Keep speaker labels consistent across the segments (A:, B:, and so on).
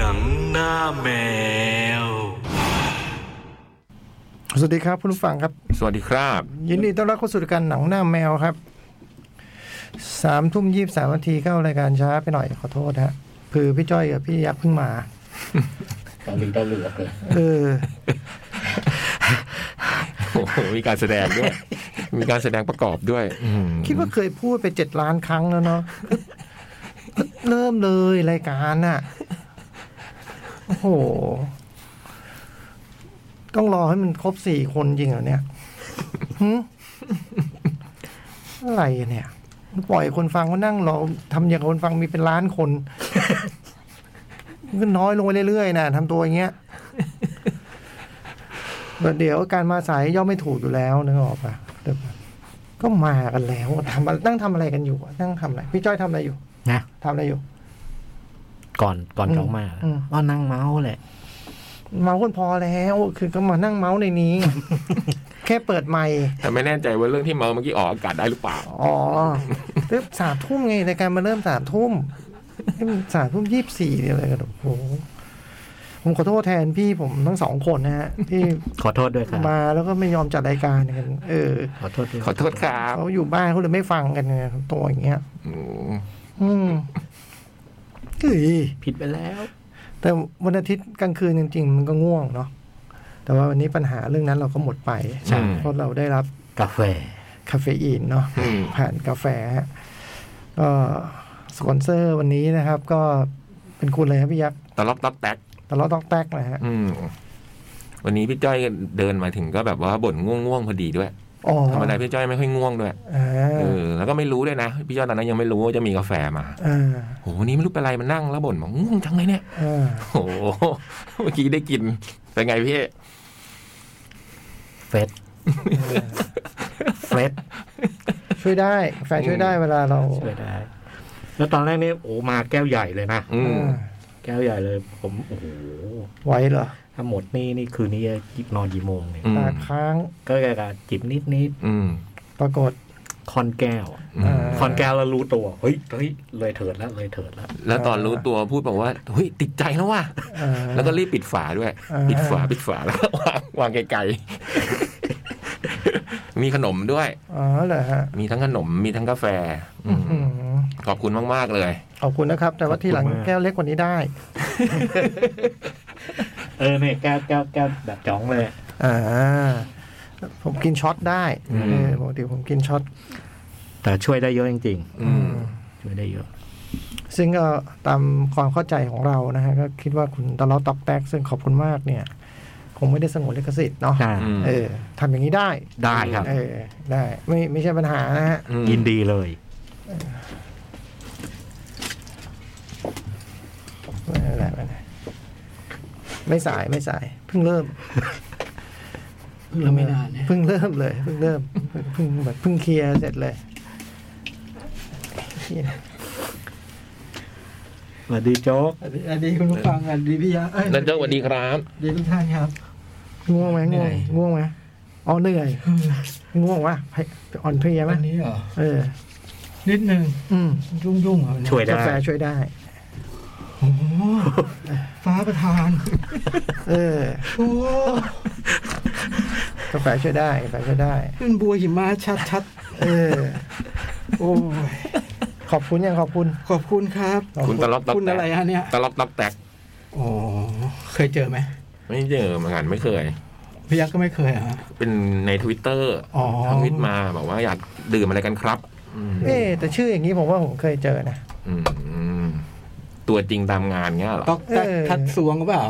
A: นังหน้าแมว
B: สวัสดีครับคุณผู้ฟังครับ
C: สวัสดีครับ
B: ยินดีต้อนรับเข้าสู่รายการหนังหน้าแมวครับสามทุ่มยี่สามนาทีเข้ารายการช้าไปหน่อยขอโทษนะฮะคือพี่จ้อยกับพี่ยักษ์เพิ่งมา
D: ตอนนี้ตะเหลือกเลย
B: เออ
C: โอ้โหมีการแสดงด้วย มีการแสดงประกอบด้วยอืม
B: คิดว่าเคยพูดไปเจ็ดล้านครั้งแล้วเนาะ เริ่มเลยรายการน่ะ โอ้โห ต้องรอให้มันครบสี่คนจริงเหรอเนี่ยหึอะไรอะเนี่ย ปล่อยคนฟังก็นั่งรอทำอย่างคนฟังมีเป็นล้านคนมันก็น้อยลงไปเรื่อยๆนะทำตัว อย่างเงี้ยแต่เดี๋ยวการมาสายย่อมไม่ถูกอยู่แล้วนึกออกปะแต่ก็มากันแล้วทำอะไรนั่งทำอะไรกันอยู่อะนั่งทำอะไรพี่จ้อยทำอะไรอยู่
E: นะ
B: ทำอะไรอยู่
E: ก่อนก่อน
B: อืม
E: ร้องมา
B: อืม
E: ก็นั่งเมาส์แหละ
B: เมาส์กันพอแล้ว คือก็มานั่ง เมาส์ในนี้ แค่เปิดไมค์
C: แต่ไม่แน่ใจว่าเรื่องที่เมาเมื่อกี้ออกอากาศได้หรือเปล่า
B: อ๋อเริ่มสามทุ่มไงรายการมาเริ่มสามทุ่มสามทุ่มยี่สิบสี่เนี่ยอะไรกันโอ้โหผมขอโทษแทนพี่ผมทั้งสองคนนะฮะ ที่
E: ขอโทษด้วยครับ
B: มาแล้วก็ไม่ยอมจัดรายการกันเออ
E: ขอโทษด้วย
C: ขอโทษครับ
B: เขาอยู่บ้านเขาเลยไม่ฟังกันไงตัวอย่างเงี้ย
C: อืม
B: อืมเอ้ย
E: ผิดไปแล้ว
B: แต่วันอาทิตย์กลางคืนจริง ๆ มันก็ง่วงเนาะแต่ว่าวันนี้ปัญหาเรื่องนั้นเราก็หมดไป
E: ใช่
B: เพราะเราได้รับ
E: กาแฟ
B: คาเฟอีนเนาะ
C: อืม
B: ผ่านกาแฟฮะก็สปอนเซอร์วันนี้นะครับ ก็เป็นคุณเลยครับพี่ยักษ์
C: ตะลอบตอบแตก
B: ตลอดต้องแตกนะฮะ
C: อืมวันนี้พี่จ้อยเดินมาถึงก็แบบว่าบ่นง่วงๆพอดีด้วย
B: อ๋อ
C: ธรรมดาพี่จ้อยไม่ค่อยง่วงด้วย
B: อ่า
C: เออแล้วก็ไม่รู้ด้วยนะพี่จ้อยตอนนั้นยังไม่รู้ว่าจะมีกาแฟมา
B: อ่า
C: โหวันนี้ไม่รู้เป็นไรมันนั่งแล้วบ่นบอกง่วงจังเลยเนี่ย
B: อ่า
C: โห เมื่อกี้ได้กินเป็นไงพี่
E: เฟสเฟส
B: ช่วยได้แฟนช่วยได้เวลาเรา
E: ช่วยได้ แล้วตอนแรกนี่โอ้มาแก้วใหญ่เลยนะ
C: อืม
B: อ่า
E: แก้วใหญ่เลย ผมโอ้โห
B: ไหวเหรอ
E: ถ้าหมดนี่นี่คืนนี้จิบนอนกี่โมงเนี่ย
C: อืม
B: ตาค้าง
E: ก็แกก็จิบนิดนิด
C: อืม
B: ปรากฏ
E: ๆคอนแก้ว
C: อืม
B: อ่า
E: คอนแก้วแล้วรู้ตัวเฮ้ยเฮ้ยเลยเถิดแล้วเลยเถิดแล้ว
C: แล้วตอนรู้ตัวพูดบอกว่าเฮ้ยติดใจแล้วว่ะ
B: อ่า
C: แล้วก็รีบปิดฝาด้วย
B: อ่า
C: ปิดฝาปิดฝาแล้วก็ วางวางไกลๆ มีขนมด้วย
B: อ๋อเหรอฮะ
C: มีทั้งขนมมีทั้งกาแฟ อืม
B: อืม
C: ขอบคุณมากๆเลย
B: ขอบคุณนะครับ แต่ว่าทีหลัง
E: ขอบคุณมาก
B: แก้วเล็กกว่านี้ได้
E: เออเนี่ยแก้วแก้วแก้วแบบจ้องเลย
B: อ่า ผมกินช็อตได้
C: อืม
B: เออปกติผมกินช็อต
E: แต่ช่วยได้เยอะจริง
C: อืม
E: ๆช่วยได้เยอะ
B: ซึ่งก็ตามความเข้าใจของเรานะฮะ ก็คิดว่าคุณตะเลอตอกแตกซึ่งขอบคุณมากเนี่ย คงไม่ได้สงวนลิขสิทธิ์เนาะ
E: ได้
C: อืม
B: เออทำอย่างนี้ได้
E: ได้ครับ
B: เออ ได้ ไม่ไม่ใช่ปัญหานะฮะ
C: ม
E: ยินดีเลย
B: ไม่เป็นไรไม่เป็นไรไม่สายไม่สาย เพิ่งเริ่ม
D: เพิ่งเริ่มไม่นานเนี่ย
B: เพิ่งเริ่มเลย เพิ่งเริ่มเพิ่งเพิ่งแบบเพิ่งเคลียร์เสร็จเลยเหี้ย
E: สวัสดีโจ๊ก
D: อันนี้คุณผู้ฟังอันนี้พี่ยะเอ้ย
C: นั่นเจ้าสวัสดีครับ
D: ดีทุกท่านครับ
B: ง่วงไหม
D: เหนื่
B: ง่วง
D: อย
B: ง่วงไหมอ๋อเหนื่อย ง่วงวะไปอ่อนเพลียไหม
D: วันนี้เหรอ
B: เออ
D: นิดนึง
B: อืม
D: ยุ่งยุ่งๆเหรอเนี่ย
E: ช่วย
B: กา
E: ได้
B: แฟช่วยได้
D: โอ้โหฟ้าประทาน
B: เออ
D: โอ้
B: กาแฟช่วยได้กาแฟช่วยได้
D: เป็นบัวหิมะชัด
B: เออ
D: ๆ โอ้ย
B: ขอบคุณยังขอบคุณ
D: ขอบคุณครับ
B: ขอบ
C: คุณตะล
B: ก
C: อบตอก
D: คุณ
C: แต
D: อะไร
C: ก
D: ฮะเนี่ย
C: ตะลอบตอกแตก
D: โอ้เคยเจอไหม
C: ไม่เจอเหมือนกันไม่เคย
D: พี่ยักษ์ก็ไม่เคยเหรอ่ะ
C: เป็นในทวิตเตอร์
D: อ๋อ
C: ทวิตมาบอกว่าอยากดื่มอะไรกันครับ อืม
B: เอ๊ะแต่ชื่ออย่างนี้ผมว่าผมเคยเจอนะ
C: อืมตัวจริงตามงานเงี้ยเหรอ
D: ตอกแตก
B: เออ
D: ทัดสวงหรือเปล่า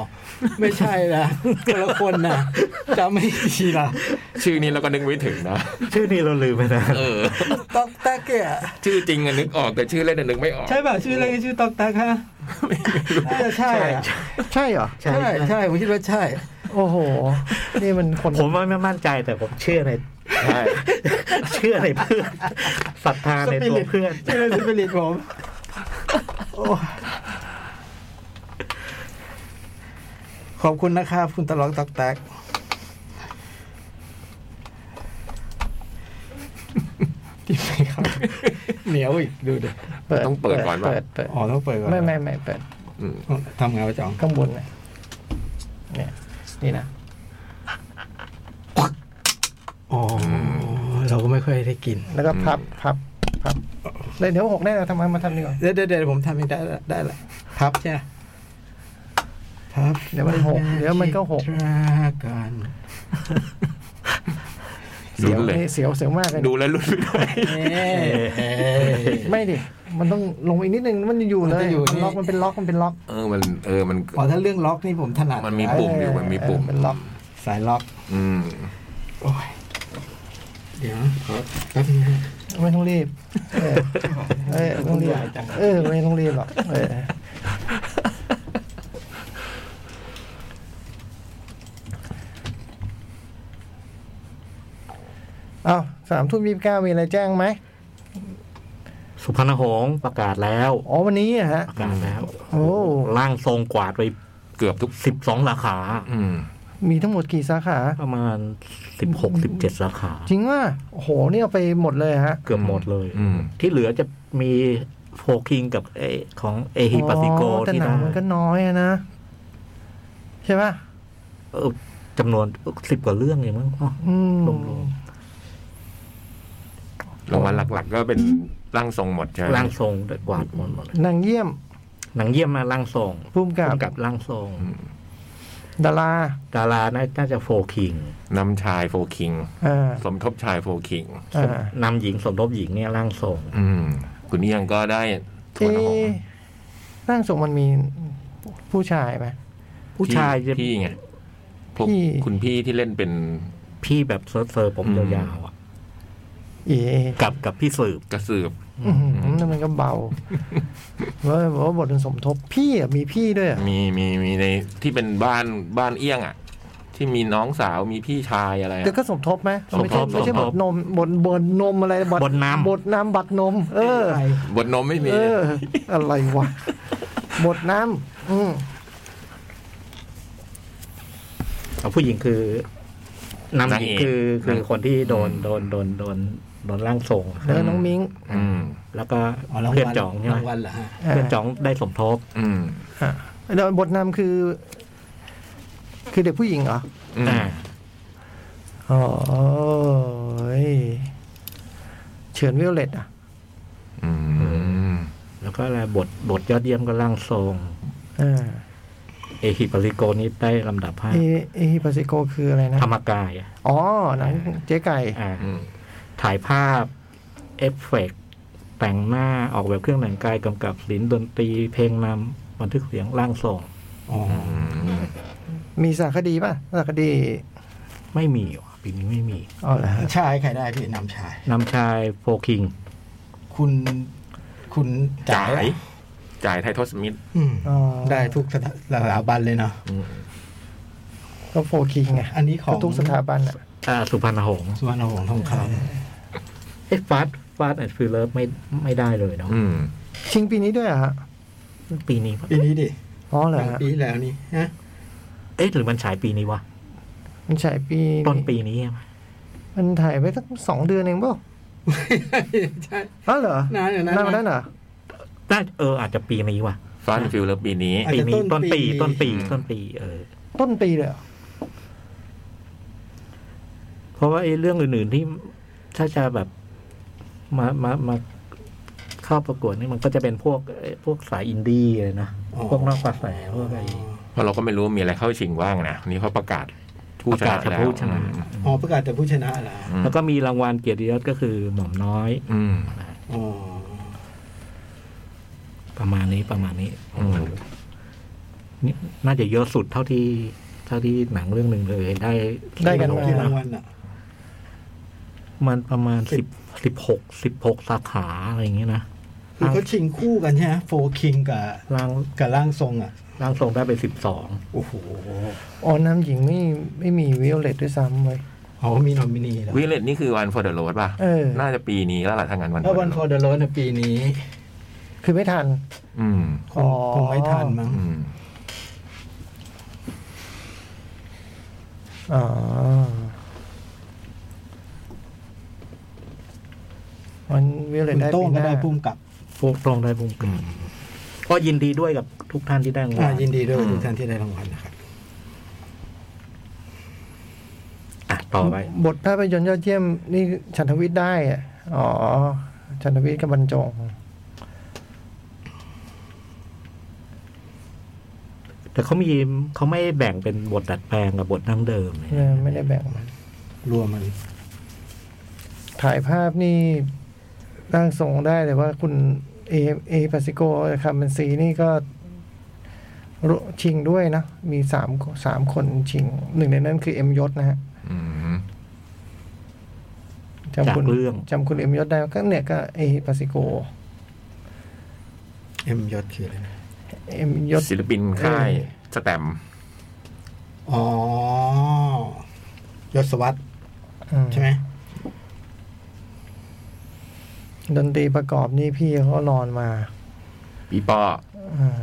D: ไม่ใช่นะคนละคนนะจำไม่ดีละ
C: ชื่อนี้เราก็นึกไม่ถึงนะ
E: ชื่อนี้เราลืมไปนะ
C: เออ
D: ตอกแตกเนี่ย
C: ชื่อจริงอะนึกออกแต่ชื่อเล่นอะนึกไม่ออก
D: ใช่ป่ะชื่ออะไรชื่อตอกแตกฮะน่าจะใช่อะ
B: ใช่เหรอ
D: ใช่ใช่ผมคิดว่าใช่
B: โอ้โห นี่มันคน
E: ผมว่าไม่มั่นใจแต่ผมเชื่อใน
C: ใช่
E: เชื่อในเพื่อนศรัทธาในตัวเพื่อน
D: ชื่อสปิริตผมโอ้ยขอบคุณนะครับ คุณตะลอกตอกแตกที่ไหนครับ เหนียวอีกดูดิ
C: ต้องเปิดก่อนป่ะ
B: เปิดเปิด
D: อ๋อต้องเปิดก่อน
B: ไม่ไม่ไม่เปิด
C: อืม
D: ทำไงวะจ๋อง
B: ข้างบนเนี่ยเนี่ยนี่นะ
D: อ๋อ เราก็ไม่ค่อยได้กิน
B: แล้วก็พับพับพับเลยเดี๋ยวหกได้แล้วทำไมมาทำดีกว่า
D: เดี๋ยวเดี๋ยวเดี๋ยวผมทำเองได้ละได้ละพับใช่ไหมพับ
B: เดี๋ยวมันหกเดี๋ยวมันก็หก
D: ตราก่อน
B: เสียว
C: ลุ้นเลย
B: นี่เสียวเสียวมากเลย
C: ดูแล้วลุ้นไปด้วย
D: เอ้ยเอ้ย
B: ไม่ดิมันต้องลงอีกนิดนึงมันอยู่เลย
D: มันจะอยู่
B: มันล็อก
D: นี่
B: มันเป็นล็อกมันเป็นล็อก
C: เออมันเออมัน
D: อ๋อถ้าเรื่องล็อกนี่ผมถนัด
C: มันมี
D: แล้ว
C: ปุ่ม อยู่นปุ่ม
B: เออเป็นล็อก
D: สายล็อก
C: อืม
D: โอ้ย เดี๋ยวขอแป๊บนึงนะ
B: ไม่ต้องรีบเออเออไม่ต้องรีบ
D: มันต้องรีบจัง
B: เออไม่ต้องรีบหรอกเออเอาสามทุ่มยี่สิบเก้ามีอะไรแจ้งไหม
E: สุพรรณหงส์ประกาศแล้ว
B: อ๋อวันนี้อะฮะ
E: ประกาศแล้ว
B: โอ้
E: ร่างทรงกวาดไป
C: เกือบทุก
E: สิบสองสาขา
C: อืม
B: มีทั้งหมดกี่สาขา
E: ประมาณสิบหกสิบเจ็ดสาขา
B: จริงว่าโอ้โหเนี่ยเอาไปหมดเลยฮะ
E: เกือบหมดเลย
C: อืม
E: ที่เหลือจะมีโฟคิงกับเอของเอฮิปาซิโก
B: อ๋อแต่
E: ที่
B: หนั
E: ได้
B: งมันก็น้อยอะนะ ใช่ป่ะ
E: เออจำนวนสิบกว่าเรื่องเองมั้งอ๋อ
B: อืม
E: รวม
C: รางวัลหลัก ๆ ก็เป็นร่างทรงหมดใช่ไหม
E: ๆร่างทรงกวาดหมดหมดเลย
B: หนังเยี่ยม
E: หนังเยี่ยมมาร่างทรง
B: พุ่มกับ
E: ร่วมกับร่างทรง
B: ดารา
E: ดาราน่าน่าจะโฟคิง
C: นำชายโฟคิง
B: อ่า
C: สมทบชายโฟคิง
B: อ่าน
E: ำหญิงสมทบหญิงเนี่ยร่างทรง
C: อืมคุณนี่ยังก็ได้ทวน
B: เอ๊
C: หง
B: ะนั่งสงมันมีผู้ชายไหม
E: ผู้ชายจะ
C: พี่ไงพวก
B: พี่
C: คุณพี่ที่เล่นเป็น
E: พี่แบบเซิร์ฟเซอร์ผม
C: อื
E: ยาม วๆอ่ะ
B: เอ๋
E: กับกับพี่สืบ
C: กระสือบ
B: อื้อหือนั่นมันก็เบาแล้วบอกว่าบทเป็นสมทบพี่อะมีพี่ด้วยอะ
C: มีมีมีในที่เป็นบ้านบ้านเอี้ยงอ่ะ ที่มีน้องสาวมีพี่ชายอะไรอะ
B: แต่ก็สมทบไหมไม่ใช่ไม่ใช่บทนมบทบทนมอะไร
E: บนน้ำ
B: บทน้ำบัตรนม เออ
D: ใคร
C: บทนมไม่มี
B: เออ อะไรวะ บทน้ำอืม
E: เอาผู้หญิงคือ
C: าน
E: ำ
C: ง
E: หญิ
C: เอง ก
E: คือคือน
C: าง
E: คนที่โดนโดนโดนโดนโดนร่างทรง
B: เออน้องมิง
C: อืม
E: แล้วก็
D: อ๋อรางวัล
E: เพื่อนจ่องใช่ไหม
D: รางวัลเหรอฮะ
E: เพื่อนจ่องได้สมทบ
C: อืม
B: อ่ะแล้วบทนำคือ คือเด็กผู้หญิงเหรอ
C: อืม
E: อ่า
B: อ๋อเฮ้ยเฉือนวิโอเลตอ่ะ
C: อืม
E: แล้วก็อะไรบทบทยอดเยี่ยมก็ร่างทรง
B: อ่า
E: เอฮิปาริโกนี้ได้ลำดับห้า
B: เอเอฮิปาซิโกคืออะไรนะ
E: ธรรมกายอ่ะ
B: อ๋อหนังเจ๊ไก่
E: อ่า
C: อืม
E: ถ่ายภาพ เอฟเฟกต์แต่งหน้าออกแบบเครื่องแต่งกายกำกับศิลป์ดนตรีเพลงนำบันทึกเสียงร่างทรง
D: อ๋อ
B: มีสารคดีป่ะ สารคดี
E: ไม่มีว่ะปีนี้ไม่มี
B: อ๋อเหรอฮะ
D: ชายใครได้พี่นำชาย
E: นำชายโฟคิง
D: คุณ คุณ
C: จ่ายจ่ายไททอสมิธ
D: อืม
B: อ๋อ
D: ได้ทุกสถาสถาบันเลยเนาะ
B: ก็โฟร์คิงไง
D: อันนี้ของ
B: ก็ทุกสถาบันอ่ะ
E: อ่า สุพรรณหงษ์
D: สุวรรณหงษ์ทองค
E: เอ๊ะฟาสฟาสแอนด์ฟิลเลอร์ไม่ไม่ได้เลยเนาะ
C: อืม
B: ชิงปีนี้ด้วยเหรอฮะ
E: ปีนี้ปะ
D: ำปีนี้ดิ
B: อ๋อเหรอฮะ
D: ปีที่แล้วนี่ฮะ
E: เอ๊ะหรือมันฉายปีนี้วะ
B: มันฉายปี
E: ต้นปีนี้ใช่ไหม
B: มันถ่ายไปสักสองเดือนเองเปล่า
D: ใช่
B: อ๋อเหรอน
D: านอยู่นะ
B: นกว่นั้นเหรอ
E: ได้เอออาจจะปีนี้ว่ะ
C: ฟานฟิลเลอร์ปีนี้
D: อาจ
E: ปี
D: จะ
E: นี้
D: ต้
E: ต้น
D: นปี
E: ปีต้นปีต้นปี เออ
B: ต้นปีเลยเหรอ
E: เพราะว่าไอ้เรื่องอื่นๆที่ถ้าจะแบบมามามาเข้าประกวดนี่มันก็จะเป็นพวกเอ่อพวกสายอินดี้เลยนะ
D: อ๋อ
E: พวกนอกกระแสพวกอะไร
C: เพราะเราก็ไม่รู้ว่ามีอะไรเข้าชิงบ้างนะวันนี้เขาประกาศผู้ช
E: ประกา
C: นะ
E: ศ
C: แล้ว
E: ผู้ชนะ
C: อืม
D: อ๋อประกาศแต่ผู้ชนะเหรอ
E: แล้วก็มีรางวัลเกียรติยศก็คือหม่อมน้อย
C: อืม
D: อ๋อ
E: ประมาณนี้ประมาณนี้
C: อืม
E: นี่น่าจะเยอะสุดเท่าที่ เท่าที่หนังเรื่องหนึ่งเลยได้
B: ได้กันมา
E: ที่โร
D: กี่
E: ง
D: รางวัลอ่ะ
E: มันประมาณ
D: สิ
E: สิบบ สิบหกสิบหกสาขาอะไรอย่างเงี้ยนะ
D: คือเขาชิงคู่กันใช่ไหมโฟคิงกับ
E: ร่าง
D: กับร่างทรงอ่ะ
E: ร่างทรงได้ไปสิบสอง
D: โอ้โห
B: อ๋อน้ำหญิงไม่ไม่มีวิโอเลตด้วยซ้ำเลย
D: เขามีนอมินีแล้ว
C: วิเลตนี่คือวันฟอร์เดอโรดป่ะ
B: เออ
C: น่าจะปีนี้แล้วล่ะทางงานวัน
D: ถ้าวันฟอร์เดอร์โรสปีนี้
B: คือไม่ทัน
C: อืม
D: คง
B: อ๋อ
D: คงไม่ทันมั้ง
C: อืม
B: อ๋อ วันวิโอเลต
D: คุณ
B: ได้
D: โต้ง
B: ปีห
D: ก็
B: น้า
D: ได้พุ่มกับ
E: พวกตรงได้พุ่มกลับ ก็ยินดีด้วยกับทุกท่านที่ได้รางวั
D: อ่า
E: ล
D: ยินดีด้วย
C: อืม
D: ทุกท่านที่ได้รางวัลนะครับ
E: อ่ะต่อไป
B: บทภาพยนตร์ยอดเยี่ยมนี่ชันทวิทย์ได้อะอ๋อชันทวิทย์กับบรรจง
E: แต่เขามีเขาไม่แบ่งเป็นบทดัดแปลงกับบทดั้งเดิมเนี่ย
B: ไม่ได้แบ่งมัน
D: รวมมัน
B: ถ่ายภาพนี่ร่างทรงได้เลยว่าคุณเอเอปาซิโกคาเมนซีนี่ก็รุชิงด้วยนะ มีสามสามคนชิง หนึ่งในนั้นคือเอ็มยศนะฮะ
C: อืม
E: จาก
B: คุณ
E: เรื่อง
B: จำคุณเอ็มยศได้ก็เนี่ยก็เอปาซิโก
D: เอ็มยศคืออะไรนะ
B: เอ็มยศ
C: ศิลปินค่ายสแตมป์
D: อ๋อยศวัตรใช่ไหม
B: ดนตรีประกอบนี่พี่เขานอนมา
C: ปีป้อ
B: อ่า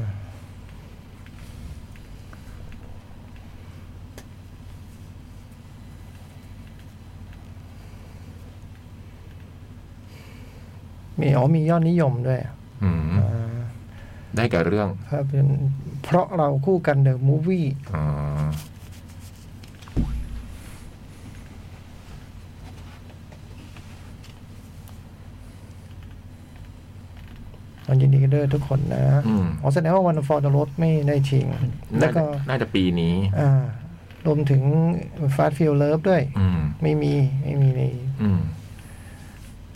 B: มีอ๋อมียอดนิยมด้วยอ่ะ
C: อืม
B: อ่า
C: ได้กับเรื่อง
B: ภาพยนตร์เพราะเราคู่กันเดอะมูฟวี่
C: อ๋อ
B: ตอนยินดีกันด้วยทุกคนนะ
C: อืม
B: อ๋อแสดงว่าวันฟอร์ดรถไม่ได้ชิง แล้
C: น่าวจะ
B: ก็
C: น่าจะปีนี้
B: อ่า รวมถึงฟาสฟิลเลิฟด้วย
C: อืม
B: ไม่มี ไม่มีใน
C: อืม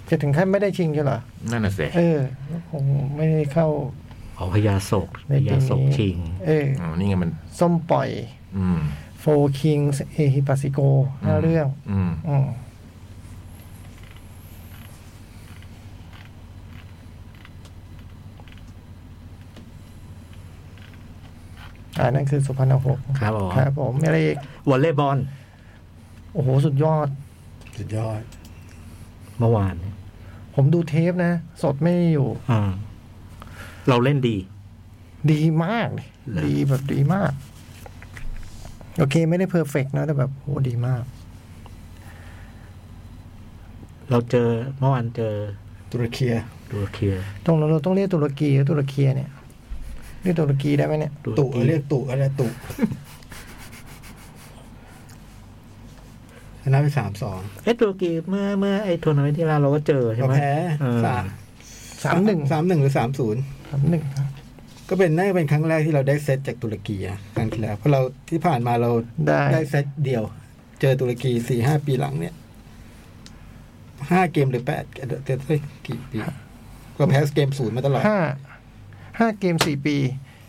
B: จะถึงขั้นไม่ได้ชิงใช่เหรอ
C: นั่นน่ะสิ
B: เออ คงไม่ได้เข้า
E: อ๋อพญาโศก
B: ใน
E: พ
B: ปีนี้
E: ญาโศกชิง
B: เออ
C: อ๋อนี่ไงมัน
B: ส้มปล่อย
C: อืม
B: โฟคิงเอฮิปาซิโกห้าเรื่อง
C: อืม
B: อืมอ่านั่นคือสุพรรณหกษ์
E: ครับผม
B: ครับผมมีอะไรอีก
E: วอลเลย์บอล
B: โอ้โห สุดยอด
D: สุดยอด
E: เมื่อวานเนี่ย
B: ผมดูเทปนะ สดไม่อยู่
E: อ่าเราเล่นดี
B: ดีมากเลย
E: เหรอ
B: ดีแบบดีมาก โอเคไม่ได้เพอร์เฟกนะ แต่แบบโหดีมาก
E: เราเจอเมื่อวานเจอ
D: ตุรเคีย
E: ดูเคีย
B: ตรงนั้นเราต้องเรียกตุรกีหรือตุรเคียเนี่ยเรียกตุรกีได้ไหมเนี่ย
E: ดู
D: ตุ
E: กี
D: เรียกตุอะไรตุชนะไปสามสอง
E: เอ๊ะดูกีเมื่อเมื่อไอ้ทัวร์นาเมนต์ที่แล้วเราก็เจอใช่
D: เรา
E: ไหม
D: แพ้
E: เออ
D: สาม
B: สามหนึ่ง
D: สามหนึ่งหรือสามศูนย์
B: สามหนึ่ง
D: ก็เป็นน่าจะเป็นครั้งแรกที่เราได้เซตจากตุรกีอะครั้งที่แล้วเพราะเราที่ผ่านมาเรา
B: ได้
D: ได้เซตเดียว เจอตุรกีสี่ห้าปีหลังเนี่ยห้าเกมหรือแปดเดี๋ยวเดี๋ยวเฮ้ยกี่ปีก็แพ้เกมศูนย์มาตลอด
B: ห้าห้าเกมสี่ปี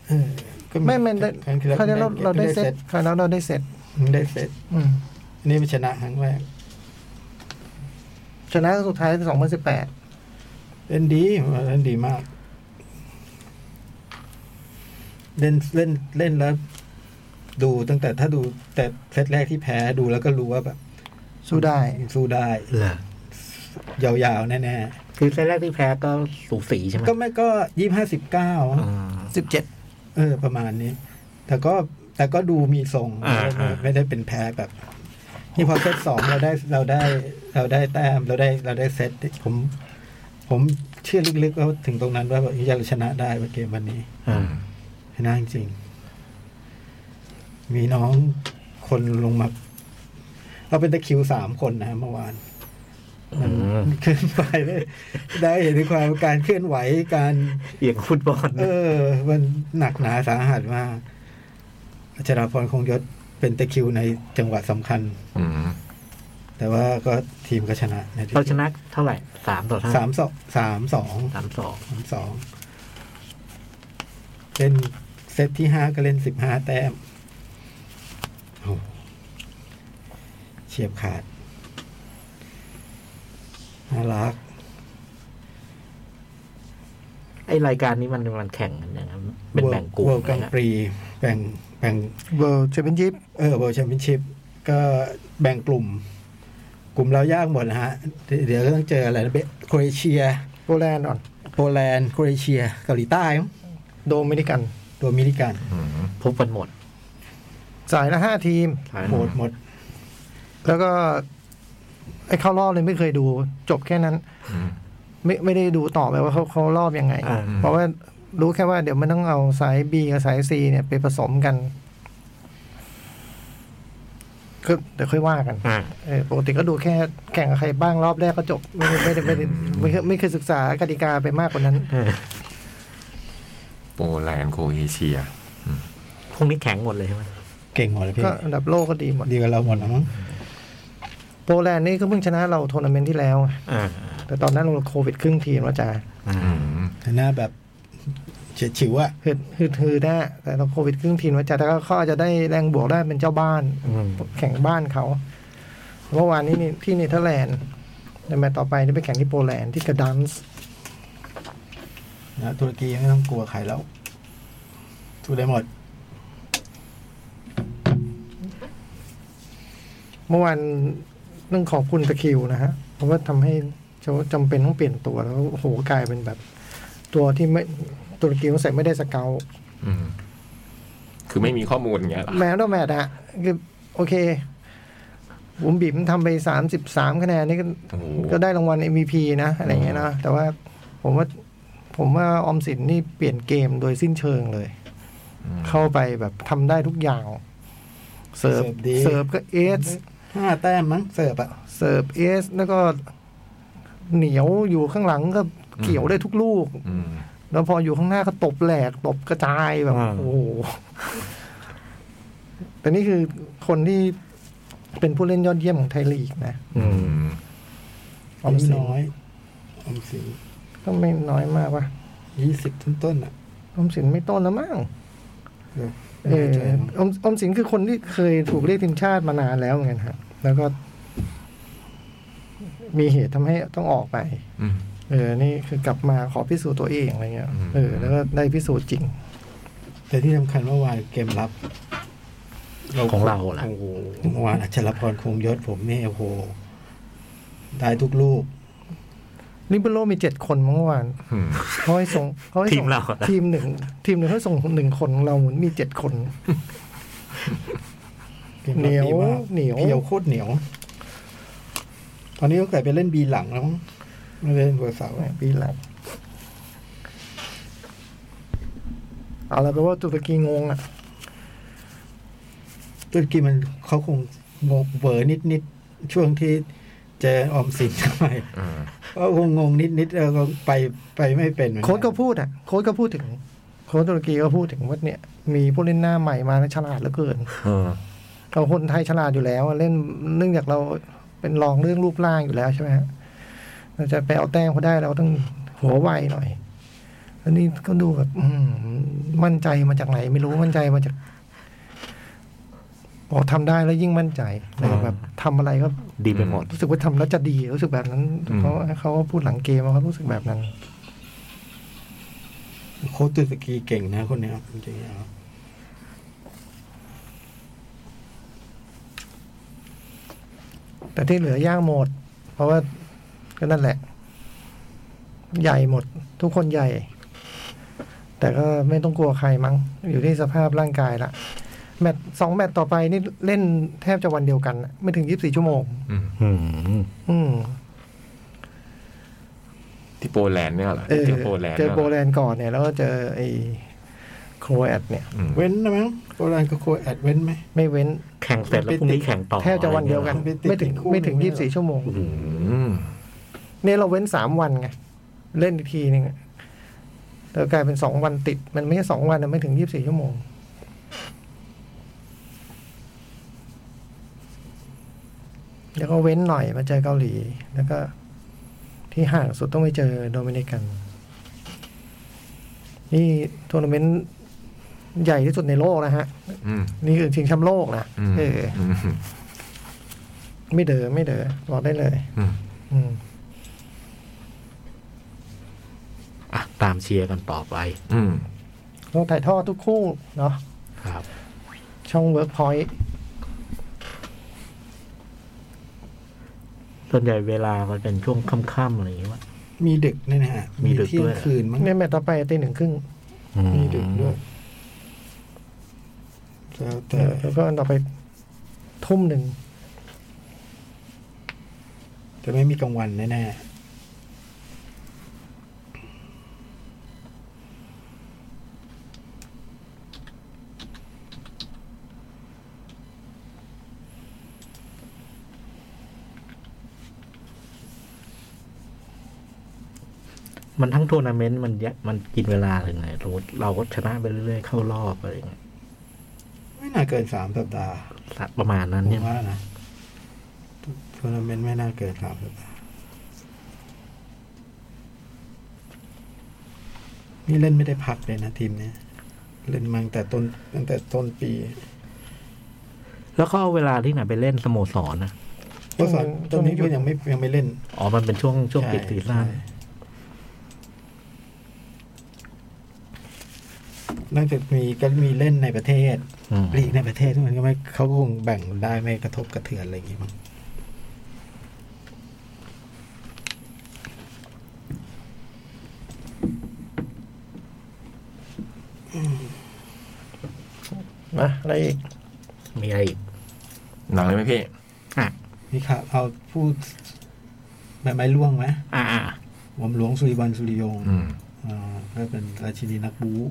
D: เออก็
B: ไม่ไม่ได้
D: ครั้งที่แล้ว
B: คราวนี้เราเราได้เซตคราวนั้นเราได้เซต
D: ได้เซต
B: อืม
D: อันนี้เป็นชนะครั้งแรก
B: ชนะสุดท้ายสองพันสิบแปด
D: เล่นดีเล่นดีมาก เล่นเล่นเล่นแล้ว ดูตั้งแต่ถ้าดูแต่เซตแรกที่แพ้ดูแล้วก็รู้ว่าแบบ
B: สู้ได้
D: สู้ได้
E: เหรอย
D: าวๆ แน่
E: คือเซตแรกที่แพ้ก็สูสีใช่ไหม
D: ๆ ก็ไม่ก็ยี่ห้าสิบเก้า
E: อ่า
B: สิบเจ็ด
D: เออ ประมาณนี้ แต่ก็แต่ก็ดูมีทรง
E: อ่า
D: ไม่ได้
E: อ่า
D: ไม่ได้เป็นแพ้แบบ นี่พอเซตสองเราได้เราได้ เราได้แต้มเราได้เราได้เซตผม ผมเชื่อลึกๆว่าถึงตรงนั้นว่าแบบเราจะชนะได้เกมวันนี้
E: อ่า
D: ชนะจริงๆมีน้องคนลงมา เราเป็นตะคริวสามคนนะเมื่อวาน
E: อืม
D: ขึ้นไปเลยได้เห็นถึงความการเคลื่อนไหวการ
E: เอียงฟุตบอล
D: เออ มันหนักหนาสาหัสมากอัชราพรคงยศเป็นตะคริวในจังหวะสำคัญ
C: อืม
D: แต่ว่าก็ทีมก็ชนะในที่
E: เราชนะเท่าไหร่สามต่อเท่าไหร่
D: สามสองสามสอง
E: สามสอง
D: สามสองเล่นเซตที่ห้าก็เล่นสิบห้าแต้มโอ้โหเฉียบขาดน่ารัก
E: ไอรายการนี้มันมันแข่งกันอย่างนั้นเป็นแบ่งกลุ่ม
D: เวิลด์กลาง
E: นะ
D: ปรีแบ่งแบ่ง
B: เวิลด์แชมเปี้ยนชิพ
D: เออเวิลด์แชมเปี้ยนชิพก็แบ่งกลุ่ม กลุ่มเรายากหมดนะฮะ เดี๋ยวเดี๋ยวก็ต้องเจออะไรนะเบโครเอเชีย
B: โปแลนด์อ่อน
D: โปแลนด์ โครเอเชีย เกาหลีใต้มั้ง
B: โดมินิกัน
D: ตัวมิริกัน
C: อืม
E: พบกันหมด
B: สายละห้าทีม
D: หมดหมด
B: แล้วก็ ไอ้เข้ารอบเลยไม่เคยดู จบแค่นั้น
C: อืม
B: ไม่ไม่ได้ดูต่อไปว่าเขาเขารอบยังไง
E: อ่า
B: เพราะว่ารู้แค่ว่าเดี๋ยวมันต้องเอาสาย B กับสาย C เนี่ยไปผสมกันก็เดี๋ยวค่อยว่ากัน
E: อ่า
B: เออปกติก็ดูแค่แข่งกับใครบ้างรอบแรกก็จบ ไม่ไม่ได้ไม่ได้ไม่เคยไม่เคยศึกษากติกาไปมากกว่านั้น
C: โปแลนด์โครเอเชีย
E: พวกนี้แข็งหมดเลยใช่ไหม
D: เก่งหมดเลยพี่
B: ก็อันดับโลกก็ดีหมด
D: ดีกว่าเราหมดแล้วมั้ง
B: โปแลนด์นี่ก็เพิ่งชนะเราทัวร์นาเมนต์ที่แล้วไง
E: อ่า
B: แต่ตอนนั้นเราโควิดครึ่งทีมเราจะ
E: อ่า
C: อืม
D: แต่หน้าแบบเฉียดฉิวอะ
B: ฮึดฮึดฮือได้แต่เราโควิดครึ่งทีมเราจะแต่ก็เขาอาจจะได้แรงบวกได้เป็นเจ้าบ้าน
E: อืม
B: แข่งบ้านเขาเมื่อวานนี้นี่ที่เนเธอร์แลนด์ในแมตช์ต่อไปนี่ไปแข่งที่โปแลนด์ที่กระดันสก์
D: นะตุรกียังไม่ต้องกลัวใครแล้วสู้ได้หมด
B: เมื่อวานต้องขอบคุณตะคริวนะฮะเพราะว่าทำให้เขาจำเป็นต้องเปลี่ยนตัวแล้วโอ้โหกลายเป็นแบบ ตัวที่ไม่ตุรกีต้องใส่ไม่ได้สเกล
C: อืม คือไม่มีข้อมูลอย่างเงี้ยเหรอ
B: แมตช์ต่อแมตช์อะคือโอเค ผมบิ๋มทำไปสามสิบสามคะแนนนี่ก็
C: โอ้โห
B: ก็ได้รางวัล MVP นะอะไรอย่างเงี้ยนะแต่ว่าผมว่าผมว่าออมสินนี่เปลี่ยนเกมโดยสิ้นเชิงเลย
C: อืม
B: เข้าไปแบบทำได้ทุกอย่าง เสิร์ฟ
D: เสิร์ฟดี
B: เสิร์ฟก็เอส
D: ห้าแต้มมั้งเสิร์ฟอะ
B: เสิร์ฟเอสแล้วก็เหนียวอยู่ข้างหลังก็เกี่ยวได้ทุกลูก
C: อืม
B: แล้วพออยู่ข้างหน้าก็ตบแหลก ตบกระจายแบบ
E: อ่า
B: โอ้โห แต่นี่คือคนที่เป็นผู้เล่นยอดเยี่ยมของไทยลีกนะ
E: อื
C: อื
E: ม
C: ม
B: ออมสิน
D: น้อยออมสิน
B: ก็ไม่น้อยมากว่ะ
D: ยี่สิบต้นๆอะ
B: ออมสินไม่ต้นแล้วมั้ง
D: เดี๋ยว
B: เออ
D: ไม่แน่ใจมั้ง
B: ออมออมสินคือคนที่เคยถูกเรียกทีมชาติมานานแล้วเหมือนกันฮะแล้วก็ มีเหตุทำให้ต้องออกไป
C: อืม
B: เออ นี่คือกลับมาขอพิสูจน์ตัวเองอะไรเงี้ย
C: อืม
B: เออแล้วก็ได้พิสูจน์จริง
D: แต่ที่สำคัญเมื่อวานเกมรับ
E: ของเราล่ะ
D: โอ้โหเมื่อวานอัชรพรคงยศผมเนี่ยโอ้โหได้ทุกลูก
B: ลิเบโรมีเจ็ดคนเมื่อวาน
C: อืม
B: เขาให้ส่งเขาให้ส่ง
E: ทีมเราอะนะ
B: ทีมหนึ่งทีมหนึ่งเขาส่งหนึ่งคนของเราเหมือนมีเจ็ดคน
D: กมรับดีมาก
B: เหนียวเหนียว
D: เพียวโคตรเหนียว ตอนนี้ต้องกลายไปเล่นบีหลังแล้วมั้งไม่ได้เล่นหัวเสา
B: แหม่ปีหลังเอาละแปลว่าตุรกีงงอ่ะ
D: ตุรกีมันเขาคงงงเบอร์นิดนิดๆช่วงที่เจอออมสินเข้าไป
C: อืม
D: ก็คงงงนิดนิดๆแล้วก็ไปไปไม่เป็นเหมือนน
B: โค้ชก็พูดอ่ะ โค้ชก็พูดถึง โค้ชตุรกีก็พูดถึงว่าเนี่ย มีผู้เล่นหน้าใหม่มานะฉลาดเหลือเกิน
C: เออ
B: เราคนไทยฉลาดอยู่แล้วอะเล่นเนื่องจากเราเป็นรองเรื่องรูปร่างอยู่แล้วใช่ไหมฮะเราจะไปเอาแต้มเขาได้เราต้องหัวไวหน่อยแล้วนี่ก็ดูแบบ อืมมั่นใจมาจากไหน ไม่รู้มั่นใจมาจากบอกทำได้แล้วยิ่งมั่นใจแล้วแบบทำอะไรก็
E: ดีไปหมด
B: รู้สึกว่าทำแล้วจะดีรู้สึกแบบนั้น
C: อืม
B: เขาเขาพูดหลังเกมว่าเขารู้สึกแบบนั้น
D: โค้ชตุรกีเก่งนะคนเนี้ยจริงๆแล้ว
B: แต่ที่เหลือย่างหมด เพราะว่าก็นั่นแหละ ใหญ่หมด ทุกคนใหญ่ แต่ก็ไม่ต้องกลัวใครมั้ง อยู่ที่สภาพร่างกายละแมตช์สองแมตช์ต่อไปนี่เล่นแทบจะวันเดียวกันน่ะไม่ถึงยี่สิบสี่ชั่วโมง
C: อืม
E: อืม
B: อืม
C: ที่โปแลนด์เนี่ยเหรอ
B: เออ
C: เจอโปแลนด์
B: เจ
C: นี่
B: อย
C: หร
B: โปแลนด์ก่อนเนี่ย แล้วก็เจอไอ้โครแอตเนี่ย
C: อืม
D: เว้นนะมั้งโบราณก็โคแอดเว้นไหม
B: ไม่เว้น
E: แข่งเสร็จแล้วพรุ่งนี้แข่งต่อ
B: แทบจะวันเดียวกัน ไม่ถึงไม่ถึงยี่สิบสี่ชั่วโมง
E: อืม
C: อืม
B: เนี่ยเราเว้นสามวันไง เล่นอีกทีหนึ่งอะแล้วกลายเป็นสองวันติด มันไม่ใช่สองวันนะไม่ถึงยี่สิบสี่ชั่วโมง แล้วก็เว้นหน่อยมาเจอเกาหลี แล้วก็ ที่ห่างสุดต้องไปเจอโดมินิกัน นี่ทัวร์นาเมนต์ใหญ่ที่สุดในโลกนะฮะ
C: อืม
B: นี่คือชิงแชมป์โลกนะ
C: อืม
B: เออ
C: อืม
B: ไม่เดอไม่เดอบอกได้เลย
C: อืม
B: อืม
E: อ่ะตามเชียร์กันต่อไป
C: อืม
B: ต้องถ่ายทอดทุกคู่เนาะ
E: ครับ
B: ช่องเวิร์กพอยต์
E: ส่วนใหญ่เวลามันเป็นช่วงค่ำๆอะไรอย่างเงี้ย
D: มีดึกเนี่ยนะฮะ
E: มีดึก
D: เที่ย
E: ด้
D: ง
E: วย
D: คืนมั้ง
B: ในแมตต์ต่อไปตีหนึ่งครึ่ง
D: มีดึกด้วยแล้วแต่
B: แล้วก็อันต่อไปทุ่มหนึ่ง
D: แต่ไม่มีกลางวันแน่
E: มันทั้งทัวร์นาเมนต์มันเยอะมันกินเวลาถึงไหนรู้เราก็ชนะไปเรื่อยๆเข้ารอบอะไรอย่างเงี้ย
D: ไม่น่าเกินสามสัปดาห์
E: ประมาณนั้น
D: ผ
E: ใช่
D: ม
E: ไหม
D: ว่านะทัวร์นาเมนต์ไม่น่าเกินสามสัปดาห์นี่เล่นไม่ได้พักเลยนะทีมเนี้ยเล่นมาตั้งแต่ต้นตั้งแต่ต้นปี
E: แล้วเขาเอาเวลาที่ไหนไปเล่นสโมสรนะ
D: ก็สอนตอนนี้ก็ยังไม่ยังไม่เล่น
E: อ๋อมันเป็นช่วงช่วงปิด
D: ใ
E: ซีซั่น
D: ใช่นอกจากมีก็มีเล่นในประเทศ
E: อืม
D: ลีกในประเทศมันก็ไม่เขาก็คงแบ่งได้ไม่กระทบกระเทือนอะไรอย่างงี้มั้ง
B: มาอะไรอีก
E: มีอะไรอีก
C: หนังเลยไหมพี่
E: อ่ะ
D: นี่ครับเอาพูดใบไม้ร่วงไหม
E: อ่ะอ่ะ
D: หม่อมหลวงสุริบันสุริยงค์
C: อืม
D: อ่าก็เป็นราชินีนักบู๊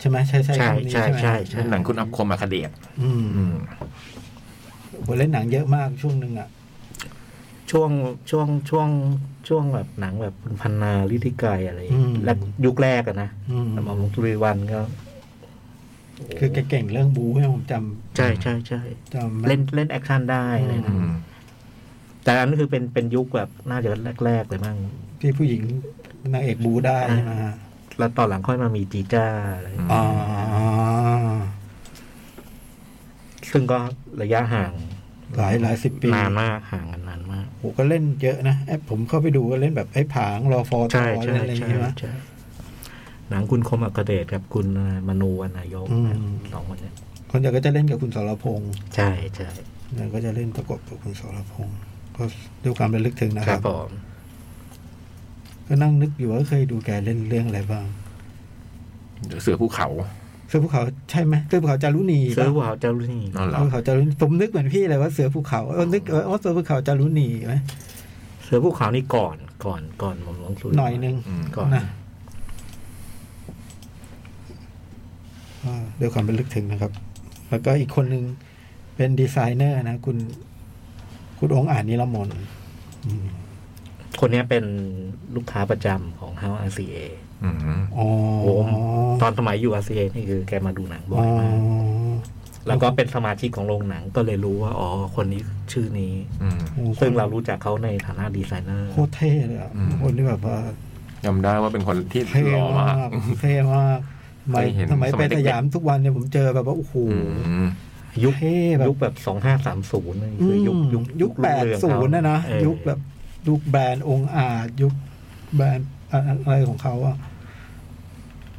D: ใช่ไหมใช่ใช่
E: ใช่
D: คำนี้
E: ใช่
D: ไหม
E: ใช่
C: เป็
E: ใช่
C: นหนังคุณอัพคมอาคาเดต
D: อืม
C: อืม
D: ผมเล่นหนังเยอะมากช่วงหนึ่งอ่ะ
E: ช่วงช่วงช่วงช่วงแบบหนังแบบคุณพันนาลิธิไกายอะไรอย่างเงี้ยและยุคแรกอะนะ
D: อืม
E: แต่หมอมงสุริวันก็
D: คือแกเก่งเรื่องบู๊ให้ผมจำ
E: ใช่ใช่ใช่
D: จำ
E: เล่นเล่นแอคชั่นได้อะไร
C: อื
E: นะ
C: ม
E: แต่อันนั้นคือเป็นเป็นยุคแบบน่าจะแรกๆเลยมั้ง
D: ที่ผู้หญิงนางเอกบู๊ได้ใช่ไหมฮะ
E: แล้วตอนหลังค่อยมามีจีจ้าอะไร
C: อืม
D: อ๋อ
E: ซึ่งก็ระยะห่าง
D: หลายหลายสิบปี
E: นานมากห่างกันนานมาก
D: โหก็เล่นเยอะนะไอ้ผมเข้าไปดูก็เล่นแบบไอ้ผางรอฟอร์ท
E: ใช่
D: อ
E: ใช่
D: เล่นอะไรอย่าง
E: ใช่
D: เงี้ยใช่ไหม
E: ใช่หนังคุณคมอักเดชกับคุณมนูวรรณายก
D: อืม
E: สองคนเนี้ย
D: คนเดียวก็จะเล่นกับคุณสรพงษ์
E: ใช่ใช่
D: เนี่ยก็จะเล่นประกบกับคุณสรพงษ์ก็ด้วยความระลึกถึง
E: ค
D: นะค
E: รั
D: รั
E: บบ ผม
D: ก็นั่งนึกอยู่ว่าเคยดูแกเล่นเรื่องอะไรบ้าง
C: เสือภูเขา
D: เสือภูเขาใช่ไหมเสือภูเขาจารุณี
E: เสื้อ
D: ปะ
E: วาวเจ้าลูกนี่
C: นั่นเหร
D: เสื
C: อ
D: อภูเขาจารุณีผมนึกเหมือนพี่เลยว่าเสือภูเขาเออนึกเออว่าเสือภูเขาจารุณีไหม
E: เสื้อภูเขานี่ก่อนก่อนก่อนหม่อมหลวงสุริ
D: หน่อยนึง
C: อืม
E: ก่อน
D: นะอ่าด้วยความระลึกถึงนะครับ แล้วก็อีกคนนึงเป็นดีไซเนอร์นะ คุณ คุณองค์อาจนิรมนต์อืม
E: คนเนี้ยเป็นลูกค้าประจำของ House RCA
C: อืม
D: อ๋อ
E: โอ้ตอนสมัยอยู่ RCA นี่คือแกมาดูหนังบ่
D: อ๋
E: อ
D: อย
E: มาก แล้วก็เป็นสมาชิกของโรงหนังก็เลยรู้ว่า อ๋อ คนนี้ชื่อนี้
C: อืม
D: โอ้
E: ซึ่งเรารู้จักเขาในฐานะดีไซเนอร์
D: โคตรเท่เลยอ่ะ
C: อืม
D: คนที่แบบว่า
C: จำได้ว่าเป็นคนที่
D: เท่
C: หล่อมาม
D: าก กเท่มากทำไม
C: เคยเห็น
D: ทำไม
C: สมั
D: ไป
C: ยเด็กๆ
D: สยามทุกวันเนี่ยผมเจอแบบว่าโอ้โห
C: อืม
E: ยุค
D: เท่แบบ
E: ยุคแบบสองห้าสามศูนย์
D: อื
E: คือ
D: ม
E: ยุคยุค
D: ยุคแปดศูนย์นะนะ
E: เออ
D: ยุคแบบยุคแบรนด์องค์อาจยุคแบรนด์อะอะไรของเขาอ่ะ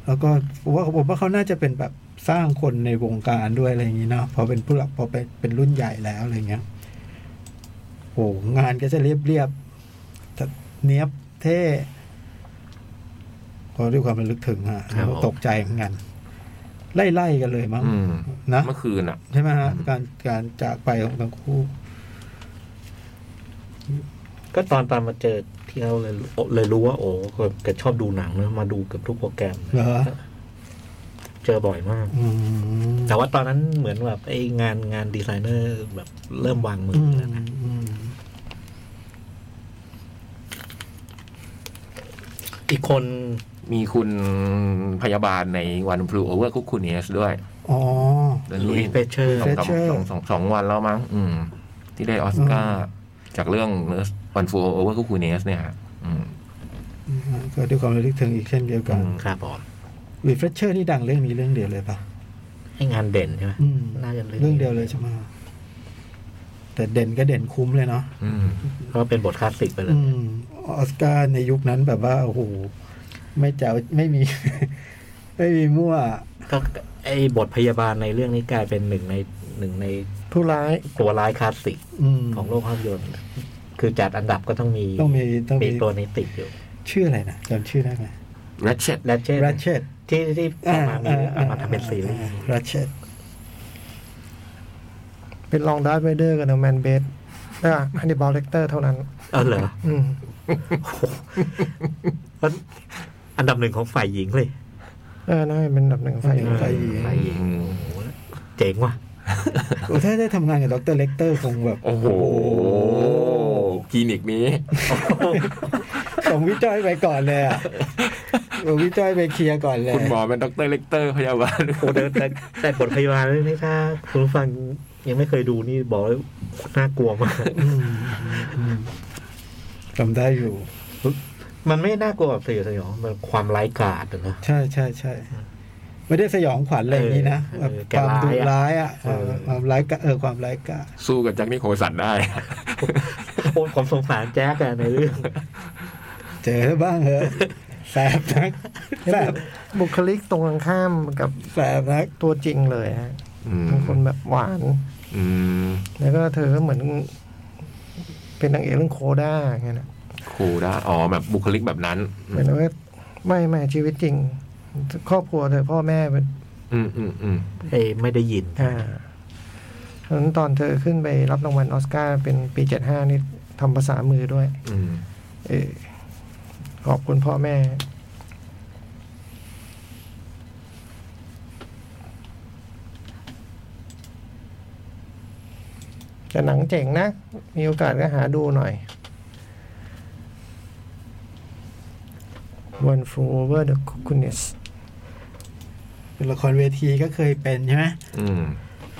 D: แล้วก็ผมว่าผมว่าเขาน่าจะเป็นแบบสร้างคนในวงการด้วยอะไรอย่างนี้เนาะพอเป็นผู้หลักพอเป็นเป็นรุ่นใหญ่แล้วอะไรเงี้ยโหงานก็จะเรียบเรียบๆแต่เนี้ยบเท่พอด้วยความระลึกถึงอ่ะ
C: ครับผม
D: ตกใจเหมือนกันไล่ๆกันเลยมั้ง
C: อืม
D: นะ
C: เมื่อคืนอ่ะ
D: ใช่ไหมฮะการการจากไปของทั้งคู่
E: ก็ตอนตอนมาเจอที่เราเลยรู้เลยรู้ว่า โอ้แกชอบดูหนังนะมาดูเกือบทุกโปรแกรม
D: เหรอ
E: เจอบ่อยมาก
D: อืม
E: แต่ว่าตอนนั้นเหมือนแบบไอ้งานงานดีไซเนอร์แบบเริ่มวางมือ
D: อืม
E: แล้วนะ
D: อืม
E: อีกคน
C: มีคุณพยาบาลในวันพลูโอเวอร์คุกคูเนสด้วย
D: อ๋อ
C: เรื่อง
E: ลุย
C: นี้
E: เปเชอร์
C: สองสาม
D: Fletcher
C: สองสองสองวันแล้วมั้งอืม ที่ได้ออสการ์จากเรื่องวันพลูโอเวอร์คุกคูเนสเนี่ยฮะอืม
D: ก็ด้วยความระลึกถึงอีกเช่นเดียวกัน
C: อืม
E: ครับผม
D: วีเฟรชเชอร์นี่ดังเรื่องนี้เรื่องเดียวเลยปะ
E: ให้งานเด่นใช่ไหม
D: อืม
E: น่าจะเรื่อง
D: เรื่องเดียวเลยใช่ไหมแต่เด่นก็เด่นคุ้มเลยเนาะ
C: อืม
E: ก็เป็นบทคลาสสิกไปเลย
D: อืมออสการ์ในยุคนั้นแบบว่าโอ้โหไม่แจ๋วไม่มี ไม่มีมั่ว
E: ก็ไอ้บทพยาบาลในเรื่องนี้กลายเป็นหนึ่งในหนึ่งใน
B: ผู้ร้าย
E: ตัวร้ายคลาสสิก
D: อืม
E: ของโลกภาพยนตร์ คือจัดอันดับก็ต้องมี
D: ต้องมีต้อง
E: มี
D: มี
E: ตัวนี้ติดอยู่
D: ชื่ออะไรนะจำชื่อได้ไหม
C: Ratchet
E: และเช่น
D: Ratchet
E: ที่ที่ออกมามีเอามาทำเป็นซีรีส์
D: รัชเชต
B: เป็นลองดาร์ธเวเดอร์กับเดอะแมนเบสอ่ะฮันนีบอลเลกเตอร์เท่านั้น
E: เออเหรอ
B: อืม
E: แล้วอันดับหนึ่งของฝ่ายหญิงเลย
B: เออน่าจะเป็นอันดับหนึ่งของไฟ
D: หญิงไฟหญิง
C: ไปยิง
E: โอ้โหเจ๋งว่ะ
D: โอ้ถ้าได้ทำงานกับดรเลกเตอร์คงแบบ
C: โอ้โหคลินิกนี้
D: ส่งวิจ้อยไปก่อน เลยอ่ะส่งวิจ้อยไปเคลียร์ก่อนเลย
C: คุณหมอเป็นด็อกเตอร์เลกเตอร์พยาบาล
E: โอ้แต่แต่ แต่บทพยาบาลนี่ถ้าคุณผู้ฟังยังไม่เคยดูนี่บอกเลยน่ากลัวมาก
D: จำได้อยู่
E: มันไม่น่ากลัวแบบสยดสยองมันความร้ายกาจอะ นะ
D: ใช่ใช่ใช่ไม่ได้สยองขวัญอะไรอย่างนี้นะ
E: เอ
D: แบ
E: อบ แก
D: ความดุ
E: ร้า
D: ร้าย ย
E: อะ
D: อ่ะ
E: เออ
D: เออความร้ายกะเออความร้ายกะ
C: สู้กับแจ็คนิโคลสันได้
E: โอ้ยผมสงสารแจ๊กอะในเรื่อง
D: เจอบ้างเหอะแสบนักแสบ
B: บุคลิกตรงกันข้ามกับ
D: แสบนัก
B: ตัวจริงเลยฮะ
C: อืม
B: เป็นคนแบบหวาน
C: อืม
B: แล้วก็เธอก็เหมือน เป็นนางเอกเรื่องโคด้าไงยนะ
C: ครูได้อ๋อแบบบุคลิกแบบนั้น
B: เหมือนว่าไม่ไม่ชีวิตจริง ครอบครัวเธอพ่อแม่เป็น
C: อืมอืมอืม
E: เอ้ยไม่ได้ยิน
B: อ่าเพราะฉะนั้นตอนเธอขึ้นไปรับรางวัลออสการ์เป็นปีเจ็ดห้านี่ทำภาษามือด้วย
C: อืม
B: เออขอบคุณพ่อแม่ แต่หนังเจ๋งนะ มีโอกาสก็หาดูหน่อย One Flew Over the Cuckoo's Nest
D: เป็นละครเวทีก็เคยเป็นใช่ไหม
C: อืม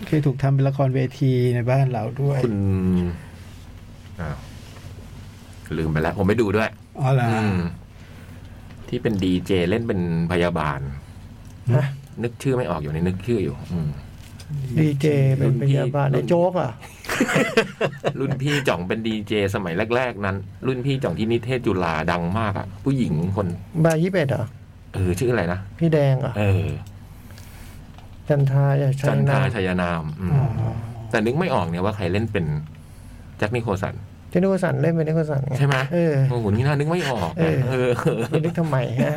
D: เคยถูกทำเป็นละครเวทีในบ้านเราด้วย
C: คุณอ้าวลืมไปแล้ว ผมไม่ดูด้วย
D: อ๋อเหรอ
C: อืม ที่เป็นดีเจเล่นเป็นพยาบาล
B: นะ
C: นึกชื่อไม่ออกอยู่ในนึกชื่ออยู่ อืม
B: ดีเจเป็นพยาบาล
C: รุ่
B: ใน
C: นพี่
B: โจ๊กอ่ะ
C: รุ่นพี่จ่องเป็นดีเจสมัยแรก ๆ นั้น รุ่นพี่จ่องที่นิเทศจุฬาดังมากอะผู้หญิงคน
B: บาร์ยี่สิบเอ็ดเหรอ
C: เออ ชื่ออะไรนะ
B: พี่แดงเหรอ่ะ
C: เออ
B: จันทราอย่าชั
C: จั
B: ย
C: นท
B: นา
C: ราชัยนามอืม
D: อ๋อ
C: แต่นึกไม่ออกเนี่ยว่าใครเล่นเป็นแจ็คนิโคลสัน
B: เจนิโกสันเล่นเป็นนิโกสันง
C: ใช่ไหม
B: เออ
C: โอ้โหนี่น่านึกไม่ออกนะ
B: เอ
C: เอ
B: อ
C: อ
B: ไปนึกทำไมฮะ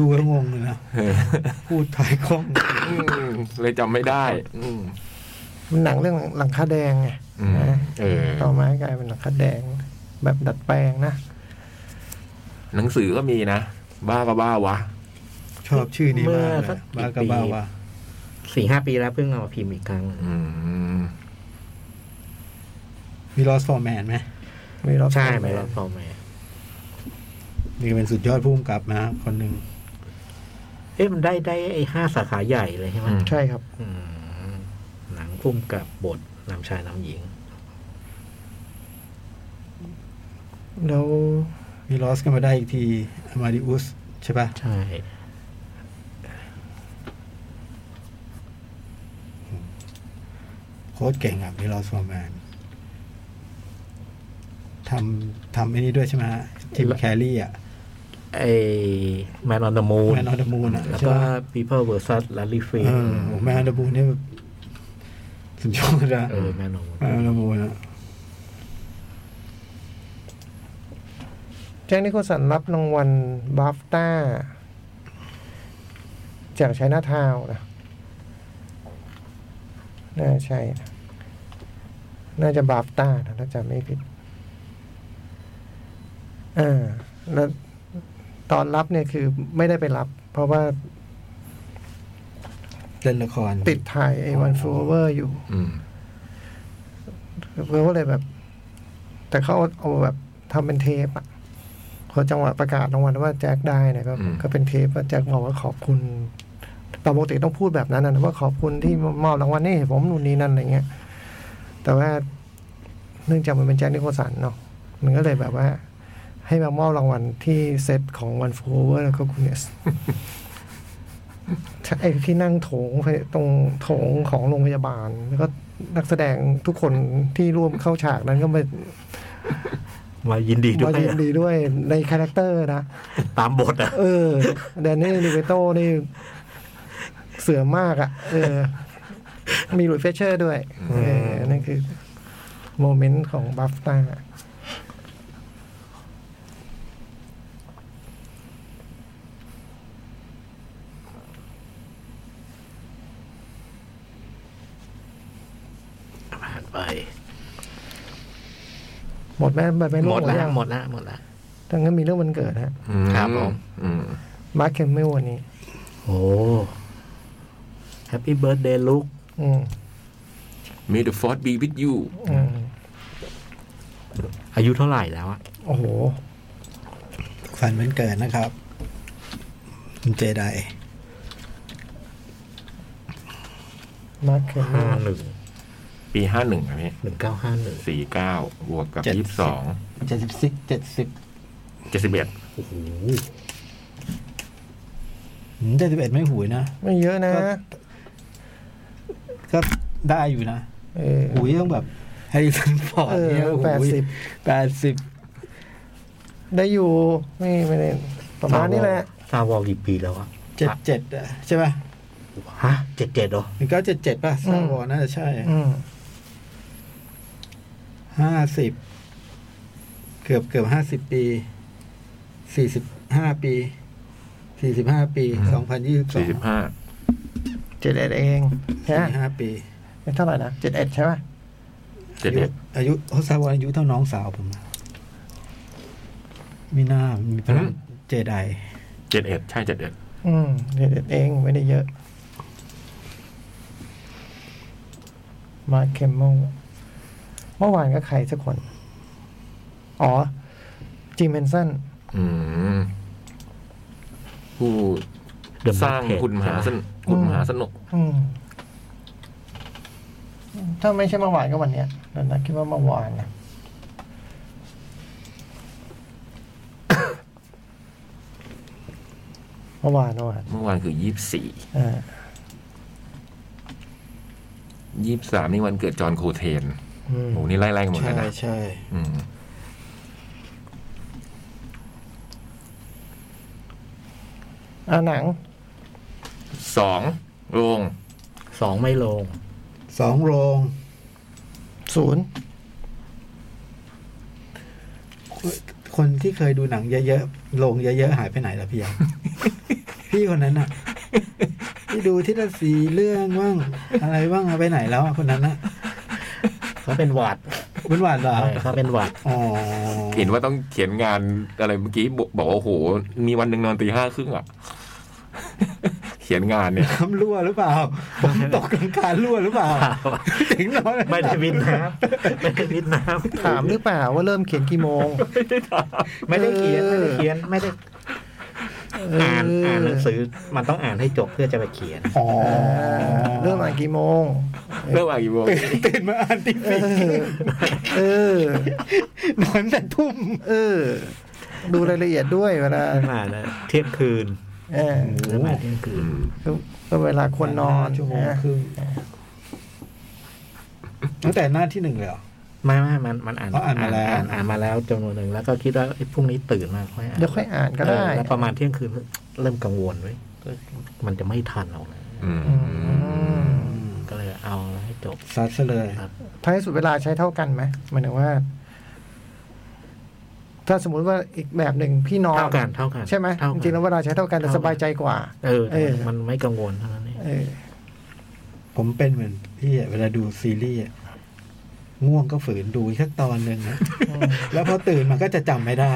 D: ดูแล้วงงเลย นะพูดถ่ายกล้อง
C: อืมเลยจำไม่ได้ อืม
B: มันหนังเรื่องหลังคาแดงไง
C: อืม
B: นะ
C: เออ
B: ต่อมากลายเป็นหลังคาแดง แบบดัดแปลงนะ
C: หนังสือก็มีนะ บ้าก็บ้าวะ
D: ชอบชื่อนี้มาก
E: เมื่อสั
D: เลย
E: ก
D: บ้า
E: กี่ปี
D: กับบ้าวะ
E: สี่ห้าปีแล้วเพิ่งเอามาพิมพ์อีกครั้งหนึ่ง
C: อืม
D: มีลอสฟอร์แมนไหม
B: มีรอบ
E: ใช่ไห
B: ไห
E: ม
B: ม
E: รับพอไหม
D: นี่ก็เป็นสุดยอดผู้กำกับนะครับคนหนึ่ง
E: เอ๊ะมันได้ได้ไอ้ห้าสาขาใหญ่เลยใช่ไหม
C: อืม
B: ใช่ครับ
E: อืมหนังพุ่มกับบทนำชายนำหญิง
B: แล้ว
D: มีลอสก็มาได้อีกทีอามาดิอุสใช่ปะ
E: ใช่
D: โค้ดเก่งอ่ะมีลอสฟอร์แมนทำทำไอ้นี่ด้วยใช่ไหมทีมแคลรี่อ่ะ
E: ไอ้แมนออนเดอะมูน
D: แมนออเดมูนอ่ะ
E: แล้ว
D: ใช่
E: ก็
D: ปะ
E: People vs. Larry
D: เอ
E: Flint
D: อโอ้แมนออเดมูนเนี่ยแบบสุดยอดอะ
E: เออแมนออน
D: แมนออเดมูนอ่ะ
B: แจ็คนิโกสันรับรางวัลบัฟต้า จากชัยนาทาวน์นะน่าใช่นะน่าจะบาฟต้านะถ้าจำไม่ผิดอ่าแล้วตอนรับเนี่ยคือไม่ได้ไปรับ เพราะว่า
D: เล่นละคร
B: ติดถ่ายไอ้วันฟูเวอร์อยู่
C: อืม
B: เขาก็เลยแบบ แต่เขาเอาเอาแบบทำเป็นเทปอะพอจังหวะประกาศรางวัลว่าแจ็คได้เนี่ยก็
C: อืม
B: ก็เป็นเทปว่าแจ็คบอกว่าขอบคุณปกติต้องพูดแบบนั้นนะว่าขอบคุณที่มอบรางวัลนี่ให้ผมนู่นนี่นั่นอะไรเงี้ย แต่ว่าเนื่องจากมันเป็นแจ็คนิโคลสันเนาะมันก็เลยแบบว่า ให้มามอบรางวัลที่เซตของวันฟูเวอร์แล้วก็คุณเนส ใช่ที่นั่งโถงไปตรงโถงของโรงพยาบาล แล้วก็นักแสดงทุกคนที่ร่วมเข้าฉากนั้นก็มา
E: มายินดีด้ว
B: มายยินดีด้วยในคาแรคเตอร์นะ
E: ตามบทอะ
B: เออแดนนี่ลิเวโต้นี่เสือมากอะ่ะ เออ มีหลุยส์เฟเชอร์ด้วย เออ นั่นคือ โมเมนต์ของบัฟตา
E: ผ่านไป
B: หมดไหมบัตรไม่
E: ห
B: รู้
E: มด
B: หมด
E: แล้ว
B: ยัง
E: หมดแล้วหมดแล้ว
B: ทั้งนั้นมีเรื่องวันเกิดฮะ
C: อืม
E: ครับผม
C: อืม
B: มาร์คเคมเมลวันนี้
E: โอ้แฮปปี้เบิร์ดเดย์ลุก
B: อืม
C: May the force be with you
B: อืม
E: อายุเท่าไหร่แล้วอะ
B: โอ้โห
D: ฝันมันเกิดนะครับเจได
B: มากเกิน
E: ห้าหนึ่ง
C: ปีห้าหนึ่งอะพี่
E: หนึ่งเก้าห้าหนึ่ง
C: สี่เก้าบวกกับยี่สิบสอง
D: เจ็ดสิบสิบเจ็ดสิบ
C: เจ็ดสิบเอ็ด
E: โอ้โห
D: เจ็ดสิบเอ็ดไม่หูยนะ
B: ไม่เยอะนะ
D: ก็ ก็ได้อยู่นะ
B: เออ
D: หูยต้องแบบแฮร์ริสันฟอร์ดเนี่ย
B: เออ
D: โอ้โห
B: แปดสิบ
D: แปดสิบ
B: ได้อยู่ไม่ไม่ได้ประมาณนี้แหละ
E: ซาวอลกี่ปีแล้วอะ
D: เจ็ดเจ็ดอะใช่ป่ะ
E: ฮะเจ็ดเจ็ดเหรอ
D: หนึ่งเก้าเจ็ดเจ็ดป่ะ
B: อื
D: สาม วอน่าจะใช่
B: อืม
D: ห้าสิบเกือบเกือบห้าสิบปีสี่สิบห้าปีสี่สิบห้าปีสองพันยี่สิบสอ
C: สี่
D: ง
C: สิบห้า
B: เจ็ดเอ็ดเอง
D: สี่
B: ฮะ
D: ห้าปี
B: เท่าไหร่นะเจ็ดเอ็ดใช่ไหม
C: เจ็ดเอ็ด
D: อายุเขาซาวออายุเท่าน้องสาวผมนะมีหน้ามีพลัง
C: อืม
D: เจได
C: เจ็ดเอ็ดใช่เจ็ดเอ็ด
B: อืมเจ็ดเอ็ดเองไม่ได้เยอะ มาร์คเคมโมเมื่อวานก็ใครสักคน อ๋อจิมเมนสัน
C: อืมผู้สร้างคุณมหาสนุกคุณมหาสนุก
B: อืม ถ้าไม่ใช่เมื่อวานก็วันเนี้ยนั่นนะคิดว่าเมื่อวานนะ เมื่อวานเมื่อวาน
C: เมื่อวานคือยี่สิบสี่
B: อ่า
C: ยี่สิบสามนี่วันเกิดจอห์นโคเทน
B: อืม
C: โอ้โหนี่ไล่ๆกันหมด
D: ใช่
C: เลยนะ
D: ใช่
C: อืม
B: อ่าหนัง
C: สองโรง
E: สองไม่ลง
D: สองโรง
B: ศูนย์
D: คนที่เคยดูหนังเยอะๆ ลงเยอะๆ หายไปไหนละพี่ยัง พี่คนนั้นน่ะ ที่ดูที่ละสีเรื่องบ้าง อะไรบ้างอะไปไหนแล้วอะคนนั้นน่ะ
E: เขาเป็นหวัด
D: เป็นหวานเหรอ
E: เขาเป็นหวัด
D: อ๋อ
C: เห็นว่าต้องเขียนงานอะไรเมื่อกี้บอกบอกว่าโอ้โห มีวันหนึ่งนอนตีห้าครึ่งอ่ะ เขียนงานเนี่ย
D: น้ำรั่วหรือเปล่า ผมตกหลังคารั่วหรือเปล่าถึงนอน
E: ไม่ได้วิดน้ำไม่ได้วิดน้ำ
B: ถามหรือเปล่าว่าเริ่มเขียนกี่โมง
E: ไม่ได้เขียนไม่ได้เขียนไม่ได้อ่านอ่านหนังสือมันต้องอ่านให้จบเพื่อจะไปเขียน
D: อ๋อ
B: อ่าเริ่มอ่านกี่โมง
C: เริ่มอ่านกี่โมง
D: ตื่นมาอ่านตี
B: เอ
D: สี่
B: อ เออ
D: นอนแต่ทุ่ม
B: เออ ดูรายละเอียดด้วยเวลา
E: ไม่มานะเที่ยงคืน
B: เออ
E: เริ่มมาเที่ยงคืน
B: ก็ก็เวลาคนนอน
D: ชั่วโมง
B: นะ
D: ครึ่งตั้งแต่หน้าที่หนึ่งเลยเหรอ
E: ไม่ไม่มันมันอ่าน
D: อ๋ออ่านมาแล้ว
E: อ่านอ่านมาแล้วจำนวนหนึ่งแล้วก็คิดว่าเอ้ยพรุ่งนี้ตื่นมาค่อยอ่าน
B: เดี๋ยวค่อยอ่านก็ได้
E: เออแล้วประมาณเที่ยงคืนเริ่มกังวลไว้ยมันจะไม่ทันเรานะ
C: อืม
E: ก็เลยเอาให้จบ
D: ซัดซะเลย
E: ครับ
B: ท้ายสุดเวลาใช้เท่ากันไหมหมายถึงว่า ถ้าสมมุติว่าอีกแบบหนึ่งพี่นอน
E: เท่ากันเท่ากัน
B: ใช่ไหม
E: เท่า
B: จ
E: กัน
B: ริงๆแล้วเวลาใช้เท่ากันแต่
E: เท่ากัน
B: สบายใจกว่า
E: เออ
B: เออ
E: มันไม่กังวลเท่านั้นเอง
B: เออ
D: ผมเป็นเหมือนพี่อะเวลาดูซีรีส์อะง่วงก็ฝืนดูแค่ตอนหนึ่ง นะ แล้วพอตื่นมันก็จะจำไม่ได้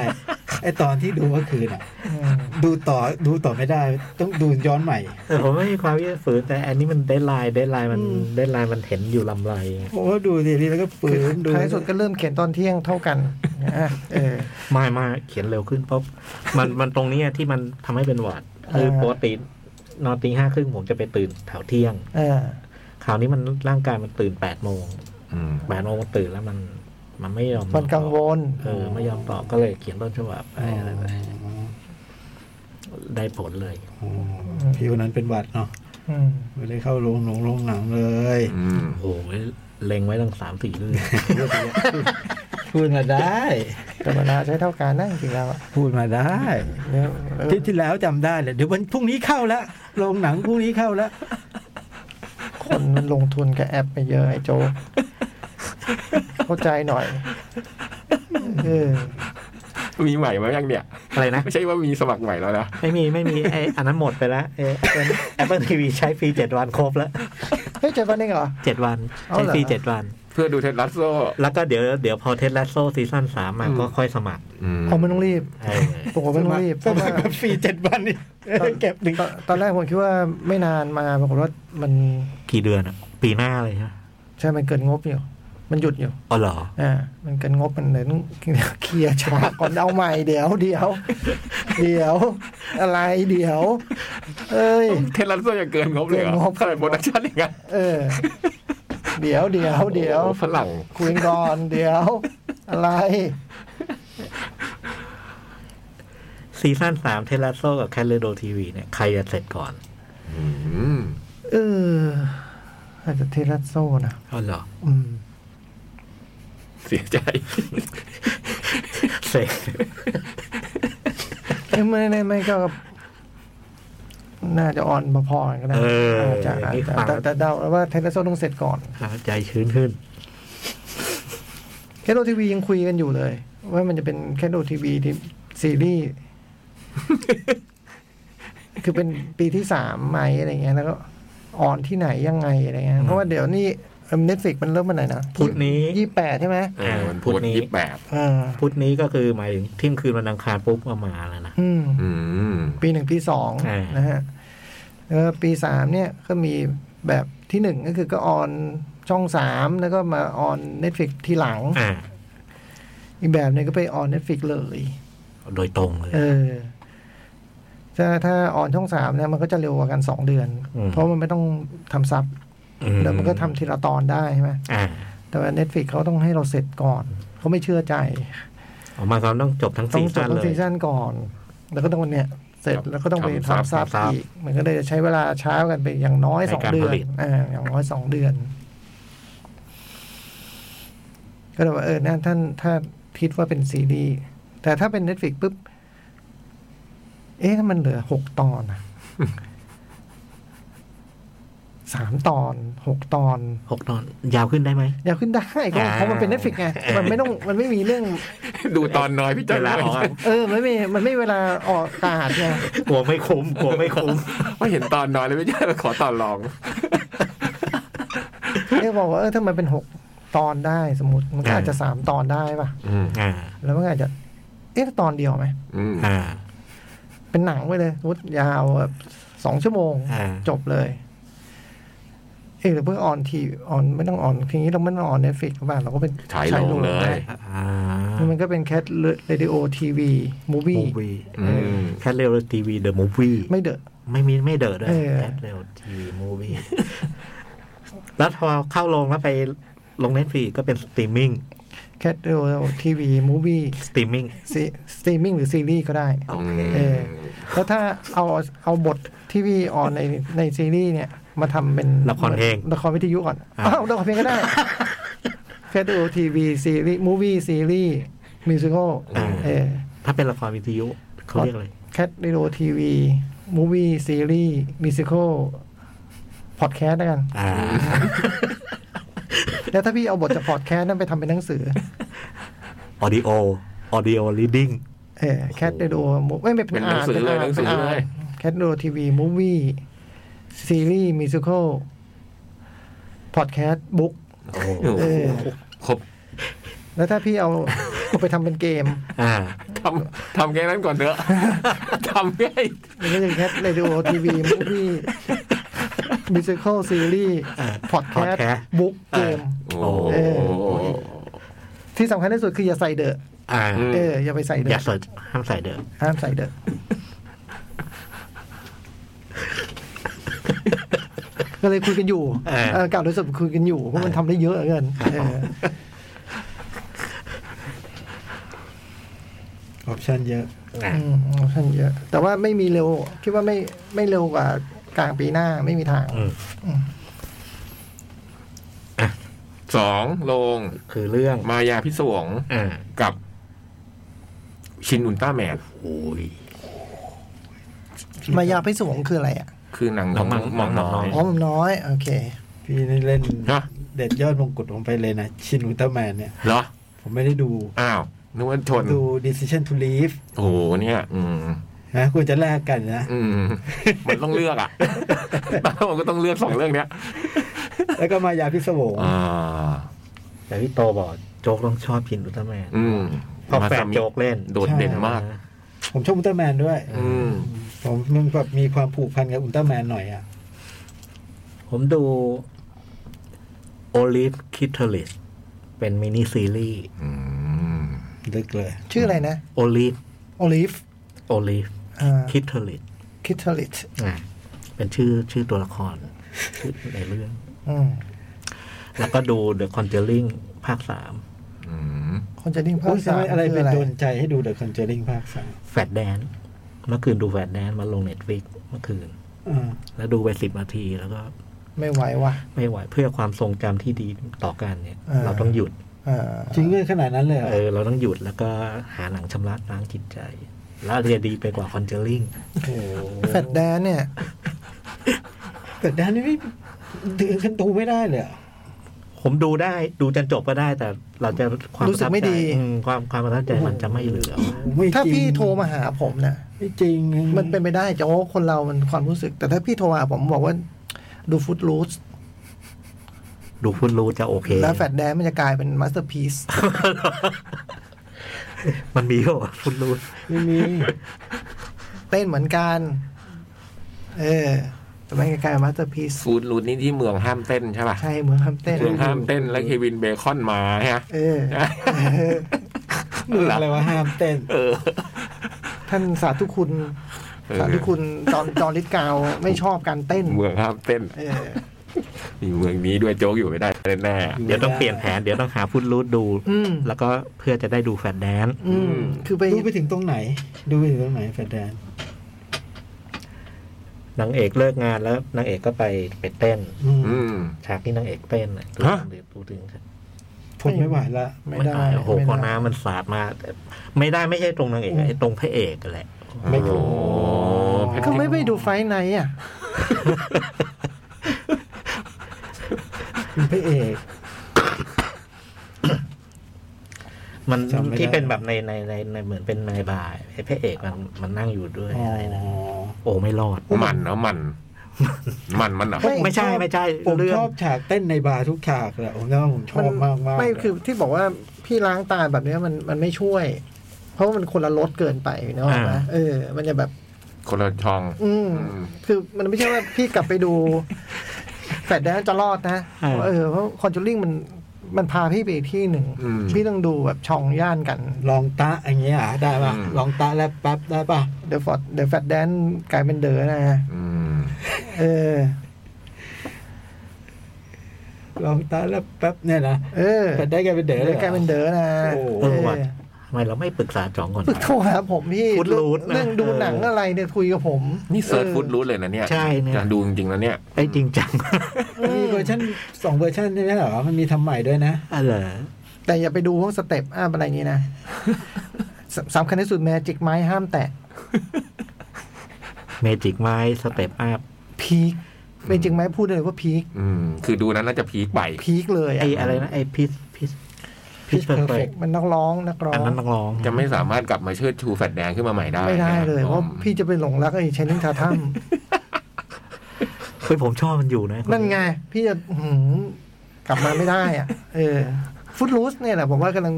D: ไอตอนที่ดูเมื่อคืนอ่ะ ดูต่อดูต่อไม่ได้ ต้องดูย้อนใหม่
E: แต่ผมไม่มีความยืดฝืนแต่อันนี้มันได้ลายได้ลายมัน
D: อืม
E: ได้ลายมันเห็นอยู่ลำไร
D: โอ้ดูซีรีส์แล้วก็ฝืนดู
B: ท้ายสุดก็เริ่มเขียนตอนเที่ยงเท่ากันนะเออ
E: ไม่ไม่เขียนเร็วขึ้นเพราะมันมันตรงเนี้ยที่มันทำให้เป็นหวัดคือ
B: เออ
E: ปกตินอนตีห้าครึ่งผมจะไปตื่นแถวเที่ยง
B: เออ
E: คราวนี้มันร่างกายมันตื่นแปดโมง
C: อืม
E: แปดโมงตื่นแล้วมันมันไม่ยอม
B: มันกังวล
E: เออไม่ยอมตอบก็เลยเขียนต้นฉบับไป
D: อ๋อ
E: อะไรไปได้ผลเลย
D: อ๋อพี่คนนั้นเป็นหวัดเนาะ
B: อืม
D: ไม่ได้เข้าโรงหนังโรงหนังเลย
C: อืม
E: โอ้โหเล็งไว้ตั้งสามสี่เรื่อง
D: พูดมาได้
B: แต่เวลาใช้เท่ากันนะจริงๆแล้วอะ
D: พูดมาได้
B: เดี๋ยวเออ
D: ที่ที่แล้วจำได้เลยเดี๋ยววันพรุ่งนี้เข้าละโรงหนังพรุ่งนี้เข้าละ
B: คนมันลงทุนกับแอปไปเยอะไอ้โจกเข้าใจหน่อย เออ
C: มีใหม่มายังเนี่ย
E: อะไรนะ
C: ไม่ใช่ว่ามีสมัครใหม่แล้วนะ
E: ไม่มีไม่มีไออันนั้นหมดไปแล้วเอแอปเปิลทีวีใช้ฟรีเจ็ดวันครบแล้ว
B: เฮ้ยเจอกันเองเหรอ
E: เจ็ดวัน
B: เอา
E: ใช้
B: เหรอ
E: ฟรีเจ็ดวัน
C: เพื่อดูเท็ดลัสโซ
E: แล้วก็เดี๋ยวเดี๋ยวพอเทสแลสโซซีซั่นสามมา
C: อืม
E: ก็ค่อยสมัคร
C: อืม
B: ผมไม่ต้องรีบ
E: เออ
B: ผมไม่ต้องรีบเพ
D: ส
B: ราะ
D: มั
B: ว่า
D: ครแบบฟรีเจ็ดวันนี่เก็บหนึ่ง
B: ตอนตอนแรกผมคิดว่าไม่นานมาปรากฏว่ามัน
E: กี่เดือนอะปีหน้าเลยฮะ
B: ใช่มันเกินงบอยู่ มันหยุดอยู่
E: อ๋อเหรอ
B: อ่ามันกันงบมันเลยต้องเคลียร์ฉากก่อนเอาใหม่เดี๋ยวเดี๋ยว เดี๋ยว อะไรเดี๋ยว เอ้ย
C: เทรนลันเซอร์ยังเกินงบเลยเหร
B: เกินง
C: อบ ขนาดโปรดักชั่นอย่างเงี้ย
B: เออ เดี๋ยวเดี๋ยวเดี๋ยว
C: โอ้โหฝรั่ง
B: คุยก่อนเดี๋ยว อะไร
E: ซีซั่นสามเทเลโซกับแคลเลโดทีวีเนี่ย ใครจะเสร็จก่อน
C: อืม
B: เอออาจจะเทเลโซนะ
E: อ๋อเหรอ
B: อืม
C: เสียใจ
E: เสร็จ
B: เอ้ยไม่ไม่ไม่ก็ น่าจะออนพอๆกันก็ได้
E: เออ
B: อาจจะอาจจะแต่แต่เดาว่าเทเลโซต้องเสร็จก่อน
E: อ่าใจชื้นขึ้น
B: แคโดทีวียังคุยกันอยู่เลย ว่ามันจะเป็นแคโดทีวีที่ซีรีส์ คือเป็นปีที่สามไหมอะไรเงี้ยแล้วก็ออนที่ไหนยังไงอะไรเงี้ยเพราะว่าเดี๋ยวนี้เน็ตฟลิกมันเริ่มวันไหนนะ
E: พุธนี้
B: ยี่สิบแปดใช่ไหม
C: เออวัน
E: พู
C: พุ
E: ด
C: ธ
E: นี้
C: ยี่สิบแปด
B: เออ
E: พุธนี้ก็คือหมายถึงเที่ยงคืนวันอังคารปุ๊บก็มาแล้วนะ
B: อืม
C: อืม
B: ปีหนึ่งปีสอง
E: อ่าน
B: นะฮะแล้วก็ปีสามเนี่ยก็มีแบบที่หนึ่งก็คือก็ออนช่องสามแล้วก็มาออนเน็ตฟลิกที่หลัง
E: อ่า
B: อีกแบบหนึงก็ไปออนเน็ตฟลิกเลย
E: โดยตรงเลย
B: เออ ถ้าถ้าออนช่องสามเนี่ยมันก็จะเร็วกว่ากันสองเดือน
E: อืม
B: เพราะมันไม่ต้องทำซับแล้วมันก็ทำทีละตอนได้ใช่ไหม
E: อ่า
B: แต่ว่าเน็ตฟลิกเขาต้องให้เราเสร็จก่อน เขาไม่เชื่อใจ
E: ออกมาเขาต้องจบทั้ง
B: ต้อ
E: ซี
B: งจบ
E: ซั่น
B: ต้อ
E: เล
B: ง
E: ย
B: ซีซั่นก่อน แล้วก็ต้องวันเนี้ยเสร็จ
C: ครับ
B: แล้วก็ต้องไป
C: ทำซับ
B: ทำซับ
E: ทำซับ
B: อีก มันก็ได้ใช้เวลาเช้ากันไปอย่างน้อย
E: ใน
B: สอง
E: การ
B: เดือ
E: ผ
B: น
E: ลิต
B: อ่าอย่างน้อยสองเดือน ก็เลยว่าเออน่าท่านถ้าคิดว่าเป็นซีดีส์แต่ถ้าเป็นเน็ตฟิกปุ๊บ เอ๊ะถ้ามันเหลือหกตอน อะ สามตอนหกตอน
E: หกตอน ยาวขึ้นได้ไหม
B: อยากขึ้นได้ก็
E: อ่า
B: เพราะมันเป็นเน็ตฟิกไงมันไม่ต้องมันไม่มีเรื่อง
C: ดูตอนน้อยพี่จ
E: เว
C: อย
E: ลา
C: เล
E: ออก
C: ย
B: เออมันไม่มีมันไม่มีเวลาออกอากาศไง
E: กลัวไม่คุ้มกลัวไม่คุ้ม
C: ว่าเห็นตอนน้อยแล้วพี่จอยเราขอตอนลอง
B: เรียกบอกว่าเออถ้ามันเป็นหกตอนได้สมมติมันก็
E: อ่า
B: อาจจะสามตอนได้ป่ะ
C: อืม
E: อ่า
B: แล้วมันก็อาจจะ เอ๊ะตอนเดียวไหม
C: อืม
E: อ่า
B: เป็นหนังไปเลยสมมติยาวแบบสองชั่วโมง
E: อ่า
B: จบเลย เอ๊ะหรือเพื่อออนทีออนไม่ต้องออนทีนี้เราไม่ต้องออนเน็ตฟลิกบ้างเราก็เป็น
C: ฉายลงเลย
E: อ่า
B: มันก็เป็นแคทเรดิโอทีวีมูวี่
E: มูวี่
C: อืม
E: แคทเรลทีวีเดอะมูวี่
B: ไม่เดอะ
E: ไม่มีไม่เดิดด้วย
B: เออ
E: แคทเรลทีวีมูวี่ แล้วพอเข้าลงแล้วไปลงเน็ตฟรีก็เป็นสตรีมมิ่ง
B: แคทเรดิโอทีวีมูวี่
E: สตรีมมิ่ง
B: สตรีมมิ่งหรือซีรีส์ก็ได้
E: โอเค
B: เออ แล้วถ้าเอาเอาบทที่พี่ออนในในซีรีส์เนี่ย มาทำเป็น
E: ละครเพลง
B: ละครวิทยุก่อน
E: อ่า
B: อ้าวละครเพลง ก็ได้ แค่ดูทีวีซีรีส์มูวี่ซีรีส์มิวสิควล
C: อ่า
B: เออ
E: ถ้าเป็นละครวิทยุเขาเรียกอะไร
B: แคทดิโอทีวีมูวี่ซีรีส์มิวสิควลพอดแคสต์แล้วกัน
E: อ่า
B: แล้วถ้าพี่เอาบทจากพอดแคสต์นั้นไปทำเป็นหนังสือ
E: ออดิโอ ออดิโอรีดิ้ง
B: เออแคทเดโดมูไม่ไม่
C: เป็นหนังสือเลยหนังสือเลย
B: แคทเดโดทีวีมูฟวี่ซีรีส์มิวสิควลพอดแคสต์บุ๊ก
E: โอ้
C: โอ้โห
B: เออ
C: ครบ
B: แล้วถ้าพี่เอา เอาไปทำเป็นเกม
E: อ่า
C: ทำทำแค่นั้นก่อนเถอะ ทำง่าย
B: มันก็จะแคทเรดิโอทีวีมูฟวี่มิวสิควลซีรีส์
E: เออ
B: พอดแคสต์
E: podcast
B: บุ๊กเกม
C: โอ้
B: เออ
C: โห
B: ที่สำคัญที่สุดคืออย่าใส่เดอะ
E: อ่า
B: เอออย่าไปใส่เด
E: อย่า
B: อะ
E: ใส่ห้ามใส่เด้อ
B: ห้ามใส่เดอะก็เลยคุยกันอยู่เออเก่าโดยสรุดคุยกันอยู่เพราะมันทำได้เยอะเหลือเกินเออ
D: ออปชั่นเยอะ
E: อ่า
B: อืมออปชั่นเยอะ แต่ว่าไม่มีเร็ว คิดว่าไม่ไม่เร็วกว่ากลางปีหน้าไม่มีทาง
E: อืม
C: สองลง
E: คือเรื่อง
C: มายาพิศวง
E: อ่า
C: กับชินอุลตร้าแมน
E: โอ้ย
B: มายาพิศวงคืออะไรอ่ะ
C: คือหนัง
E: หนังมัง
C: หมอง
E: ห
C: ห
E: นั
C: น
E: ง
C: อ
E: มัง
C: ย
B: อ๋อมันน้อย โอเค
D: พี่นี่เล่น
C: ฮะ
D: เด็ดยอดมงกุฎลงไปเลยนะ ชินอุลตร้าแมนเนี่ย
C: เหรอ
D: ผมไม่ได้ดู
C: อ้าวนึกว่าชน
D: ดู decision to leave
C: โอ้โหเนี่ย อืม
D: นะควรจะแลกกันนะ
C: อืม มันต้องเลือกอ่ะ มันก็ต้องเลือกสองเรื่องเนี้ย
D: แล้วก็มายาพิศวง
C: อ่า
E: แต่พี่โตบอกโจ๊กต้องชอบกินอุลตร้าแมน
C: อืม
E: เพราะแฟนโจ๊กเล่น
C: โดดเด่นมาก
D: ผมชอบอุลตร้าแมนด้วย
C: อืม
D: ผมมันแบบมีความผูกพันกับอุลตร้าแมนหน่อยอ่ะ
E: ผมดูโอลิฟคิทเทอริส เป็นมินิซีรีส์
C: อืม
D: ลึกเลย
B: ชื่ออะไรนะ
E: โอลิฟ
B: โอลิฟ
E: โอลิฟคิทเทลิต
B: คิทเทลิต
E: อ่ะเป็นชื่อชื่อตัวละครชื่อในเรื่อง แล้วก็ดู The Conjuring ภาคสาม
C: อืม
B: คนจะดิ้งภา
D: โอ้
B: ค
D: ย
B: สาม
D: ทำไมอะไร
B: คื
D: เป็นโดนใจให้ดูเดอะคอนเจอริงภาคสาม
E: แฟดแดนเมื่อคืนดูแฟดแดนมาลงเน็ตฟิกเมื่อคืน
D: อ่า
E: แล้วดูไปสิบนาทีแล้วก็
B: ไม่ไหววะ
E: ไม่ไหวเพื่อความทรงจำที่ดีต่อกันเนี่ย
B: อ่า
E: เราต้องหยุด
B: อ่า
D: จริงเรื่องขนาดนั้นเลยเหรอ
E: เออ เราต้องหยุดแล้วก็หาหนังชำระล้างจิตใจ แล้วเรียนดีไปกว่าคอนเจอริง
D: โอ้โห
B: แฟดแดนเนี่ย
D: แต่ด้านนี้ไม่ดึงกันดูไม่ได้เลยเหรอ
E: ผมดูได้ดูจนจบก็ได้ แต่เราจะความ
B: รู้สึกไม่ดี
E: ประทับใจอืมความความประทับใจมันจะไม่เหลือ
D: ไม่
B: ถ้า
D: จริง
B: พี่โทรมาหาผมนะ
D: ไม่จริง
B: มันเป็นไปได้โจ้กคนเรามันความรู้สึก แต่ถ้าพี่โทรมาผมบอกว่า ดูฟุตรูส
E: ดูพุ่นรู้จะโอเค
B: แล้วแฟดแดนมันจะกลายเป็นมาสเตอร์พีซ
E: มันมีเหรอพุ่นรู้
D: ไม่มี
B: เต้นเหมือนกัน เออแต่มันจะกลายเป็นมาสเตอร์พีซ
C: ฟูดรูทนี่ที่เมืองห้ามเต้นใช่ป่ะ
B: ใช่เหมือนคำเต้น
C: เมืองห้ามเต้นแล้วเควินเบคอนมาฮะ
B: เออ
D: มึงอะไรวะห้ามเต้น
C: เออ
B: ท่านสาธุคุณ
C: เออ
B: สาธุคุณจอนจอนลิทกาวไม่ชอบการเต้น
C: เมืองห้ามเต้น
B: เออ
C: มีเมืองนี้ด้วยโจ๊กอยู่ไม่ได้แน่
E: เดี๋ยวต้องเปลี่ยนแผนเดี๋ยวต้องหาพุ่นรู้ดู
B: อืม
E: แล้วก็เพื่อจะได้ดูแฟนแดนซ์
B: อืม คือไป
D: ดูไปถึงตรงไหน ดูไปถึงตรงไหนแฟนแดน
E: นางเอกเลิกงานแล้วนางเอกก็ไปไปเต้น
D: อืม
C: ๆอืม
E: ฉากที่นางเอกเต้นน่ะ
C: ฮะ
E: ดูถึงครับ
D: ทนไม่ไหวละ
B: ไม่ได้
E: โอ้โห
B: ไม่
E: พอ
B: ได้
E: น้ำมันสาดมาแต่ไม่ได้ไม่ใช่ตรงนางเอก
D: อืม
E: ไอ้ตรงพระเอกนั่นแหละ
D: ไม่
C: โอ้โหแพทริ
B: ก็
C: ก
B: ไม่ไปดูไฟท์ไนท์อ่ะ
D: เป็นพระเอก
E: มัน
D: จำไม่ได้
E: ที่เป็นแบบในในในในเหมือนเป็นนายบายไอ้พระเอกมันมันนั่งอยู่ด้วย
D: อ๋อ
E: อะไรนะโอ้ไม่รอด
C: มันเนาะมัน มันมันเหรอ่ะ
B: ไม่
E: ไม่ใช่
D: ชอบ
E: ไม่ใช่
D: ผม
E: เรื่อ
D: ช
E: ง
D: อบฉากเต้นในบาร์ทุกฉากแหละผมชอบผมชอบมากมาก
B: ไม่คือที่บอกว่าพี่ล้างตาแบบเนี้ยมันมันไม่ช่วย เพราะว่ามันคนละรสเกินไปเนาะนะเออ มันจะแบบ
C: คนละช่อง
B: อืม
C: อืม
B: คือมันไม่ใช่ว่าพี่กลับไปดูแฟดแดนจะรอดนะเออเพราะคอนจูริงมันมันพาพี่ไปอีกที่หนึ่ง
C: อืม
B: พี่ต้องดูแบบช่องย่านกัน
D: ลองตะอย่างเงี้ยอ่ะได้ป่ะ
C: อืม
D: ลองตะแล้วแป๊บได้ป่ะ
B: เดี๋ยวฟอดเดี๋ยวแฟดแดนกลายเป็นเดอนะ
C: อืม
B: เออ
D: ลองตะแล้วแป๊บเนี่ยนะ
B: เออ
D: แต่ได้แกเป็นเด๋อเลย
B: เดี๋ยว
D: เหรอ
B: กลายเป็นเดอนะ
D: โอ้โห
E: เออว่ะ
B: เออ
E: ทำไมเราไม่ปรึกษาจ่องก่อน
B: ปรึกโทรหาผมพี่
E: Food
B: เรื่อง
E: Road นะ
B: เรื่องดูหนัง
E: เอออ
B: อะไรเนี่ยคุยกับผม
C: นี่เซิร์ช
B: ออ
C: ฟูดรูทเลยนะเนี่ย
E: ใช่เนี่ย
C: จะดูจริงๆแล้วเนี่ย
E: ไอ้จริงจัง
D: มีเวอร์ชันสองเวอร์ชันใช่ไหมเหรอมันมีทำใหม่ด้วยนะ
E: อะไร
B: แต่อย่าไปดูพวกสเต็ปอัพอะไรอย่างนี้นะสสำคัญที่สุดแมจิกไม้ห้ามแตะ
E: เมจิกไม้สเตปอัพ
B: พีคเมจิกไม้พูดได้เลยว่าพีค
C: อืม คือดูนั้นน่าจะพีคไป
B: พีคเลย
E: ไอ้อะไรนะไอ้พิสพิสพิ สเพอร์เฟก
B: มันนักร้องนักร้อ
E: อั
B: ง
E: นนั้นนักร้อง
C: จะไม่สามารถกลับมาเชิดชูแฟดแดงขึ้นมาใหม่ได้
B: ไม่ได้เลย
C: น
B: เพราะพี่จะไปหลงรักไอ้ชนิงทาทัม
E: เฮ้ยผมชอบมันอยู่นะ
B: นั่นไง พี่จะอื้อหือกลับมาไม่ได้อ่ะ เออฟุตลูสเนี่ยแหละผมว่ากำลัง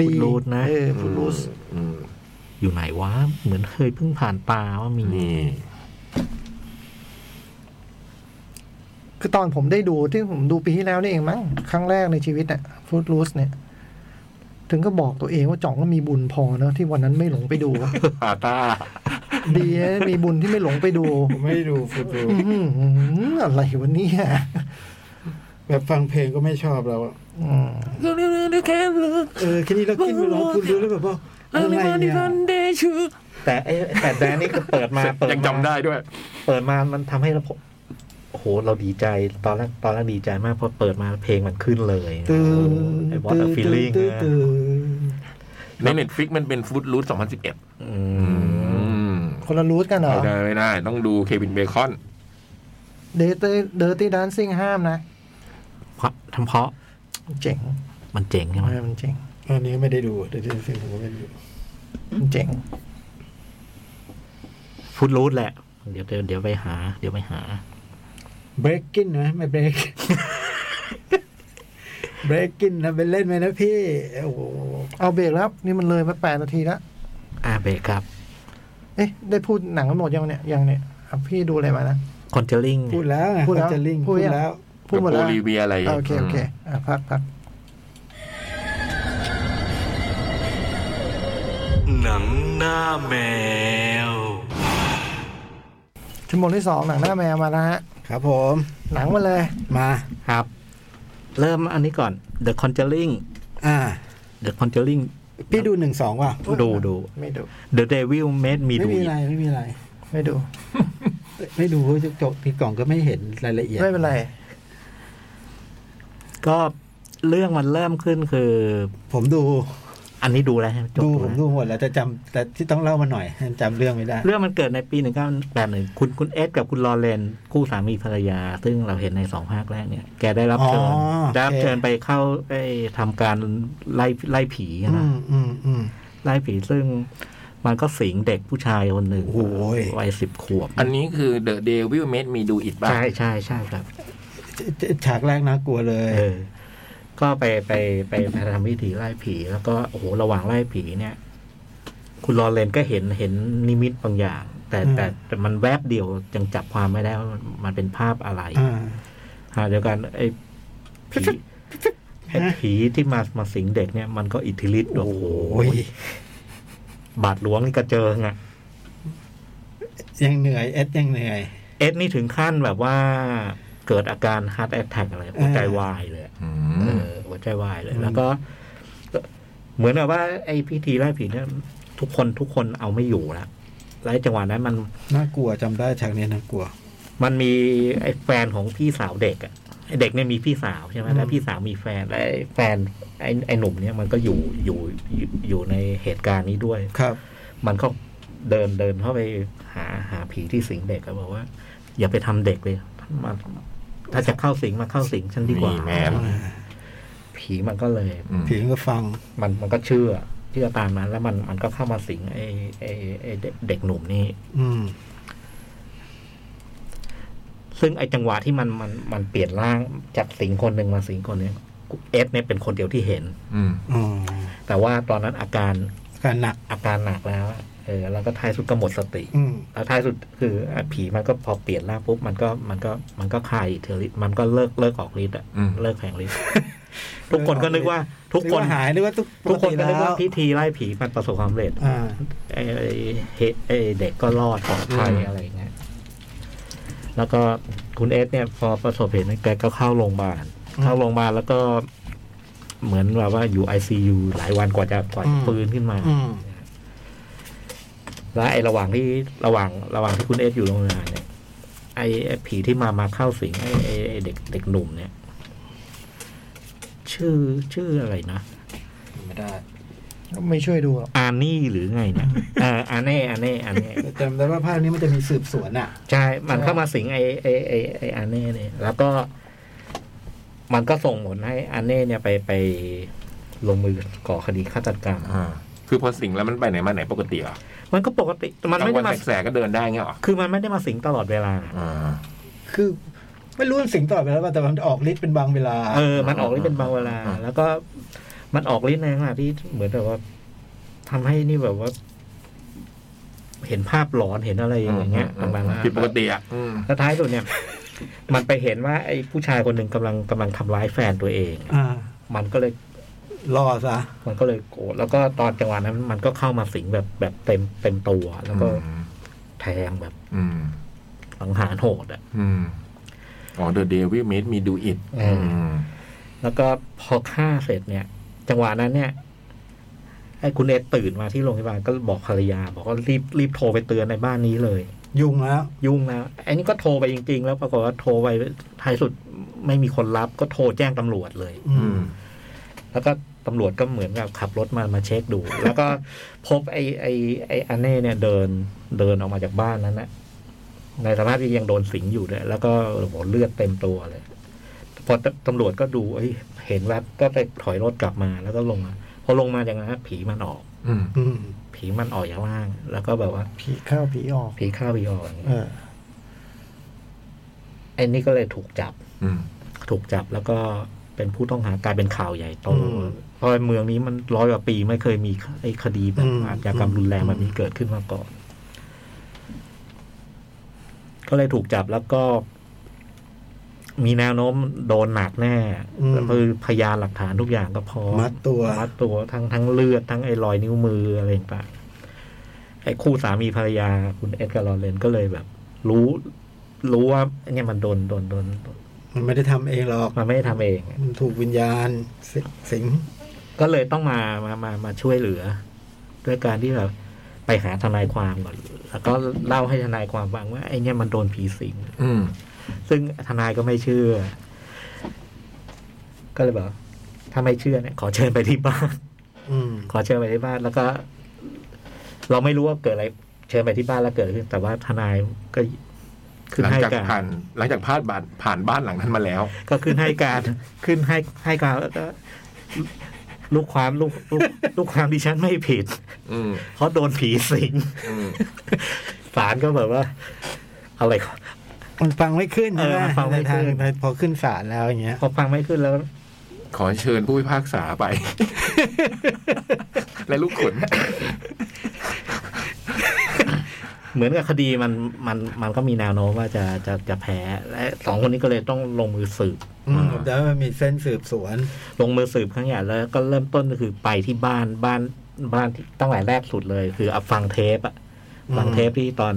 B: ดี
E: รูดนะ
B: เออฟุตลูส
C: อืม
E: อยู่ไหนวะเหมือนเคยเพิ่งผ่านตาว่ามี
C: นี่
B: คือตอนผมได้ดูที่ผมดูปีที่แล้วนี่เองมั้งครั้งแรกในชีวิตอ่ะฟุตลูสเนี่ย ถึงก็บอกตัวเองว่าจ่องก็มีบุญพอเนอะที่วันนั้นไม่หลงไปดู
C: อาตา
B: ดีนะมีบุญที่ไม่หลงไปดู
D: ผมไม่ได้ดูฟุตบอล
B: อื้อหืออะไรวะเนี่ย
D: แบบฟังเพลงก็ไม่ชอบแล้วอะ
B: อืม
D: เออแค่นี้เรากินไปร้องคุณรู้แล้วแบบว่าอะไรเนี่ย
E: แต่ไอ้แต่แดนนี่คือเปิด มาเปิด
C: ยังจำได้ด้วย
E: เปิดมามันทำให้เราพบโอ้โห เราดีใจตอนแรกตอนแรกดีใจมากพอเปิดมาเพลงมันขึ้นเลย
D: ตื่น
E: ไอ้ What a Feeling
D: ตื่น
E: นะ
D: ตื่น
C: ในเน็ตฟิกมันเป็นฟูดรูท2011
E: อื
C: อื
E: ม
C: ม
B: คนละรูทกันเหรอ
C: ไม่ได้ไม่ได้ ต้องดูเควินเบคอน
B: เดอร์เดอร์ตี้ดันซิ่งห้ามนะ
E: เพราะทำเพาะ
B: เจ๋ง
E: มันเจ๋งใช่ไหม
B: เออมันเจ๋ง
D: อันนี้ไม่ได้ดูเดี๋ยวสิ่งผมก็ไม่ได้ดู
B: เจ๋ง
E: ฟุตรูทแหละ เดี๋ยวเดี๋ยวเดี๋ยวไปหา เดี๋ยวไปหา
D: breaking นะไม่ break breaking นะเป็นเล่นไหมนะพี่โอ้โห
B: เอาเบรกแล้ว นี่มันเลยมาแปดนาทีแล้ว
E: อาเบะครับ
B: เอ๊ะ ได้พูดหนังกันหมดยังเนี่ยยังเนี่ยอ่ะพี่ดูอะไรมานะ
E: คอนเทลลิ่ง
D: พูดแล้วไง
B: พูดแล้ว
D: จะลิง
B: พู
D: พู
B: ด
D: ด
B: ยัง
D: แล้ว
B: พูดหมดแล้ว
C: กับโอลิเวียอะไร
B: อ่ะโอเค โอเค อ่ะ พักพัก
A: นังหน้าแมว
B: ชั่วโมงที่สองหนังหน้าแมวมาแล้วฮะ
D: ครับผม
B: หนังมาเลย
D: มา
E: ครับ เริ่มอันนี้ก่อน The Conjuring
D: อ่า
E: The Conjuring
D: พี่ดูหนึ่งสองว่ะ
E: ดูดู
B: ไม่ดู
E: The Devil Made Me
D: ไม่
E: Do
D: มี
E: It
D: อะไรไม่มีอะไร
B: ไม่ดู
D: ไม่ดูเพราะจะจบที่กล่องก็ไม่เห็นรายละเอียด
B: ไม่เป็นไร
E: ก็เรื่องมันเริ่มขึ้นคือ
D: ผมดู
E: อันนี้ดูแล้วใช่ไหมจบ
D: ดู
E: ดูแล้ว
D: ผมดูหมดแล้วแต่จำแต่ที่ต้องเล่ามาหน่อยจำเรื่องไม่ได้
E: เรื่องมันเกิดในปี 1981 คุณคุณเอสกับคุณลอเรน คู่สามีภรรยา ซึ่งเราเห็นในสองภาคแรกเนี่ย แกได้รับเชิญ
D: อ๋อ
E: ได้รับเชิญไปเข้าไปทำการไล่ไล่ผี
D: อื
E: นะ
D: มอืมอืม
E: ไล่ผีซึ่งมันก็สิงเด็กผู้ชายคนหนึ่ง
D: โอ้โห
E: วัยสิบขวบ
C: อันนี้คือ The Devil Made Me Do It ป่ะ
E: ใช่ใช่ใช่ครับ
D: ฉากแรกน่ากลัวเลย
E: เออ ก็ไปไปไปไปทำพิธีไล่ผี แล้วก็โอ้โหระหว่างไล่ผีเนี่ย คุณลอเรนก็เห็นเห็นนิมิตบางอย่าง แต่
D: อืม
E: แต่แต่มันแวบเดียวยังจับความไม่ได้ว่ามันมันเป็นภาพอะไร
D: อ่า
E: หาเดียวกันไอ้ผีไอ้
D: ฮะ
E: ผีที่มามาสิงเด็กเนี่ยมันก็อิทธิฤทธิ์โอ้โห
D: โอ้ย
E: บาดหลวงนี่กระเจิงอ่ะ
D: ยังเหนื่อยเอสยังเหนื่อย
E: เอ็ดนี่ถึงขั้นแบบว่าเกิดอาการฮาร์ดแอทแทกอะไรหัวใจวายเลย
C: อื
E: เอ
C: ม
E: อหัวใจวายเลย
D: อืม
E: แล้วก็ เหมือนกับว่า ไอ้พิธีไล่ผีเนี่ยทุกคนทุกคนเอาไม่อยู่แล้วแล้วไอ้จังหวะนั้นมัน
D: น่ากลัวจำได้ฉากนี้น่ากลัว
E: มันมีไอ้แฟนของพี่สาวเด็กอะไอ้เด็กเนี่ยมีพี่สาวใช่ไหม
D: อืม
E: แล้วพี่สาวมีแฟนแล้วไอ้แฟนไอ้ไอ้หนุ่มเนี่ยมันก็อยู่อยู่อยู่อยู่ในเหตุการณ์นี้ด้วย
D: ครับ
E: มันก็เดินเดินเข้าไปหาหาผีที่สิงเด็กแล้วบอกว่า อย่าไปทำเด็กเลยมาถ้าจะเข้าสิงมาเข้าสิงฉันดีกว่า
C: นี่แม่น
E: ผีมันก็เลย
C: อืม
D: ผีก็ฟัง
E: มันมันก็เชื่อเชื่อตามนั้นแล้วมันมันก็เข้ามาสิงไอ้ไอ้ไอ้เด็กเด็กหนุ่มนี่
D: อืม
E: ซึ่งไอ้จังหวะที่มันมันมันเปลี่ยนร่างจากสิงคนหนึ่งมาสิงคนหนึ่งเอสเนี่ยเป็นคนเดียวที่เห็น
C: อืม
D: อ๋อ
E: แต่ว่าตอนนั้นอาการ
D: การหนัก
E: อาการหนักแล้วเออแล้วก็ท้ายสุดก็หมดสติ
D: อืม
E: แล้วท้ายสุดคืออ่ะผีมันก็พอเปลี่ยนร่างปุ๊บมันก็มันก็มันก็คลายอิทธิฤทธิ์มันก็เลิกเลิกออกฤทธิ์อะ
C: อืม
E: เลิกแผงฤทธิ์ทุกคนก็นึกว่าทุกคน
D: หายนึกว่าทุก
E: ทุกคนก็นึกว่า
D: ปติ
E: พิธีไล่ผีมันประสบความสำเร็จ
D: อ่า
E: ไอ้ไอ้เหตุไอ้เด็กก็รอดปลอดภัย
C: อืม
E: อะไรอย่างเงี้ย แล้วก็คุณเอสเนี่ย พอประสบเหตุนั้นแกก็เข้าโรงพยาบาล
D: อืม
E: เข้าโรงพยาบาลแล้วก็เหมือนแบบว่าอยู่ไอซียูหลายวันกว่าจะกว่าจะ
D: อืม
E: ฟื้นขึ้นมา
D: อืม
E: แล้วไอ้ระหว่างที่ระหว่างระหว่างที่คุณเอสอยู่โรงพยาบาลเนี่ยไอ้ไอ้ผีที่มามาเข้าสิงไอ้ไอ้ไอ้เด็กเด็กหนุ่มเนี่ย ชื่อชื่ออะไรนะ
D: ไม่ได้
B: ไม่ช่วยดูหรอก
E: อานี่หรือไง เนี่ยเอออาเน่อาเน่อาเน่
D: แต่จำได้ว่าภาคนี้มันจะมีสืบสวนอ่ะ
E: ใช่ มันเข้ามาสิงไอไอไอไออันเน่เนี่ย แล้วก็ มันก็ส่งผลให้อันเน่เนี่ยไปไปลงมือก่อคดีฆาตกรรม
C: อ่า คือพอสิงแล้วมันไปไหนมาไหนปกติเหรอ่ะ
E: มันก็ปกติ มันไม่ได้มา
C: แสกๆก็เดินได้เงี้ยเหรอ
E: คือมันไม่ได้มาสิงตลอดเวลา
C: อ่า
D: คือ ไม่รู้มันสิงต่อไปแล้วป่ะแต่มันออกฤทธิ์เป็นบางเวลา
E: เออ มันออกฤทธิ์เป็นบางเวลา แล้วก็มันออกฤทธิ์ในขณะที่เหมือนแบบว่าทำให้นี่แบบว่า เห็นภาพหลอนเห็นอะไรอย่างเงี้ยต่างๆ
C: ผิดปกติอ่ะอืม
E: แล้วท้ายสุดเนี่ย มันไปเห็นว่าไอ้ผู้ชายคนหนึ่งกำลังกำลังทำร้ายแฟนตัวเอง
D: อ่า
E: มันก็เลย
D: รอซะ
E: มันก็เลยโกรธแล้วก็ตอนจังหวะนั้น มันก็เข้ามาสิงแบบแบบเต็มเต็มตัวแล้วก็แทงแบบ
C: อืม
E: สังหารโหดอ่ะ
C: อืม อ๋อ The Devil Made Me Do It
E: เอออื
C: ม
E: แล้วก็พอฆ่าเสร็จเนี่ย จังหวะนั้นเนี่ยไอ้คุณเอตื่นมาที่โรงพยาบาลก็บอกภรรยา บอกว่ารีบรีบโทรไปเตือนในบ้านนี้เลย
D: ยุงแล้ว
E: ยุ่งแล้วไอ้นี่ก็โทรไปจริง ๆ แล้วปรากฏว่าโทรไปท้ายสุดไม่มีคนรับ ก็โทรแจ้งตำรวจเลย
D: อื
C: อื
D: ม
C: ม
E: แล้วก็ตำรวจก็เหมือนกับขับรถมามาเช็ค ดู แล้วก็พบไอ้ไอ้ไอ้อันเน่เนี่ยเดินเดินออกมาจากบ้านนั้นนะในสภาพที่ยังโดนสิงอยู่ด้วยแล้วก็โอ้โหเลือดเต็มตัวเลย พอตำรวจก็ดูเอ้ยเห็นแวบก็ไปถอยรถกลับมาแล้วก็ลงมาพอลงมาอย่างนั้นผีมันออก
C: อืม
D: อืม
E: ผีมันออกอย่างล่าง แล้วก็แบบว่า
B: ผีเข้าผีออก
E: ผีเข้าผีออกอย่าง
B: เอ
E: เงี้ย
B: อ
E: ไอ้นี่ก็เลยถูกจับ
C: อืม
E: ถูกจับแล้วก็เป็นผู้ต้องหากลายเป็นข่าวใหญ่โต
D: อืม
E: เพราะเมืองนี้มันร้อยกว่าปีไม่เคยมีไอ้คดีแบบ
D: อืม
E: อาชญากรรมรุนแรงแบบนี้เกิดขึ้นมาก่อน ก็เลยถูกจับแล้วก็ มีแนวโน้มโดนหนักแน่แล้วคือพยานหลักฐานทุกอย่างก็พร้อม
D: มัดตัว
E: มัดตัวทั้งทั้งเลือดทั้งไอ้รอยนิ้วมืออะไรต่าง ไอ้คู่สามีภรรยาคุณเอ็ดกับลอเรนก็เลยแบบ รู้ รู้ว่าเนี่ยมันโดนโดนโดนโดน
D: มันไม่ได้ทำเองหรอก
E: มันไม่ได้ทำเอง
D: มันถูกวิญญาณสิสิง
E: ก็เลยต้องมามามามาช่วยเหลือ ด้วยการที่แบบไปหาทนายความก่อน แล้วก็เล่าให้ทนายความฟังว่าไอ้เนี่ยมันโดนผีสิง
C: อืม
E: ซึ่งทนายก็ไม่เชื่อ ก็เลยบอกถ้าไม่เชื่อเนี่ย ขอเชิญไปที่บ้าน
D: อืม
E: ขอเชิญไปที่บ้านแล้วก็ เราไม่รู้ว่าเกิดอะไร เชิญไปที่บ้านแล้วเกิดอะไรขึ้นแต่ว่าทนายก็ขึ้น
C: หลัง
E: ให้
C: จาก
E: การ
C: ผ่าน หลังจากพลาดบานผ่านบ้านหลังนั้นมาแล้ว
E: ก็ขึ้นให้การขึ้นให้ให้การแล้วก็ลูกความลูกลูกลูกความดิฉันไม่ผิด
C: อืม
E: เพราะโดนผีสิง
C: อืม
E: ศาลก็แบบว่า อะไร
D: มันฟังไม่ขึ้น
E: เอ
D: ใช่
E: อ
D: ไหม
E: มันฟังไม่ขึ้น
D: ใทาพอขึ้นศาลแล้วอย่างเงี้ย
E: พอฟังไม่ขึ้นแล้ว
C: ขอเชิญผู้พิพากษาไป และลูกขน
E: เหมือนกับคดีมันมันมันก็มีแนวโน้มว่าจะจะจะแพ้ และสองคนนี้ก็เลยต้องลงมือสืบ
D: อืม
C: อ่า
D: ผมจำได้ว่ามีเส้นสืบสวน
E: ลงมือสืบครั้งใหญ่แล้วก็เริ่มต้นก็คือไปที่บ้านบ้านบ้านที่ตั้งแต่แรกสุดเลย คือเอาฟังเทปอะ
D: อืม
E: ฟังเทปที่ตอน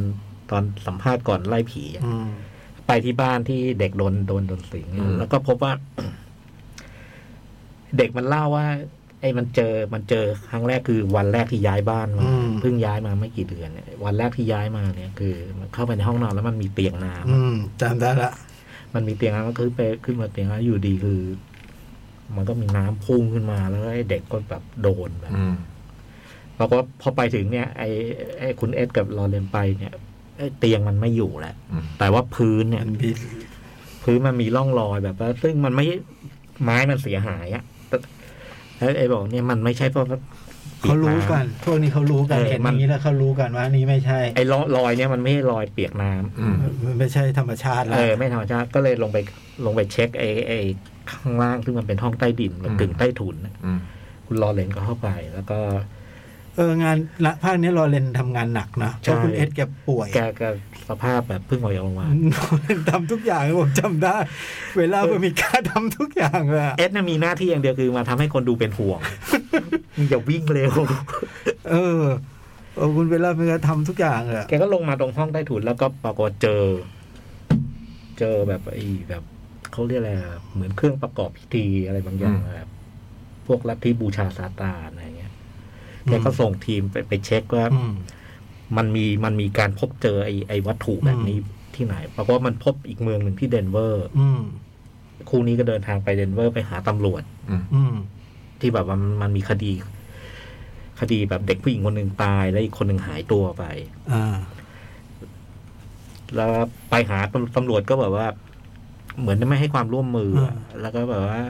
E: ตอนสัมภาษณ์ก่อนไล่ผีอะ
D: อืม
E: ไปที่บ้านที่เด็กโดนโดนโดนสิง
C: อืม
E: แล้วก็พบว่า เด็กมันเล่าว่า ไอ้มันเจอมันเจอครั้งแรกคือวันแรกที่ย้ายบ้านมา
D: อืม
E: เพิ่งย้ายมาไม่กี่เดือนเนี่ยวันแรกที่ย้ายมาเนี่ย คือ มันเข้าไปในห้องนอนแล้วมันมีเตียงน้ำ
D: อืมจำได้ละ
E: มันมีเตียงแล้วก็ขึ้นไปขึ้นมาเตียงแล้วอยู่ดีคือ มันก็มีน้ำพุ่งขึ้นมาแล้วไอ้เด็กก็แบบโดนแบบ
C: อืม
E: ปรากฏว่าพอไปถึงเนี่ยไอ้ไอ้คุณเอ็ดกับลอเรนไปเนี่ยไอ้เตียงมันไม่อยู่แล้ว
C: อืม
E: แต่ว่าพื้นเนี่ย
D: มันมี
E: พื้นมันมีร่องรอยแบบว่าซึ่งมันไม่ไม้มันเสียหายอะแต่แล้วไอ้บอกเนี่ยมันไม่ใช่เพราะ
D: เขารู้กัน พวกนี้เขารู้กัน
E: เออ
D: เห็น
E: มั
D: อน ย่างนี้แล้วเขารู้กันว่าอันนี้ไม่ใช่
E: ไอ้รอยเนี่ยมันไม่ใช่รอยเปียกน้ำ
C: อืม
D: มันไม่ใช่ธรรมชาติ
E: เอ
D: แล้ว
E: อไม่ธรรมชาติก็เลยลงไปลงไปเช็คไอ้ไอ้ข้างล่างซึ่งมันเป็นห้องใต้ดินแบบ
C: อืม
E: กึ่งใต้ถุนนะ
C: อืม
E: คุณรอเลนก็เข้าไป แล้วก็
D: เอองานละภาคนี้รอเลนทำงานหนักนะเพ
E: ใช่
D: ราะคุณเอ็ดแกป่วย
E: แกก็สภาพแบบเพิ่งออกจากโรงพยาบาล
D: ทำทุกอย่างผมจำได้ เวลาก็มีการทำทุกอย่างเลยอะ
E: เอสน่ะมีหน้าที่อย่างเดียวคือมาทำให้คนดูเป็นห่ วง มึงอย่าวิ่งเร็ว
D: เออเออคุณเวลาเป็นการทำทุกอย่างเลยอะ
E: แกก็ลงมาตรงห้องใต้ถุนแล้วก็ปรากฏเจอ เจอแบบไอ้แบบเขาเรียกอะไรอะเหมือนเครื่องประกอบพิธีอะไรบางอย่าง
C: อืม
E: แบบพวกลัทธิบูชาซาตานอะไรเงี้ยแกก็ส่งทีมไปไปเช็คว่า
D: อืม
E: มันมีมันมีการพบเจอไอ้ไอ้วัตถุแบบนี้ที่ไหนปรากฏว่ามันพบอีกเมืองหนึ่งที่เดนเวอร์
D: อืม
E: คู่นี้ก็เดินทางไปเดนเวอร์ไปหาตำรวจ
C: อืม
D: อืม
E: ที่แบบว่ามันมันมีคดี คดีแบบเด็กผู้หญิงคนหนึ่งตาย แล้วอีกคนหนึ่งหายตัวไป
D: อ่า
E: แล้วไปหาตำตำรวจก็แบบว่า เหมือนไม่ให้ความร่วมมืออะ
D: อ่า
E: แล้วก็แบบว่า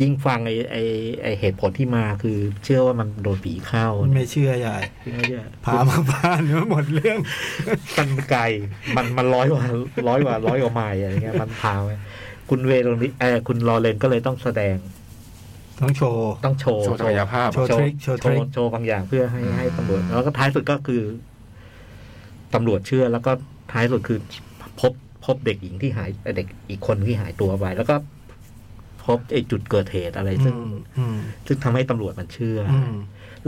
E: ยิ่งฟังไอ้ไอ้ไอ้เหตุผลที่มาคือ เชื่อว่ามันโดนผีเข้า
D: คุณไม่เชื่อยาย
E: จริงไหมเนี่ย
D: พามาบ้านมาหมดเรื่อง
E: มันไกล มันมันร้อยกว่าร้อยกว่าร้อยกว่าไมล์อะไรเงี้ย มันพาไปคุณเวโรนิเออคุณลอเรนก็เลยต้องแสดง
D: ต้องโชว์
E: ต้องโชว์
C: โชว์ศักยภาพ
D: โชว์ trick โชว์
E: โชว์
D: trick
E: โชว์บางอย่างเพื่อให้
C: อืม
E: ให้ตำรวจ แล้วก็ท้ายสุดก็คือตำรวจเชื่อ แล้วก็ท้ายสุดคือ พบพบเด็กหญิงที่หายเด็กอีกคนที่หายตัวไป แล้วก็พบไอ้จุดเกิดเหตุอะไร
D: อื
E: ซึ่ง
D: ม อืม
E: ซึ่งทำให้ตำรวจมันเชื่ออ
D: อืม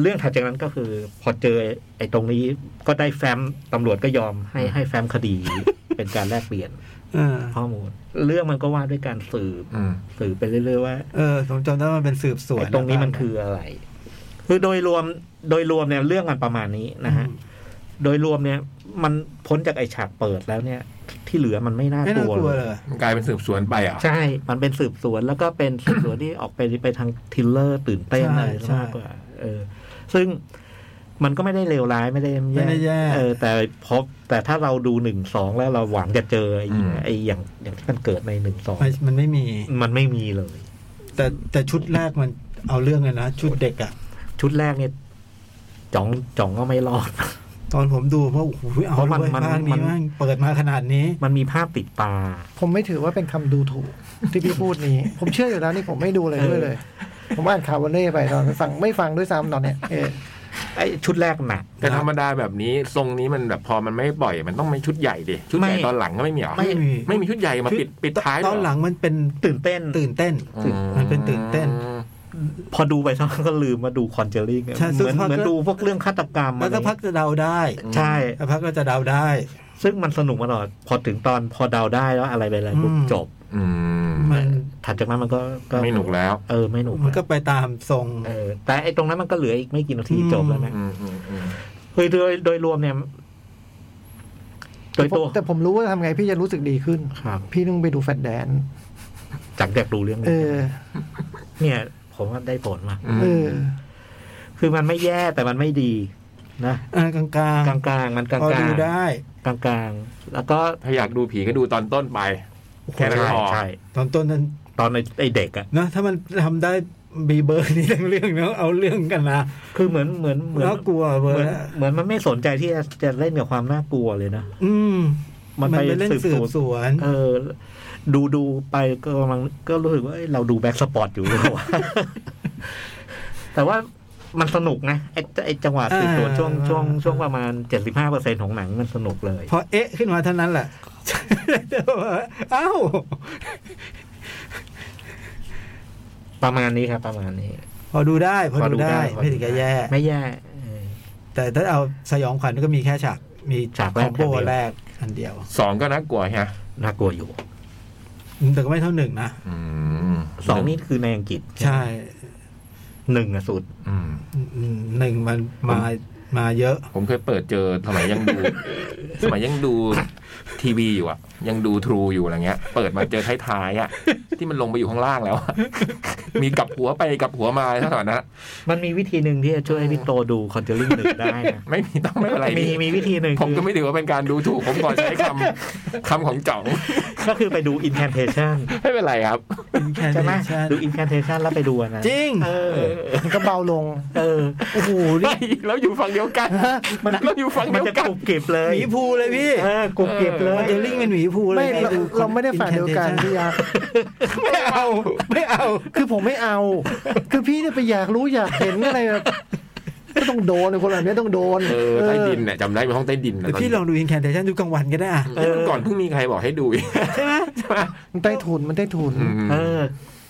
E: เรื่องถัดจากนั้นก็คือ พอเจอไอ้ตรงนี้ก็ได้แฟ้มตำรวจก็ยอมให้ให้แฟ้มค ดี เป็นการแลกเปลี่ยน
D: เออ
E: ข้อมูล เรื่องมันก็ว่าด้วยการสืบ
C: อืม
E: สืบไปเรื่อยๆว่า
D: เออ ผมจำได้ว่ามันเป็นสืบสวน
E: ไอ้ตรงนี้มันคืออะไร คือโดยรวมโดยรวมเนี่ยเรื่องมันประมาณนี้นะฮะโดยรวมเนี่ย มันพ้นจากไอ้ฉากเปิดแล้วเนี่ย ที่เหลือมันไม่น่า
D: ไม่
E: ก
D: น่า
E: ลัว
D: กลัว
E: เลย
D: เลย
C: กลายเป็นสืบสวนไปเหรอ่ะ
E: ใช่ มันเป็นสืบสวนแล้วก็เป็น สืบสวนที่ออกไปไปทางทริลเลอร์ ตื่นเต้นอะไร
D: ใช่ใช่
E: มากกว่า เออ ซึ่งมันก็ไม่ได้เลวร้ายไม่ได้
D: ไม่
E: แย่
D: ได้แย่
E: เออ แต่พอแต่ถ้าเราดูหนึ่งสองแล้วเราหวังจะเจอไอ้
C: อืม
E: ไอ้อย่างอย่างที่มันเกิดในหนึ่งสอง
D: มันมันไม่มี
E: มันไม่มีเลย
D: แต่แต่ชุดแรกมันเอาเรื่องเลยนะ ชุดเด็กอะ
E: ชุดแรกเนี่ยจ่องจ่องก็ไม่รอด
D: ตอนผมดูเพราะโอ้โหเอา
E: เพราะมัน
D: ด้วย
E: มัน
D: ภาคนี้
E: มัน
D: แม่งเปิดมาขนาดนี้
E: มันมีภาพติดตา
B: ผมไม่ถือว่าเป็นคำดูถูก ที่พี่พูดนี้ ผมเชื่ออยู่แล้วนี่ผมไม่ดูเลยด้วยเลย ผมอ่านข่าววันเล่ไปตอนไม่ฟังไม่ฟังด้วยซ้ำตอนเนี้ยเออ
E: ไอ้ชุดแรกหนัก
C: แต่ธรรมดาแบบนี้ทรงนี้มันแบบพอมันไม่บ่อย มันต้องมีชุดใหญ่ดิ ชุดใหญ่
E: ไม่
C: ตอนหลังก็ไม่มีเหรอ
D: ไม่มี
C: ไม่มีชุดใหญ่มาปิดปิดท้าย
D: ตอนหลังมันเป็น
E: ตื่นเต้น
D: ตื่นเต้น
C: อื
D: มันเป็นตื่นเต้น
E: พอดูไปทั้งก็ลืมมาดูคอนเจอริง
D: ใช่
E: เห
D: ซึ่
E: มื
D: ง
E: อน
D: ภาค
E: เหมือน
D: ก็
E: ดูพวกเรื่องฆาตกรรม
D: แล้ว
E: อะไร
D: สักพักจะเดาได้
E: ใช่
D: สักพักก็จะเดาได้
E: ซึ่งมันสนุกมาตลอดพอถึงตอนพอเดาได้แล้วอะไรไปอะไรปุ๊บ
D: อืม
E: จบ
C: อืม
D: มัน
E: ถัดจากนั้นมันก็
C: ไม่หนุกแล้ว
E: เออไม่หนุก
D: มันก็ไปตามทรง
E: เออแต่ไอ้ตรงนั้นมันก็เหลืออีกไม่กี่นาที
D: อืม
E: จบแล้วนะ
C: อืมอืมอืม
E: เฮ้ยโดยโดยรวมเนี่ย โดย
B: แต่ผ
E: ตั
B: ม
E: ว
B: แต่ผมรู้ว่าทำไงพี่จะรู้สึกดีขึ้น
E: ครับ
B: พี่ต้องไปดูแฟดแดน
E: จากอยากดูเรื่อง
B: เอ
E: นี้
B: อ
E: เนี่ย ผมว่าได้ผลมา
B: เออ
E: คือมันไม่แย่แต่มันไม่ดี นะ
D: อ่ากลางกลาง
E: กลางๆมันกลาง
D: พอ
E: ๆ
D: ดูได้
E: กลางๆแล้วก็
C: ถ้าอยากดูผีก็ดูตอนต้นไป แค่นั้นพอ
E: ใช่
D: ตอนต้นนั้น
E: ตอนไอ้ไอ้เด็กอะ
D: นะถ้ามันทำได้บีเบอร์นี่ทั้งเรื่องเนาะเอาเรื่องกันนะ
E: คือเหมือนเหมือนเหมือน
D: น่ากลัวเบ
E: เห
D: อร์
E: มือน
D: นะ
E: เหมือนมันไม่สนใจที่จะจะเล่นกับความน่ากลัวเลยนะ
D: อืม
E: มันไป
D: ไปเล่นสืบส
E: วน
D: วน
E: เออ ดูดูไปก็กำลังก็รู้สึกว่าเอ้ยเราดูแบ็กสปอร์ตอยู่หรือเปล่า วะ แต่ว่ามันสนุกนะไอ้ไอ้จังหวะสืบสวนช่วงช่วงช่วงประมาณเจ็ดสิบห้าเปอร์เซ็นของหนังมันสนุกเลย
D: พอเอ๊ะขึ้นมาเท่านั้นแหละ เอ้า
E: ประมาณนี้ครับ ประมาณนี้
D: พอดูได้พอดูได้ไม่ถึงกับแย่
E: ไม่แย่เออ
D: แต่ถ้าเอาสยองขวัญก็มีแค่ฉาก มี
E: ฉาก
D: ค
E: แร
D: อก มโบ
E: ฉากเดียว
D: แรกอันเดียว
C: สองก็น่ากลัวฮะ
E: น่ากลัวอยู่
D: แต่ก็ไม่เท่าหนึ่งนะ
C: อืม
E: สองนี่คือในอังกฤษ
D: ใช่
E: หนึ่งอะสุด
C: อืม
D: อืมหนึ่งมันมามาเยอะ
C: ผมเคยเปิดเจอสมัยยังดู สมัยยังดูทีวีอยู่อะยังดูทรูอยู่อะไรเงี้ย เปิดมาเจอท้ายๆอะที่มันลงไปอยู่ข้างล่างแล้วอะ มีกลับหัวไปกลับหัวมาเท่านั้นนะ
E: มันมีวิธีหนึ่งที่จะช่วยให้พี่โตดูคอนเจอริ่งหนึ่งได้นะ
C: ไม่มีต้องไม่เป็นไร
E: มีมีวิธีหนึ่ง
C: ผมก็
E: คือ
C: ไม่ถือว่าเป็นการดูถูก ผมขอใช้คำคำของจ๋อง
E: ก็คือไปดู incantation
C: ไม่เป็นไรครับ
E: ใช่ไหม
D: Incantation
E: ดู incantation แล้วไปดูอันนะ
D: จริง
E: เออ
B: มันก็เบาลง
E: เออ
D: โอ้โหนี่
C: แล้วอยู่ ฝั่งเดียวกัน
E: มัน
C: แล้วอยู่ฝั่ง
E: มัน
C: เดียว
E: จะ
C: กัน
E: กรุบกริบเล
D: ห
E: ย
D: มีภูเลยพี่
E: เออกรุบกริบเล
D: มั
E: ย
D: นจะลิงเป็นหมีภูเล
B: ไม่
D: ย
B: เรา
D: ดู
B: เราไม่ได้ฝั่งเดียวกัน
D: อิ
B: พี่ยักษ์
D: คันเทชั่นไม่เอาไม่เอา
B: คือผมไม่เอา คือพี่เนี่ยไปอยากรู้อยากเห็นอะไรแบบก็ต้องโดนคนแบบนี้ต้องโดน
C: เออใต้ดินเนี่ยจำได้เป็นห้องใต้ดินนะ
D: แต่พี่ลองดูอินแคนเทชันดูกลางวันก็ได้อะ
C: เออก่อนเพิ่งมีใครบอกให้ดูอีก
D: ใช่ไหม
B: มันใต้ถุนมันใต้ถุน
C: อืม
E: เออ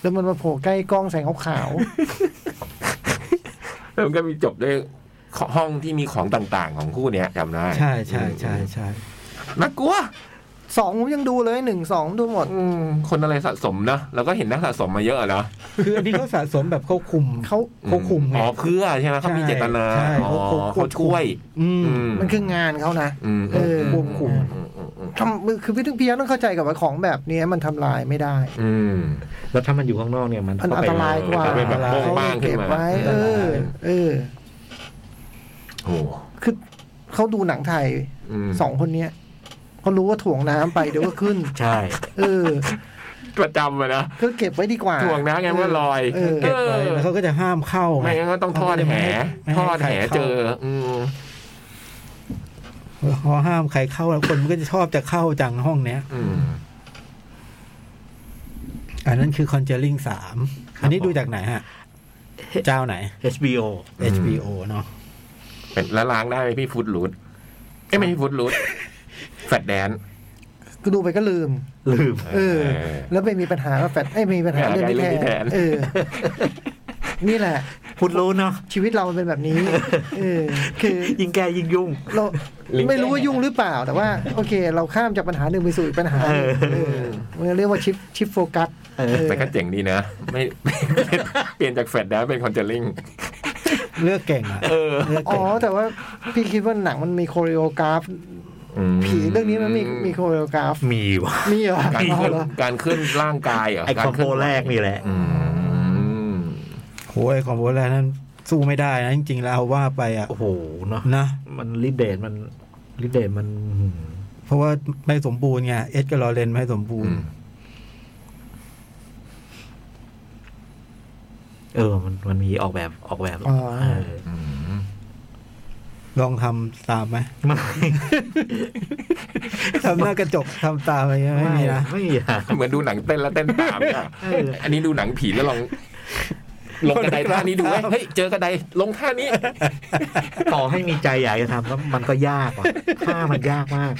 B: แล้วมันมาโผล่ใกล้กล้องแสงขาว
C: แล้วมันก็มีจบด้วยห้องที่มีของต่างๆ ของคู่เนี้ยจำได้
D: ใช่ใช่ใช่ใช่
C: น่ากลัว
B: ๆสองผมยังดูเลยหนึ่งสองดูหมด
C: อืมคนอะไรสะสมนะเราก็เห็นนักสะสมมาเยอะอะนะ
D: คืออันนี้เขาสะสมแบบเขาคุม
B: เขา
D: เขาคุมไง
C: อ๋อเพื่อใช่ไหมเขามีเจตนา
D: ใช่ใช่
C: อ๋อ
D: เขาคุม
C: เขาช่วย
D: อืม
B: มันคืองานเขานะ
C: ม
B: เออ
D: ควบคุม
C: อืมอืมอืม
B: ทำคือพี่ต้องพี่ยักษ์ต้องเข้าใจกับว่าของแบบเนี้ยมันทำลายไม่ได้
C: อืม
E: แล้วถ้ามันอยู่ข้างนอกเนี่ยมัน
B: มัน
E: ก็
B: อัน
E: ไป
B: ตรายกว่า
C: เออเป็นแบบโป้ง
B: เข
C: บ้างขึ้น
B: เก็บ
C: มา
B: ไว้ เออ เออ
C: โอ้
B: คือเขาดูหนังไทย
C: ม
B: สองคนเนี้ยเขารู้ว่าถ่วงน้ำไปเดี๋ยวก็ขึ้น
E: ใช่
B: เออ
C: ประจำเลยนะ
B: ก็เก็บไว้ดีกว่า
C: ถ่วงนะไงมันก็ลอย
B: เออ
D: เก็บไว้แล้วเขาก็จะห้ามเข้า
C: ไม่งั้นก็ต้องทอดแหทอดแหเจอ อืม
D: พอห้ามใครเข้าแล้วคนมันก็จะชอบจะเข้าจังห้องเนี้ย
C: อืม
D: อันนั้นคือ Conjuring 3 อันนี้ดูจากไหนฮะ เจ้าไหน
E: เออ HBO
D: HBO เนาะ
C: เป็นแล้วล้างได้ไหมพี่ฟุตรูดเอ้ยไม่ใช่ฟุตรูดแฟดแดน
B: ก็ดูไปก็ลืม
E: ลืม
B: เออ
C: เออ
B: แล้วไปมีปัญหากับแฟดไอ้ยมีปัญหา
C: ไม่
B: เรื่อง
C: เอา
B: นี้
C: เรื่องนี้
B: แท
C: แท
B: น
C: น
B: เออ นี่แหละ
E: พูดรู้เนาะ
B: ชีวิตเรามันเป็นแบบนี้ เออ คือ
E: ยิ่งแกยิ่งยุ่ง
B: เรา
C: ลิงก์
B: ไม่รู้ว่ายุ่งหรือเปล่า แต่ว่า โอเค เราข้ามจากปัญหาหนึ่งไปสู่อีกปัญหาหนึ่ง
E: เออ
B: เออมันเรียกว่าชิปชิปโฟกัส
E: เออ
B: เออ
C: แต่ก็เจ๋งดีนะ ไม่ เปลี่ยนจากแฟดแดนเป็นคอนเจลลิ่ง
D: เลือกเก่งอ่ะ
C: เออ
D: เลือก
B: อ๋
D: เก่
B: อ
D: ง
B: แต่ว่าพี่คิดว่าหนังมันมีโคเรียกราฟ
C: อืม
B: ผีเรื่องนี้มันมีมีโคเรียกราฟ
E: มีว่ะ
B: มีเหรอ
C: การ
B: เอา
C: เคลื่อน
B: เหรอ
C: การเคลื่อนร่างกายเหรอ
E: ไอคอม
C: ารเค
E: โบ
C: ลื่น
E: แรกนี่แหละ
C: อืม
D: โหยของโบราณนั้นสู้ไม่ได้นะ จริง ๆ แล้วว่าไปอ่ะ
E: โอ้โหเนาะ
D: นะ
E: มันลิเดตมันลิเดตมัน
D: เพราะว่าไม่สมบูรณ์ไง เอ็ดกับลอเรนไม่สมบูรณ์
E: เออ มันมันมีออกแบบออกแบบ
B: อ๋อ
E: เออ
C: อืม
D: ลองทำตามไหม
E: ไม่
D: ทำหน้ากระจกทำตามอะไรเงี้ยไม่มีนะ
E: ไม่อยาก
C: เหมือนดูหนังเต้นแล้วเต้นตามเนี่ย
E: เออ
C: อันนี้ดูหนังผีแล้วลอง ลงกระไดท่านี้ดูไหมเฮ้ยเจอกระไดลงท่านี้
E: ต่อให้มีใจอยากจะทำก็มันก็ยากว่ะค่ามันยากมาก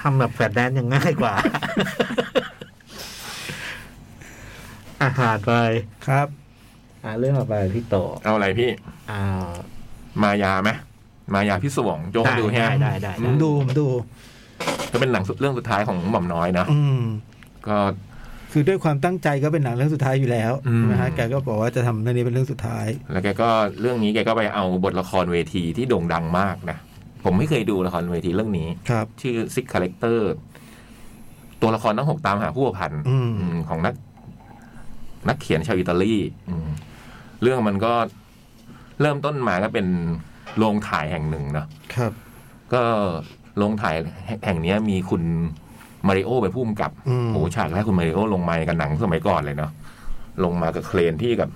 E: ทำแบบแฟดแดนซ์ยังง่ายกว่า อาหารไป
D: ครับ
E: อ่าเรื่องต่อไปพี่โต
C: เอาอะไรพี่
E: อ่า
C: มายาไหมมายาพิศวงโจ๊ก
E: ได้
C: ดูแฮะ
E: ได้ได้ได้
C: อืม
D: ดูผมดู
C: ก็เป็นหนังสุดเรื่องสุดท้ายของหม่อมน้อยนะ
D: อืม
C: ก็
D: คือด้วยความตั้งใจก็เป็นหนังเรื่องสุดท้ายอยู่แล้วใช่ไหมฮะแกก็บอกว่าจะทำเรื่องนี้เป็นเรื่องสุดท้าย
C: แล้วแกก็เรื่องนี้แกก็ไปเอาบทละครเวทีที่โด่งดังมากนะ ผมไม่เคยดูละครเวทีเรื่องนี้
D: ครับ
C: ชื่อซิกคาแรคเตอร์ ตัวละครทั้งหกตามหาผู้พัน
D: อืม
C: ของนัก นักเขียนชาวอิตาลีอืมเรื่องมันก็เริ่มต้นมาก็เป็นโรงถ่ายแห่งหนึ่งเนาะ
D: ครับ
C: ก็โรงถ่ายแห่งเนี้ยมีคุณมาริโอเป็นผู้กำกับ
D: อืม
C: โอ้โหฉากแรกคุณมาริโอลงมากับหนังสมัยก่อนเลยเนาะลงมากับเครนที่กับ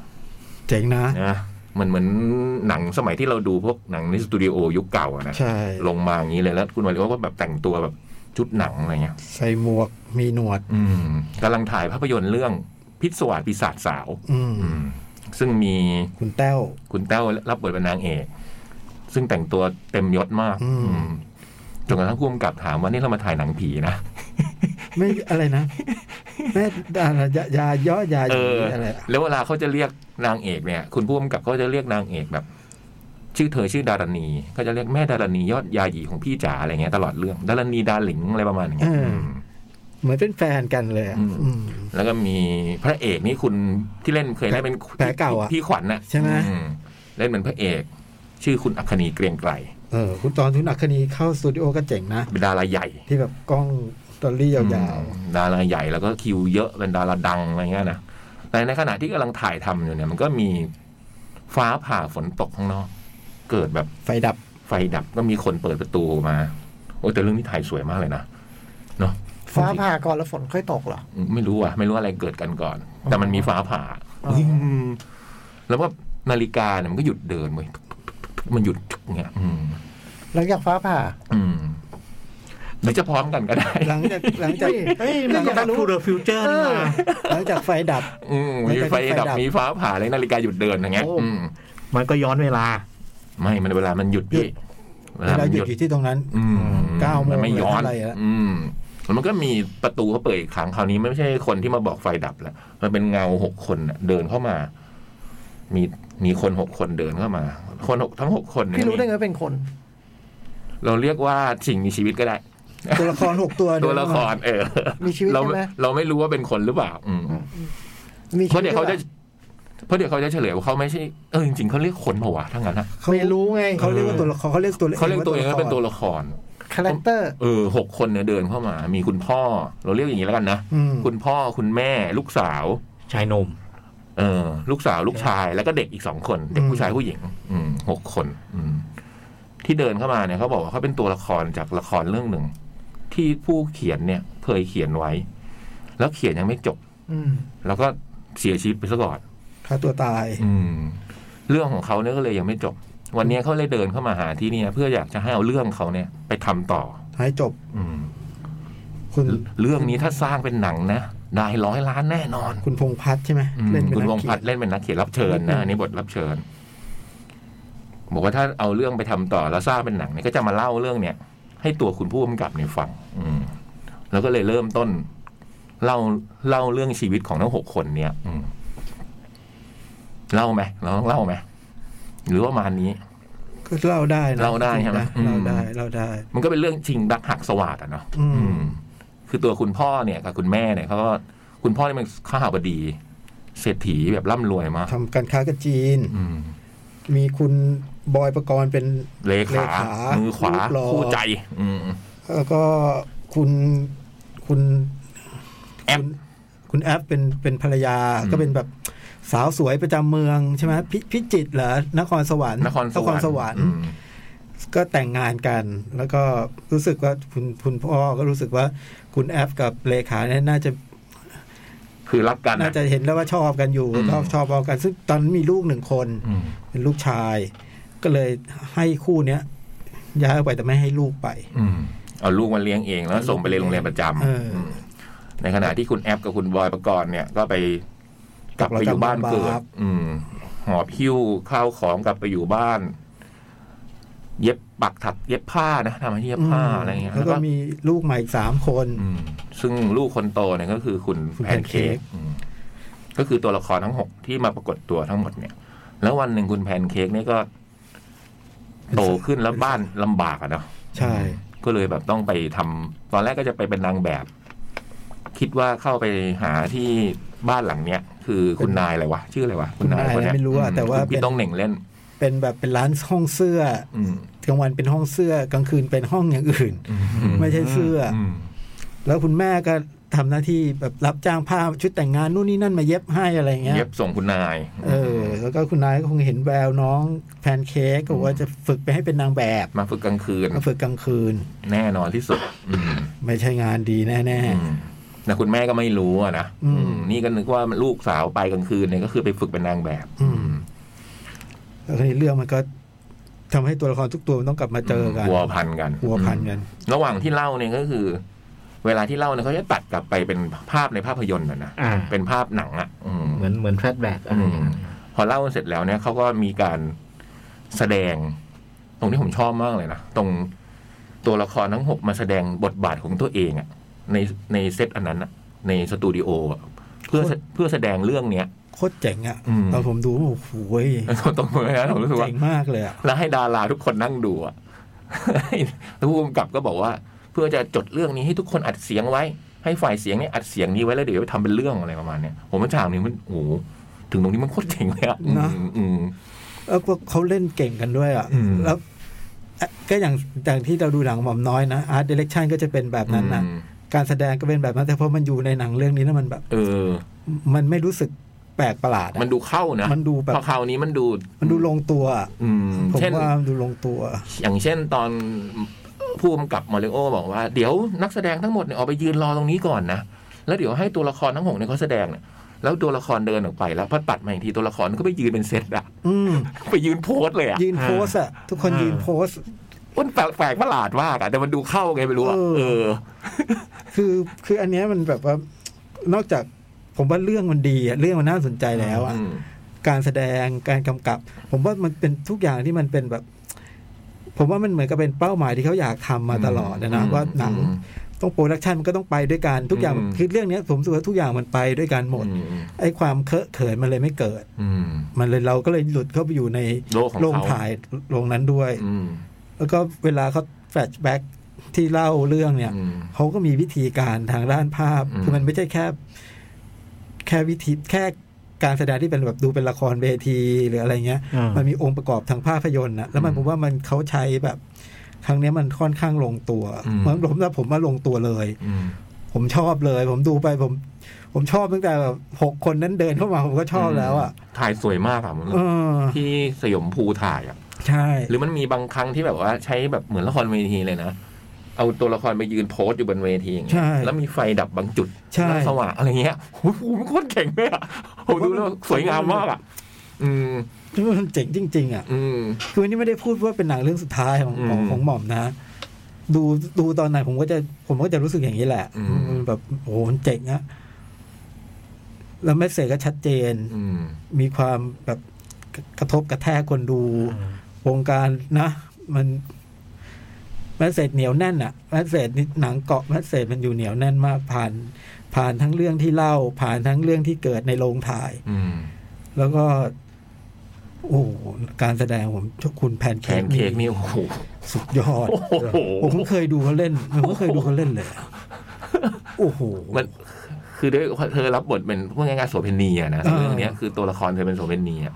D: เจ๋งนะ
C: นะมันเหมือนหนังสมัยที่เราดูพวกหนังในสตูดิโอยุคเก่าอะนะ
D: ใช่
C: ลงมาอย่างนี้เลยแล้ว คุณมาริโอก็แบบแต่งตัวแบบชุดหนังอะไรเงี้ย
D: ใส่หมวกมีหนวด
C: อืมกำลังถ่ายภาพยนตร์เรื่องพิศวาสปีศาจสาว
D: อืม
C: อืม ซึ่งมี
D: คุณแต้ว
C: คุณแต้วรับบทเป็นนางเอก ซึ่งแต่งตัวเต็มยศมาก
D: อืม
C: อืมจนกระทั่งผู้กำกับถามว่านี่เรามาถ่ายหนังผีนะ
D: ไม่อะไรนะแม่อะไรยายาย่อยา
C: เอ
D: ยี
C: อ
D: อะไรอะ
C: แล้วเวลาเขาจะเรียกนางเอกเนี่ย คุณผู้กำกับเขาจะเรียกนางเอกแบบ ชื่อเธอชื่อดารณีก็จะเรียกแม่ดารณียอดยาหยีของพี่จ๋าอะไรเงี้ยตลอดเรื่องดารณีดาหลิงอะไรประมาณอย่างเงี้ยอืม
D: เหมือนเป็นแฟนกันเลยอะ
C: อืม
D: อืม
C: แล้วก็มีพระเอกนี่คุณที่เล่นเคยเล่นเป็น
D: แผลเก่าอะ
C: พี่ขวัญน่ะ
D: ใช่ไหม
C: อืเล่นเป็นพระเอก ชื่อคุณอัคคณีเกรียงไกร
D: เออ คุณตอนทุนอักคณีเข้าสตูดิโอก็เจ๋งนะ
C: เป็นดาราใหญ่
D: ที่แบบกล้องตอรี่ยาว
C: อืมดาราใหญ่แล้วก็คิวเยอะเป็นดาราดังอะไรเงี้ยนะแต่ในขณะที่กำลังถ่ายทำอยู่เนี่ย มันก็มีฟ้าผ่าฝนตกข้างนอก เกิดแบบ
D: ๆ ไฟดับ
C: ไฟดับก็มีคนเปิดประตูออกมา โอ้แต่เรื่องนี้ถ่ายสวยมากเลยนะเนาะ
B: ฟ้าผ่าก่อนแล้วฝนค่อยตกเหรอ
C: ไม่รู้อ่ะ ไม่รู้อะไรเกิดกันก่อน แต่มันมีฟ้าผ่า
B: อ๋อ
C: แล้วก็นาฬิกาเนี่ยมันก็หยุดเดินเว้ยมันหยุดอย่างเงี้ย อืม
B: หลังจากฟ้าผ่า
C: อืมหรือจะพร้อมกันก็ได้
D: หลังจากหลังจาก
E: เฮ้ยมันก็ Back to the Future นี่มา
D: หลังจากไฟดับ
C: อืมมีไฟดับมีฟ้าผ่าเลยนาฬิกาหยุดเดินอย่างเงี้ย
E: โอ้
C: อืม
E: มันก็ย้อนเวลา
C: ไม่มันเวลามันหยุดพี่เว
D: เว
C: ลา
D: ลา
C: มัน
D: ห
C: หยุ
D: ยุด
C: ด
D: อยู่ที่ตรงนั้น
C: อืม
D: เก้าโมง
C: นไม่ย้อน
D: หรืออะไรอะ
C: อืมแล้วมันก็มีประตูเขาเปิดอีกครั้งคราวนี้ไม่ใช่คนที่มาบอกไฟดับแล้วมันเป็นเงาหกคนน่ะเดินเข้ามา มีมีคนหกคนเดินเข้ามา คนหกทั้งหกคนเนี่ย
B: พี่รู้ได้ไงว่าเป็นคน
C: เราเรียกว่าสิ่งมีชีวิตก็ได้
D: ตัวละครหกตัว
C: ตัวละคร เออ
B: มีชีวิต
C: เรา
B: ใช่ไหม
C: เราไม่รู้ว่าเป็นคนหรือเปล่า อืม
B: มี
C: เพ
B: ชี
C: ราะ
B: วิ
C: เดี๋
B: ต
C: ยวเขา
B: ด้
C: จะ
B: วย
C: เพราะเดี๋ยวเขาจะเฉลยว่าเขาไม่ใช่เออจริงๆเขาเรียกคนเหรอวะทั้างนั้นนะ
D: เขา
B: ไม่รู้ไง
D: เขาเรียกว่าตัวละครเขาเรียกตัว
C: เขาเรียกตัวเองว่าเป็นตัว
D: ละคร
C: ละคร
B: คาแรคเตอร์
C: เออหกคนเนี่ยเดินเข้ามา มีคุณพ่อ เราเรียกอย่างนี้แล้วกันนะ
D: อืม
C: คุณพ่อคุณแม่ลูกสาว
E: ชายหนม
C: เออ ลูกสาวลูกชายแล้วก็เด็กอีกสองคน เด็กผู้ชายผู้หญิง อืมหกคน อืม ที่เดินเข้ามาเนี่ยเขาบอกว่าเขาเป็นตัวละครจากละครเรื่องหนึ่ง ที่ผู้เขียนเนี่ยเคยเขียนไว้ แล้วเขียนยังไม่จบ
B: อืม
C: แล้วก็เสียชีวิตไปซะก่อน
D: ฆ่าตัวตาย
C: อืม เรื่องของเขาเนี่ยก็เลยยังไม่จบ วันนี้เขาเลยเดินเข้ามาหาที่เนี่ย เพื่ออยากจะให้เอาเรื่องเขาเนี่ย ไปทำต่อ
D: ให้จบ
C: อืม
D: คุณ
C: เรื่องนี้ถ้าสร้างเป็นหนังนะได้ร้อยล้านแน่นอน
D: คุณพงษ์พัฒน์ใช่ไหม
C: อืม
D: เล่นเป็น
C: คุณ
D: นัก
C: วง
D: เขี
C: พั
D: ย
C: ด
D: น
C: เล่นเป็นนักเขียนรับเชิญนะอันนี้บทรับเชิญ บอกว่าถ้าเอาเรื่องไปทำต่อแล้วสร้างเป็นหนังเนี่ยก็จะมาเล่าเรื่องเนี่ย ให้ตัวคุณผู้กำกับเนี่ยฟัง อืม แล้วก็เลยเริ่มต้นเล่าเล่าเรื่องชีวิตของทั้งหกคนเนี่ย อืมเล่าไหมเราต้องเล่าไหมหรือว่ามานี้
D: ก็เล่าได้นะ
C: เล่าได้ใช่ไหม
D: เล่าได้
C: อืม
D: เล่าได้
C: มันก็เป็นเรื่องชิงรักหักสวาดอะเนาะ
D: อืม
C: อืม คือตัวคุณพ่อเนี่ยกับคุณแม่เนี่ยเขาก็คุณพ่อเนี่ยเป็นข้าหาบดี เศรษฐีแบบร่ำรวยมาก
D: ทำการค้ากับจีน
C: อืม
D: มีคุณบอยประกรณ์เป็น
C: เลขา
D: เลขา
C: มือขวา
D: รูปหล่อ
C: คู่ใจ อืม
D: แล้วก็คุณคุณ
C: แอป
D: คุณคุณแอปเป็นเป็นภรรยา
C: อืม
D: ก็เป็นแบบสาวสวยประจำเมืองใช่ไหมพพิจิตรเหรอนครสวรรค์
C: นครสวรรค์อืม
D: ก็แต่งงานกัน แล้วก็รู้สึกว่าคุณคุณพ่อก็รู้สึกว่าคุณแอปกับเลขาเนี่ยน่าจะ
C: คือรักกันอะ
D: น่าจะเห็นแล้วว่าชอบกันอยู่
C: อืม
D: ชอบชอบเอากัน ซึ่งตอนนั้นมีลูกหนึ่งคน
C: อืม
D: เป็นลูกชาย ก็เลยให้คู่เนี้ยย้ายออกไปแต่ไม่ให้ลูกไป
C: อืมเอาลูกมาเลี้ยงเองแล้วส่งไปเรียนโรงเรียนประจำ
D: เอออื
C: มในขณะที่คุณแอปกับคุณบอยประกรณ์เนี่ย ก็ไปกลับไปอยู่บ้านเกิดอืม หอบหิ้วข้าวของกลับไปอยู่บ้าน เย็บปักถัก เย็บผ้านะทำอาชีพเย็บผ้าอะไรเงี้ย
D: แล้วก็มีลูกใหม่อีกสามคน
C: อืมซึ่งลูกคนโตเนี่ยก็คือคุณ
D: คุณ
C: แพ
D: แพ
C: น
D: นเค้
C: เค้ก
D: ก
C: อืม ก็คือตัวละครทั้งหกที่มาปรากฏตัวทั้งหมดเนี่ย แล้ววันหนึ่งคุณแพนเค้กเนี่ยก็ โตขึ้นแล้วบ้านลำบากอะเนาะ
D: ใช่
C: ก็เลยแบบต้องไปทำตอนแรกก็จะไปเป็นนางแบบ คิดว่าเข้าไปหาที่บ้านหลังเนี้ย คือคุณนายอะไรวะ ชื่ออะไรวะ
D: คุณนาย
C: เย
D: ไม่รู้อะ
C: ม
D: แต่ว่า
C: คุณ
D: เป็
C: พี่
D: น
C: ต้องเหน่งเล่น
D: เป็นแบบเป็นร้านห้องเสื้อ
C: อืม
D: กลางวันเป็นห้องเสื้อกลางคืนเป็นห้องอย่างอื่น ไม่ใช่เสื้ออ
C: อืม
D: แล้วคุณแม่ก็ทำหน้าที่แบบรับจ้างผ้าชุดแต่งงานนู่นนี่นั่นมาเย็บให้อะไรเงี้ย
C: เย็บส่งคุณนาย
D: เออ แล้วก็คุณนายก็คงเห็นแววน้องแพนเค้กก็บอกว่าจะฝึกไปให้เป็นนางแบบ
C: มาฝึกกลางคืน
D: มาฝึกกลางคืน
C: แน่นอนที่สุด อืม
D: ไม่ใช่งานดีแน่
C: อืมแต่คุณแม่ก็ไม่รู้อะนะ
D: อืม
C: อืมนี่ก็นึกว่าลูกสาวไปกลางคืนเนี่ยก็คือไปฝึกเป็นนางแบบ
D: ๆอืมแล้วทีนี้เรื่องมันก็ทำให้ตัวละครทุกตัวมันต้องกลับมาเจอกัน
C: วัวพันกัน
D: หัวพันกัน
C: ระหว่างที่เล่าเนี่ยก็คือ เวลาที่เล่าเนี่ยเขาจะตัดกลับไปเป็นภาพในภาพยนตร์นะนะ
E: อ่า
C: เป็นภาพหนังอ่ะอืม
E: เหมือนเหมือนแฟลชแบ็กอะไรอย่างเงี้ย
C: พอเล่าเสร็จแล้วเนี่ยเขาก็มีการแสดง ตรงที่ผมชอบมากเลยนะตรงตัวละครทั้งหกมาแสดงบทบาทของตัวเองอ่ะในในเซตอันนั้นอ่ะ ในสตูดิโออะเพื่อ
D: โคตร
C: เพื่อแสดงเรื่องเนี้ย
D: โคตรเจ๋งอ่ะ
C: อืม
D: ตอนผมดูโอ้โหย
C: ตรงมือนะผมรู้สึกว่า
D: เจ๋งมากเลยอ่ะ
C: แล้วให้ดาราทุกคนนั่งดูอะ แล้วผู้กำกับก็บอกว่า เพื่อจะจดเรื่องนี้ให้ทุกคนอัดเสียงไว้ ให้ฝ่ายเสียงเนี่ยอัดเสียงนี้ไว้แล้วเดี๋ยวไปทำเป็นเรื่องอะไรประมาณเนี้ยผมว่าฉากนี้มันโอ้โหถึงตรงนี้มันโคตรเจ๋งเลยอะอืมอืม
D: เออพวกเขาเล่นเก่งกันด้วยอ่ะ
C: อืม
D: แล้วเอ่อก็อย่างอย่างที่เราดูหนังหม่อมน้อยนะอาร์ตเดเรคชั่นก็จะเป็นแบบนั้นนะ
C: อืม
D: การแสดงก็เป็นแบบนั้นแต่พอมันอยู่ในหนังเรื่องนี้แล้วมันแบบ
C: เออ
D: มันไม่รู้สึกแปลกประหลาดอะ
C: มันดูเข้านะ
D: มันดูแบบ
C: พอคราวนี้มันดู
D: มันดูลงตัวอะ
C: อืม
D: ผม
C: เช่น
D: ว่ามันดูลงตัว
C: อย่างเช่นตอนผู้กำกับมาริโอบอกว่าเดี๋ยวนักแสดงทั้งหมดเนี่ยออกไปยืนรอตรงนี้ก่อนนะ แล้วเดี๋ยวให้ตัวละครทั้งหกเนี่ยเขาแสดงเนี่ยแล้วตัวละครเดินออกไปแล้วพอตัดมาอีกทีตัวละครก็ไปยืนเป็นเซตอะ
D: อืม
C: ไปยืนโพสเลยอ่ะ
D: ยืนโพสอะทุกคนยืนโพส
C: มันแปลกแปลกประหลาดมากอ่ะ แต่มันดูเข้าไงไม่รู้อ่ะ
D: เออ
C: เออ
D: คือคืออันเนี้ยมันแบบว่านอกจากผมว่าเรื่องมันดีอะเรื่องมันน่าสนใจแล้วอะ
C: อืม
D: การแสดงการกำกับ ผมว่ามันเป็นทุกอย่างที่มันเป็นแบบ ผมว่ามันเหมือนกับเป็นเป้าหมายที่เขาอยากทำมาตลอดนะนะ
C: อืม
D: ว่าหนัง
C: อืม
D: ต้องโปรดักชันมันก็ต้องไปด้วยกันทุกอย่าง
C: อืม
D: คือเรื่องเนี้ยผมรู้สึกว่าทุกอย่างมันไปด้วยกันหมด
C: อืม
D: ไอ้ความเคอะเขินมันเลยไม่เกิด
C: อืม
D: มันเลยเราก็เลยหลุดเข้าไปอยู่ใน
C: โลกของเขา
D: โรงถ่ายโรงนั้นด้วย
C: อืม
D: แล้วก็เวลาเขาแฟลชแบ็กที่เล่าเรื่องเนี่ย
C: อืม
D: เขาก็มีวิธีการทางด้านภาพ
C: อืม
D: คือมันไม่ใช่แค่ แค่วิธีแค่การแสดงที่เป็นแบบดูเป็นละครเวทีหรืออะไรเงี้ย
E: อ่า
D: มันมีองค์ประกอบทางภาพยนตร์นะแล้วมันผมว่ามันเขาใช้แบบ ครั้งเนี้ยมันค่อนข้างลงตัว
C: อืม
D: มันผมแล้วผมว่าลงตัวเลย
C: อืม
D: ผมชอบเลย ผมดูไปผม ผมชอบตั้งแต่แบบหกคนนั้นเดินเข้ามาผมก็ชอบแล้วอ่ะ
C: ถ่ายสวยมากอ่ะผม
D: เออ
C: ที่สยมภูถ่ายอ่ะ
D: ใช่
C: หรือมันมีบางครั้งที่แบบว่าใช้แบบเหมือนละครเวทีเลยนะ เอาตัวละครไปยืนโพสอยู่บนเวทีอย่างเงี้
D: ใช่
C: ย แล้วมีไฟดับบางจุด
D: ใช่
C: แล้วสว่างอะไรเงี้ยโอ้โหมันโคตรเก่งเลยอ่ะโอ้โหดูแล้วสวยงามมากอ่ะ อืม
D: มันเจ๋งจริงๆอ่ะ
C: อืม
D: คือนี่ไม่ได้พูดว่าเป็นหนังเรื่องสุดท้ายของของ
C: อืม
D: ของหม่อมนะ ดูดูตอนไหนผมก็จะผมก็จะรู้สึกอย่างนี้แหละ
C: อืม
D: มันแบบโอ้โหมันเจ๋งอะแล้วแมสเซจก็ชัดเจน
C: อืม
D: มีความแบบกระกระทบกระแทกคนดูวงการนะ มันแมสเซจเหนียวแน่นอะแมสเซจนี่หนังเกาะแมสเซจมันอยู่เหนียวแน่นมากผ่าน ผ่านทั้งเรื่องที่เล่า ผ่านทั้งเรื่องที่เกิดในโรงถ่าย
C: อืม
D: แล้วก็ โอ้โหการแสดงผมชอบคุณแพน
C: แพ
D: เค้ก
C: นเค้ก
D: นี่
C: นี่โอ้โห
D: สุดยอด
C: โอ้โห
D: ผมเคยดูเขาเล่น ผมก็เคยดูเขาเล่นเลยอะโอ้โห
C: มันคือด้วยเธอรับบทเป็นพวกง่ายๆโสเภณีอะนะ
D: อ่า
C: เรื่องเนี้ยคือตัวละครเธอเป็นโสเภณีอะ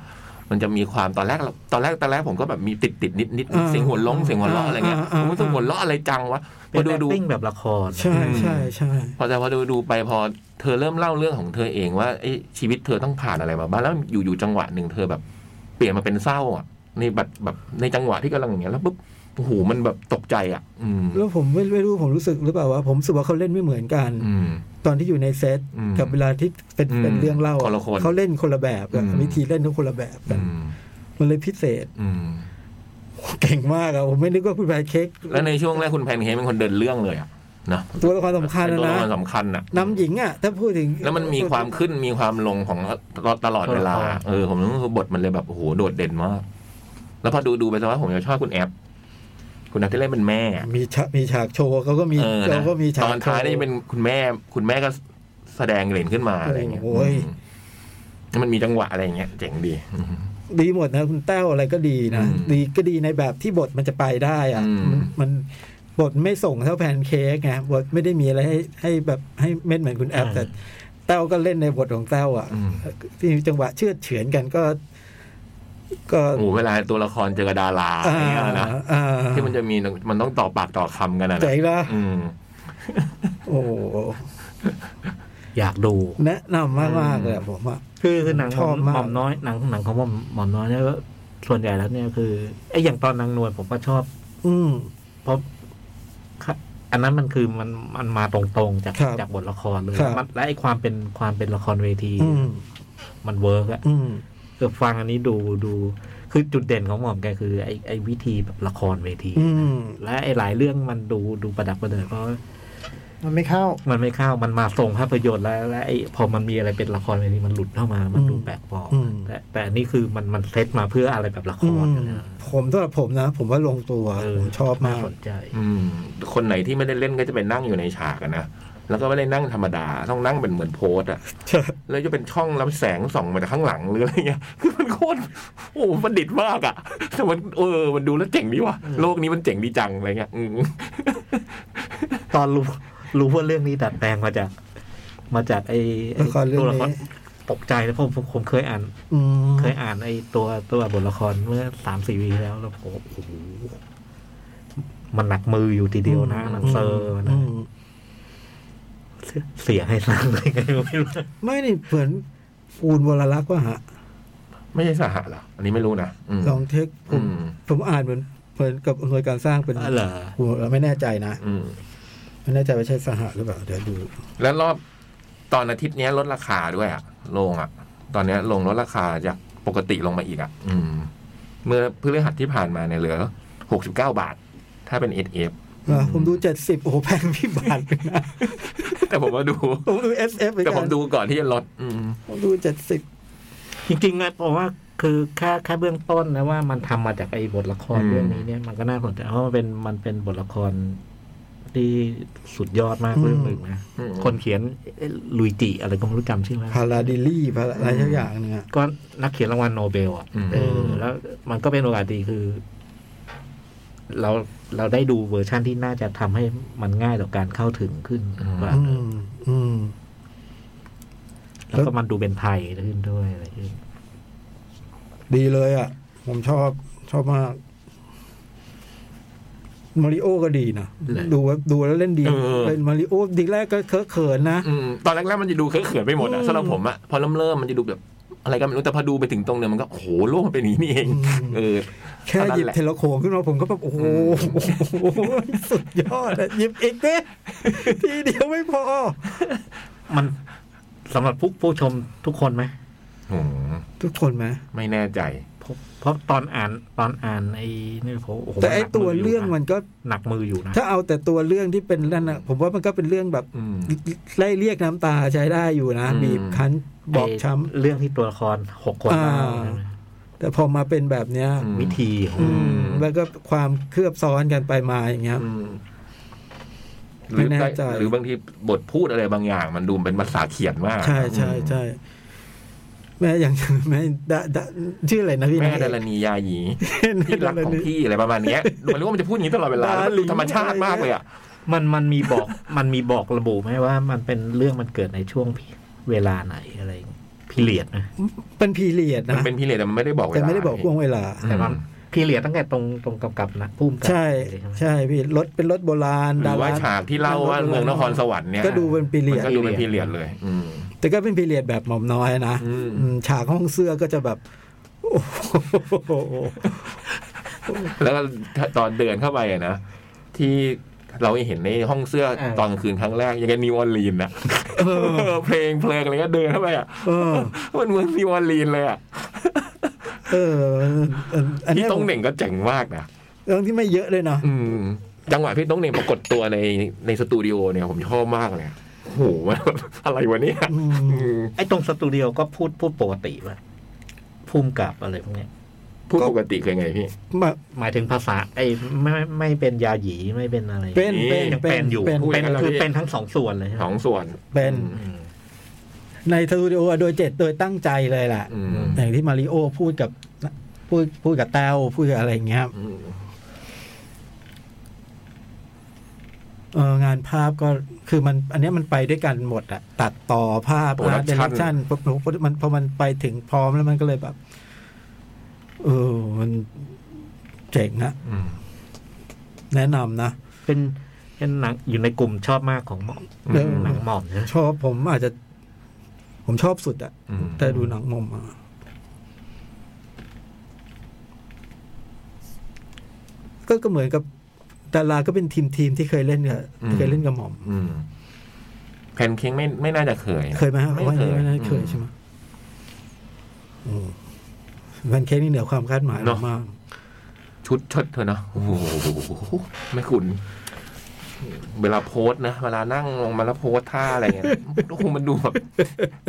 C: มันจะมีความตอนแรกตอนแรกตอนแรกผมก็แบบมีติดติดๆนิดนิดๆเสียงหัวล้องเสียงหัวล้ออะไรเงี้ยผมรู้สึกหัวล้ออะไรจังวะพ
E: เป็
C: อน ดู
E: แอค
C: ดู
E: ติ้งแบบละคร
D: ใช่ใช่ใช่
C: พอแต่พอดูดูไปพอเธอเริ่มเล่าเรื่องของเธอเองว่าไอ้ชีวิตเธอต้องผ่านอะไรมาบ้างแล้วอยู่ๆจังหวะหนึ่งเธอแบบ เปลี่ยนมาเป็นเศร้าอะในแบบแบบในจังหวะที่กำลังอย่างเงี้ยแล้วปุ๊บโอ้โหมันแบบตกใจอ่ะ อืม
D: แล้วผมไม่ไม่รู้ผมรู้สึกหรือเปล่าว่าผมรู้สึกว่าเขาเล่นไม่เหมือนกัน
C: อืม
D: ตอนที่อยู่ในเซต
C: อืม
D: กับเวลาที่เป็น
C: อืม
D: เป็นเรื่องเล่าอะ
C: คนละคน
D: เขาเล่นคนละแบบอะ
C: อืม
D: วิธีเล่นทุกคนละแบบกั
C: อื
D: น
C: ม
D: มันเลยพิเศษ
C: อืม
D: เก่งมากอะผมไม่นึกว่าคุณแพนเค้ก
C: แล้วในช่วงแรกคุณแพนเค้กเป็นคนเดินเรื่องเลยอะนะ
D: ตัวละครสำคัญ
C: เป็น
D: นะ
C: ตัวละ
D: นะ
C: ครสำคัญอะ
D: นำหญิงอะถ้าพูดถึง
C: แล้วมันมีความขึ้นมีความลงของตลอดเวลา
E: ตัวละคร
C: เออผมรู้สึกบทมันเลยแบบโอ้โหโดดเด่นมาก แล้วพอดูดูไปสักพักผมจะชอบคุณแอปคุณแอปที่เล่นเป็นแม่อะ
D: มีฉากมีฉากโชว์เขาก็มี
C: เออ
D: เขา
C: นะ
D: ก็มีฉาก
C: ตอนท้ายนี่
D: โชว์
C: เป็นคุณแม่ คุณแม่ก็แสดงเหรียญขึ้นมาอะไรอย่างเงี้ย
D: โอ้ย
C: อืม มันมีจังหวะอะไรอย่างเงี้ยเจ๋งดี
D: ดีหมดนะคุณแต้วอะไรก็ดีนะ
C: อืม
D: ดีก็ดีในแบบที่บทมันจะไปได้อะ
C: อืม
D: มันมันบทไม่ส่งเท่าแพนเค้กไงบทไม่ได้มีอะไรให้ให้แบบให้เม็ดเหมือนคุณแอป
E: อ่า
D: แต่แต้วก็เล่นในบทของแต้วอ่ะ
C: อืม
D: ที่จังหวะเชื่อดเฉือนกันก็ ก็
C: โอ้โหเวลาตัวละครเจอกับดาราอะไรเงี้ยนะ
D: อ่า
C: ที่มันจะมีมันต้องต่อปากต่อคำกันอะนะ
D: เจ๋งละ
C: อืม
D: โอ้โห
E: อยากดู
D: แนะนำมากมากๆเลยอะผมอ่ะ
E: คือคือหนัง
D: ช
E: ข
D: อ
E: อบงห
D: มาก
E: ม่อมน้อยหนังหนังของหม่อมหม่อมน้อยเนี่ยก็ส่วนใหญ่แล้วเนี่ยคือไอ้อย่างตอนนางนวลผมก็ชอบ
D: อืม
E: เพราะค่ะอันนั้นมันคือมันมันมาตรงๆจาก
D: ครับ
E: จากบทละครเลย
D: ครับ
E: มันและไอ้ความเป็นความเป็นละครเวที
D: อืม
E: มันเวิร์กอะ
D: อืม
E: คือฟังอันนี้ดูดู คือจุดเด่นของหม่อมแกคือไอ้ไอ้วิธีแบบละครเวที
D: อืม
E: และไอ้หลายเรื่องมันดูดูประดับประเดิดเพราะ
B: มันไม่เข้า
E: มันไม่เข้ามันมาทรงภาพยนตร์แล้วและไอ้พอมันมีอะไรเป็นละครเวทีมันหลุดเข้ามา มันดู
D: อืม
E: แปลกปลอม
D: อืม
E: แต่แต่อันนี่คือมันมันเซตมาเพื่ออะไรแบบละค
D: อื
E: ร
D: ม
E: นะ
D: ผมสำหรับผมนะ ผมว่าลงตัว
E: เออ
D: ผมชอ
E: น่าม
D: บาก
E: สนใจ
C: อืมคนไหนที่ไม่ได้เล่นก็จะไปนั่งอยู่ในฉากอะนะ แล้วก็ไม่ได้นั่งธรรมดา ต้องนั่งเป็นเหมือนโพสต์อะแล้วจะเป็นช่องรับแสงส่องมาจากข้างหลังหรืออะไรเงี้ย คือมันโคตร โอ้โหมันดิดมากอะแต่มันเออ มันดูแล้วเจ๋งดีว่ะ โลกนี้มันเจ๋งดีจังอะไรเงี้ย อืม
E: ตอนรู้รู้ว่าเรื่องนี้ดัดแปลงมาจาก มาจากไอ้ไอ้
D: ละครเรื่อง
E: ตัวละคร
D: นี้
E: ตกใจนะผมผมผมเคยอ่าน
D: อืม
E: เคยอ่านไอ้ตัวตัวบทละครเมื่อสามสี่ปีที่แล้วแล้วผมโอ้โหมันหนักมืออยู่ทีเดียวนะ มันเซอร์มัน
D: อืม
E: เสียงให้สั่งเลย ไงไม่รู้
D: ไม่นี่เหมือนปูนวรลักษณ์ว่าฮะ
C: ไม่ใช่สหะเหรอ อันนี้ไม่รู้นะอืม
D: ลองเทคผ
C: อื
D: ม
C: ม
D: ผมอ่านเหมือนเหมือนกับอำนวยการสร้างเป็น
E: อ๋อเหรอ
D: ปูนไม่แน่ใจนะ
C: อืม
D: ไม่แน่ใจว่าใช่สหะหรือเปล่า เดี๋ยวดู
C: แล้วรอบตอนอาทิตย์เนี้ยลดราคาด้วยอะลงอะตอนเนี้ยลงลดราคาจากปกติลงมาอีกอะอืม เมื่อพฤหัสที่ผ่านมาเนี่ยเหลือหกสิบเก้าบาท ถ้าเป็นเอเอฟ
D: อ่ะผมดูเจ็ดสิบโอ้โหแพงพี่บาทเลยนะ
C: แต่ผมว่าดู
D: ผมดูเอสเอฟ
C: แต่ผมดูก่อนที่จะลดอืม
D: ผมดูเจ็ดสิบ
E: จริงๆนะผมว่าคือแค่แค่เบื้องต้นนะว่ามันทำมาจากไอ้บทละคร
C: อืม
E: เรื่องนี้เนี่ยมันก็น่าสนใจเพราะมันเป็นมันเป็นบทละครที่สุดยอดมาก
D: อืม
E: เรื่องหนึ่งนะ
C: อืม
E: คนเขียนเอ๊ะลุยจิอะไรก็ไม่รู้จำชื่อแล้ว
D: พาราดิลี่พาราอะไรสักอย่างหนึงอ่ะ
E: ก็นักเขียนรางวัลโนเบลอ่ะ
C: อืม
E: เออแล้วมันก็เป็นโอกาสดีคือ เราเราได้ดูเวอร์ชั่นที่น่าจะทำให้มันง่ายต่อการเข้าถึงขึ้นกว่า
D: อืม อืม
E: แล้วก็มันดูเป็นไทยขึ้นด้วยอะไรขึ้น
D: ดีเลยอ่ะ ผมชอบชอบมากมาริโอก็ดีนะดูว่าดูแล้วเล่นดี
C: เออ
D: เป็นมาริโอดีแรกก็เคอะเขินนะ
C: อืมตอนแรกๆมันจะดูเขินๆไปหมดอะสำหรับผมอะพอเริ่มเริ่มๆมันจะดูแบบ อะไรก็ไม่รู้แต่พอดูไปถึงตรงเนี่ยมันก็โอ้โหโลกมันเป็นอย่างนี้นี่เอง
D: อืม
C: เออ
D: แค่
C: เท่า
D: หยิ
C: นั้น
D: บ
C: แหละ
D: เทเลโคมขึ้นมาผมก็แบบโอ้โหสุดยอดอะหยิบอีกเนี่ยทีเดียวไม่พอ
E: มันสำหรับผู้ผู้ชมทุกคนไหม
C: โอ้โห
D: ทุกคนไหม
C: ไม่แน่ใจ
E: เพราะเพราะตอนอ่านตอนอ่านไอ้นี่ผมโอ้โห
D: แต่ไอ
E: มันหนัก
D: ตัว
E: ยู่ะ
D: เรื่องมันก็
E: หนักมืออยู่นะ
D: ถ้าเอาแต่ตัวเรื่องที่เป็นนั่นนะผมว่ามันก็เป็นเรื่องแบบ
C: อืม
D: ไล่เรียกน้ำตาใช้ได้อยู่นะ
C: อืม
D: บีบคั้นบอกช้ำ
E: ไเรื่องที่ตัวละครหกคน
D: อ่า
E: เล่าใช่ไหม
D: แต่พอมาเป็นแบบเนี้ย
C: อืม
E: วิธีของ
D: อืมแล้วก็ความเคลือบซ้อนกันไปมาอย่างเงี้ย
C: อืมหรื
D: ไม่
C: อ
D: แน่
C: ได้
D: ใจ
C: หรือบางทีบทพูดอะไรบางอย่าง มันดูเป็นภาษาเขียนมาก
D: ใช่ใช่ใช่แม่อย่าง แม่ดะดะชื่ออะไรนะ
C: อื
D: พี่
C: มแม่
D: นาย
C: ดารณียาหยี
D: แม่
C: ที่รัก
D: ดา
C: ของ
D: ณี
C: พี่อะไรประมาณเนี้ยมันรู้ว่ามันจะพูดอย่างนี้ตลอดเวลา
D: ดา
C: แล้วมัน
D: หลี
C: ดูธรรมชาติมากเลยอ่ะ
E: มันมันมีบอก มันมีบอกระบุไหมว่ามันเป็นเรื่องมันเกิดในช่วงเวลาไหนอะไรพีเรียดนะ
D: เป็นพีเรียด
C: มัน
D: นะ
C: เป็นพี่เลยแต่มันไม่ได้บอกเว
D: แต่
C: ลา
D: ไม่ได้บอกพ่วงเวลา
C: อืม
E: แต่ว่าพีเรียดตั้งแต่ตรงตรงกำกับนะพุ่มกับ
D: ใช่
E: เลยไหม
D: ใช่พี่รถเป็นรถโบราณ
C: หรื
D: ดา
C: อว่า
D: รา
C: ฉากที่เล่าว่าเมืองนครสวรรค์เนี่ย
D: ก็ดูเป็นพีเรียด
C: มันก็ดูเป็นพีเรียดเลย อืม
D: แต่ก็เป็นพีเรียดแบบหม่อมน้อยนะ
C: อืม
D: อืมฉากห้องเสื้อก็จะแบบ โอ้โห
C: แล้วก็ตอนเดินเข้าไปอะนะที่เราเห็นในห้องเสื้อ
E: เออ
C: ตอนกลางคืนครั้งแรกยังกับนิวออร์ลีนนะ
D: เออ
C: เออเพลงเพลงอะไรก็เดินเข้าไปอ่ะ
D: เออ
C: มันเหมือนนิวออร์ลีนเลยอ่ะ
D: เอออันอัน
C: พี่
D: เนี้ย
C: โต้องเหน่งก็เจ๋งมากนะ
D: เรื่องที่ไม่เยอะเลยเนาะ
C: อืม จังหวะพี่โต้องเหน่งปรากฏตัวในในสตูดิโอเนี่ยผมชอบมากเลยอะโอ้โหมันแบบอะไรวะเนี่ย
D: อืม
C: อืม
E: ไอ้ตรงสตูดิโอก็พูดพูดปกติว่าพุ่มกับอะไรพวกเนี้ย
C: พูดปกติคือไงพี่
D: มา
E: หมายถึงภาษา ไอ้ไม่ไม่ไม่เป็นยาหยีไม่เป็นอะไร
D: เป็น
C: เป็น
E: ยังเป็นอยู่
D: เป็น
E: เป็น
C: เป็น
E: คือเป็นทั้งสองส่วนเลยใช่ไห
C: ส
E: ม
C: องส่วน
D: เป็น
E: อืม
D: ในสตูดิโออะโดยเจตโดยตั้งใจเลยแหละ
C: อืม
D: อย่างที่มาริโอพูดกับพูดพูดกับแต้วพูดกับอะไรอย่างเงี้ยครับ
C: อืม
D: เอองานภาพก็คือมัน อันเนี้ยมันไปด้วยกันหมดอะตัดต่อภาพ
C: Production
D: เดเรคชั่นมันพอมันไปถึงพร้อมแล้วมันก็เลยแบบเออมันเจ๋งนะ
C: อืม
D: แนะนำนะ
E: เป็นเป็นหนังอยู่ในกลุ่มชอบมากของหมอม
D: เออ
E: หนังหมอมนะ
D: ชอบผมอาจจะ ผมชอบสุดอะ
C: อืม
D: แต่ดูหนังหมอมมาก็ก็เหมือนกับดาราก็เป็นทีมทีมๆที่เคยเล่นกับ
C: อืม
D: ที่เคยเล่นกับหมอม
C: อืมแพนเค้กไม่ไม่น่าจะเคยนะ
D: เคยไหมฮะ
C: ไม่
D: ว่า
C: เคย
D: ไม่น่าเคย
C: อืม
D: ใช่ไหมอืมแพนเค้กนี่เหนือความคาดหมาย
C: เนอะ
D: มาก
C: ชุดชดเธอเนาะโอ้โหไม่คุณ เวลาโพสต์นะเวลานั่งลงมาแล้วโพสต์ท่าอะไรเงี้ยโอ้โหมันดูแบบ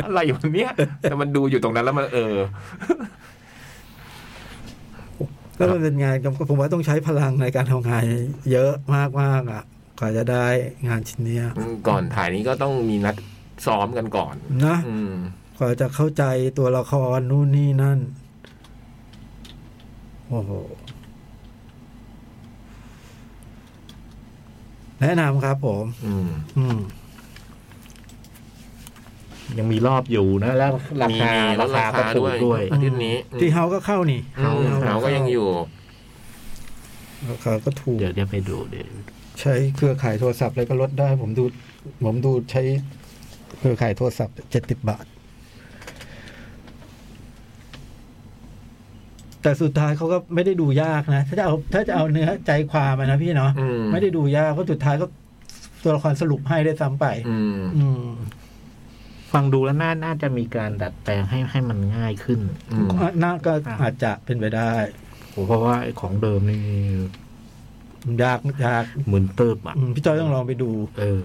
C: อะไรอยู่เนี้ยแต่มันดูอยู่ตรงนั้นแล้วมันเออ
D: แล้วมันเป็นงานกำกับผมว่าต้องใช้พลังในการทำงานเยอะมากมากๆอ่ะกว่าจะได้งานชิ้นเนี้ย
C: ก่อนถ่ายนี้ก็ต้องมีนัดซ้อมกันก่อน
D: นะ
C: อืม
D: กว่าจะเข้าใจตัวละครนู่นนี่นั่น โอ้โห แนะนำครับผม
C: อืม
D: อืม
E: ยังมีรอบอยู่นะ แล้วราคา
C: มีล
E: รา
C: ด
E: คาก็ถูกด้วย
C: อาทิตย์นี้
D: ที่เฮาก็เข้านี่
C: อืมเขาก็ยังอยู่
D: ราคาก็ถูก
E: เดี๋ยวเดี๋ยวไปดูเดี๋ยว
D: ใช้เครือข่ายโทรศัพท์อะไรก็ลดได้ ผมดู ผมดูใช้เครือข่ายโทรศัพท์เจ็ดสิบบาท แต่สุดท้ายเขาก็ไม่ได้ดูยากนะ ถ้าจะเอาถ้าจะเอาเนื้อใจความอะนะพี่เนาะ
C: อืม
D: ไม่ได้ดูยากก็สุดท้ายก็ตัวละครสรุปให้ได้วยซ้ำไป
C: อืม
D: อืม
E: ฟังดูแล้วน่าน่าจะมีการดัดแปลงให้ให้มันง่ายขึ้น
C: อืม
D: น่าก็
E: อ่ะ
D: อาจจะเป็นไปได้
E: ผมเพราะว่าไอ้ของเดิมนี่
D: ยากยาก
E: เหมือนเติบอ่ะ
D: อืมพี่จ้อยต้องลองไปดู
E: เออ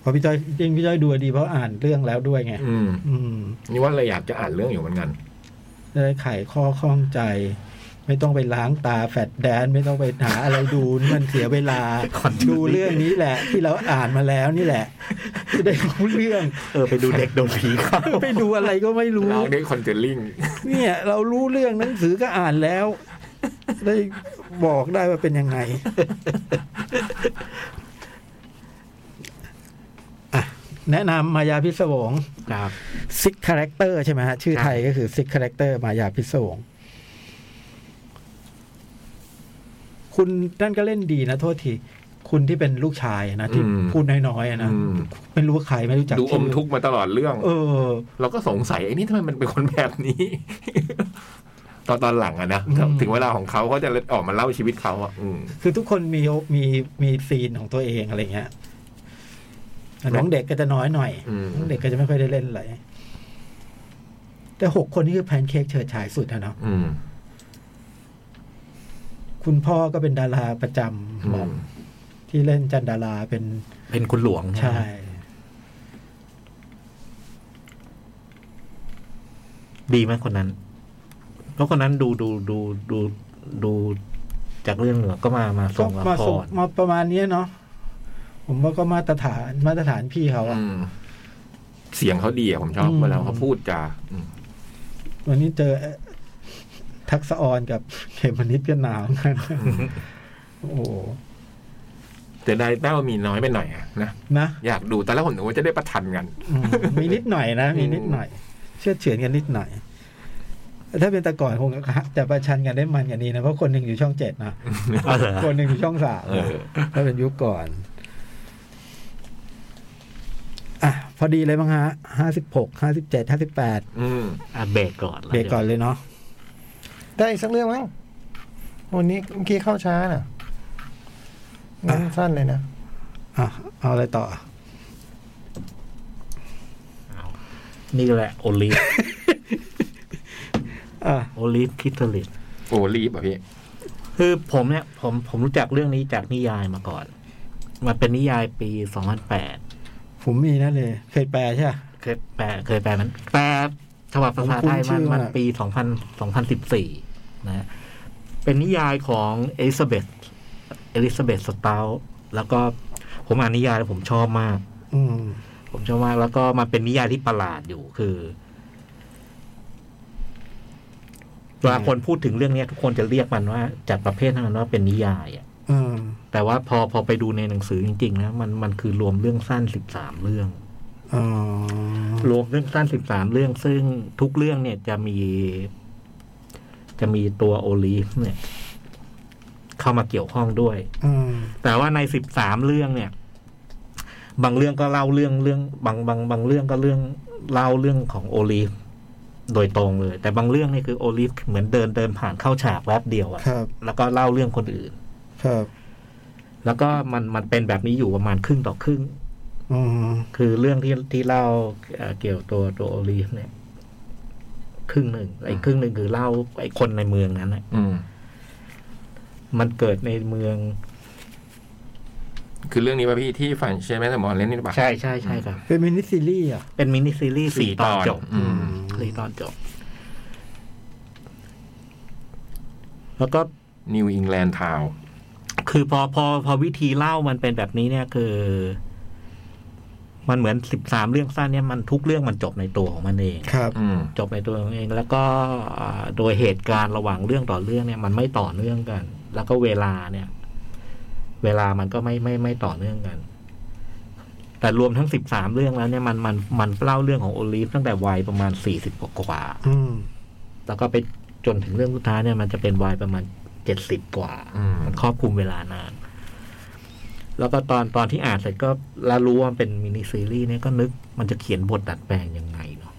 D: เพราะพี่จ้อยจริงๆพี่จ้อยดูดีเพราะอ่านเรื่องแล้วด้วยไง
C: อืม
D: อืม
C: นี่ว่าเราอยากจะอ่านเรื่องอยู่เหมือนกัน
D: ได้ไขข้อข้องใจ ไม่ต้องไปล้างตาแฟดแดนไม่ต้องไปหาอะไรดูมันเสียเวลาดูเรื่องนี้แหละ ที่เราอ่านมาแล้วนี่แหละจะได้รู้เรื่อง
E: เออไปดูเด็กโดนผีเข้า
D: ไปดูอะไรก็ไม่รู้
C: เราได้คอนเทนต์ลิง
D: เนี่ย เรารู้เรื่องหนังสือก็อ่านแล้ว ได้บอกได้ว่าเป็นยังไงอ่ะแนะนำมายาพิศวง
E: ครับ
D: ซิกคาแรคเตอร์ใช่ไหมฮะ ชื่อไทยก็คือซิกคาแรคเตอร์มายาพิศวง คุณนั่นก็เล่นดีนะ โทษที คุณที่เป็นลูกชายนะ ที่พูดน้อยๆนะ ไม่รู้ว่าใครไม่รู้จัก
C: ดูอ
D: ชื่
C: มทุกข์มาตลอดเรื่อง
D: เออ
C: เราก็สงสัยไอ้นี่ทำไมมันเป็นคนแบบนี้ ตอนตอนหลังอะนะ
D: อืม
C: ถึงเวลาของเขาก็จะออกมาเล่าชีวิตเขาอะอืม
D: คือทุกคนมีมีมีซีนของตัวเองอะไรเงี้ยน้องเด็กก็จะน้อยหน่อย
C: อืม
D: น้องเด็กก็จะไม่ค่อยได้เล่นอะไรแต่หกคนนี่คือแพนเค้กเฉิดฉายสุดนะเนาะ
C: อืม
D: คุณพ่อก็เป็นดาราประจำหมอมที่เล่นจันดาราเป็น
E: เป็นคุณหลวง
D: ใช่
E: ดีไหมคนนั้น เพราะคนนั้นดูดูดูดูดูจากเรื่องเหนือก็มามา
D: ก็
E: ส่งละ
D: มา
E: ค
D: ส่ง
E: ร
D: มาประมาณเนี้ยเนาะผมว่าก็มาตรฐานมาตรฐานพี่เขาอะ
C: อืมเสียงเขาดีอะผมชอบ
D: อืม
C: เวลาเขาพูดจาอืม
D: วันนี้เจอทักษะออนกับเขมนิ ดก็หนาวกันโอ้โห
C: แต่ได้แต้วมีน้อยไปหน่อยอะนะ
D: นะ
C: อยากดูแต่แล้วผมนึกว่าจะได้ประทันกัน
D: อืมมีนิดหน่อยนะมีนิดหน่อย เชื่อดเฉือนกันนิดหน่อย ถ้าเป็น แต่ก่อนคงจะประชันกันได้มันกันนี้นะเพราะคนหนึ่งอยู่ช่องเจ็ดนะ
E: อ๋อเหรอ
D: คนหนึ่งอยู่ช่องสาม
C: เออ
D: ถ้าเป็นยุคก่อน อ่ะพอดีเลยมั้งฮะห้าสิบหกห้าสิบเจ็ดห้าสิบแปด
C: อืม
E: อ่ะเบรกก่อน
D: เบรกก่อนเลยเนาะ
B: ได้อีกสักเรื่องมั้งวันนี้เมื่อกี้เข้าช้าน่ะงั้นสั้นเลยนะ
D: อ่ะเอาอะไรต่อ
E: นี่แหละโอลิฟ
D: อ่ะ
E: โอลิฟคิทเทลิต
C: โอ้รีบอ่ะพี่
E: คือผมเนี่ยผมผมรู้จักเรื่องนี้จากนิยายมาก่อน มันเป็นนิยายปี 2008
D: ผมมีนั่นเลย เคยแปลใช่ปะ
E: เคยแปลเคยแปลมันแปลฉบับภาษาไทย
D: ผมคุ้นชื่
E: มัน
D: อ
E: มัน
D: มาก
E: ปี 2000 2014 นะฮะเป็นนิยายของเอลิซาเบธเอลิซาเบธสตาลแล้วก็ผมอ่านนิยายแล้วผมชอบมาก
D: อืม
E: ผมชอบมากแล้วก็มันเป็นนิยายที่ประหลาดอยู่คือเวลาคนพูดถึงเรื่องเนี้ย ทุกคนจะเรียกมันว่าจัดประเภทให้มันว่าเป็นนิยายอ่ะ
D: อืม
E: แต่ว่าพอพอไปดูในหนังสือจริงๆนะมันมันคือรวมเรื่องสั้นสิบสามเรื่อง
D: อ๋อ
E: รวมเรื่องสั้นสิบสามเรื่อง ซึ่งทุกเรื่องเนี่ยจะมี จะมีตัวโอลีฟเนี่ย เข้ามาเกี่ยวข้องด้วย
D: อืม
E: แต่ว่าในสิบสามเรื่องเนี่ย บางเรื่องก็เล่าเรื่องเรื่อง บางบางบางเรื่องก็เรื่องเล่าเรื่องของโอลีฟโดยตรงเลย แต่บางเรื่องนี่คือโอลีฟเหมือนเดินเดินผ่านเข้าฉากแวบเดียวอะ
D: ครับ
E: แล้วก็เล่าเรื่องคนอื่น
D: ครับ
E: แล้วก็มันมันเป็นแบบนี้อยู่ประมาณครึ่งต่อครึ่ง
D: อืม
E: คือเรื่องที่ที่เล่าเอ่อเกี่ยวตัวตัวโอลีฟเนี่ย ครึ่งหนึ่งไอ้ครึ่งหนึ่งคือเล่าไอ้คนในเมืองนั้นน่ะ
C: อืม
E: มันเกิดในเมือง
C: คือเรื่องนี้ป่ะพี่ที่ฝั่งเชนแมสมอนเล่นนี่ป่ะ
E: ใช่ใช่ใช่ครับ
D: เป็นมินิซีรีส์อ่ะ
E: เป็นมินิซีรีส์สี่ตอนจบ
C: อืม
E: สี่ตอนจบ แล้วก็
C: นิวอิงแลนด์ทาว
E: คือพอพอพอวิธีเล่ามันเป็นแบบนี้เนี่ยคือ มันเหมือนสิบสามเรื่องสั้นเนี่ยมันทุกเรื่องมันจบในตัวของมันเอง
D: ครับ
C: อืม
E: จบในตัวของเองแล้วก็อ่าโดยเหตุการณ์ระหว่างเรื่องต่อเรื่องเนี่ย มันไม่ต่อเนื่องกัน แล้วก็เวลาเนี่ย เวลามันก็ไม่ไม่ไม่ต่อเนื่องกัน แต่รวมทั้งสิบสามเรื่องแล้วเนี่ยมันมันมันเล่าเรื่องของโอลิฟตั้งแต่วัยประมาณสี่สิบกว่า
D: อืม
E: ๆแล้วก็ไปจนถึงเรื่องสุดท้ายเนี่ยมันจะเป็นวัยประมาณเจ็ดสิบกว่า
C: อืม
E: นครอบคลุมเวลานาน แล้วก็ตอนตอนที่อ่านเสร็จก็แล้วรู้ว่ามันเป็นมินิซีรีส์เนี่ยก็นึกมันจะเขียนบทดัดแปลงยังไงเนาะ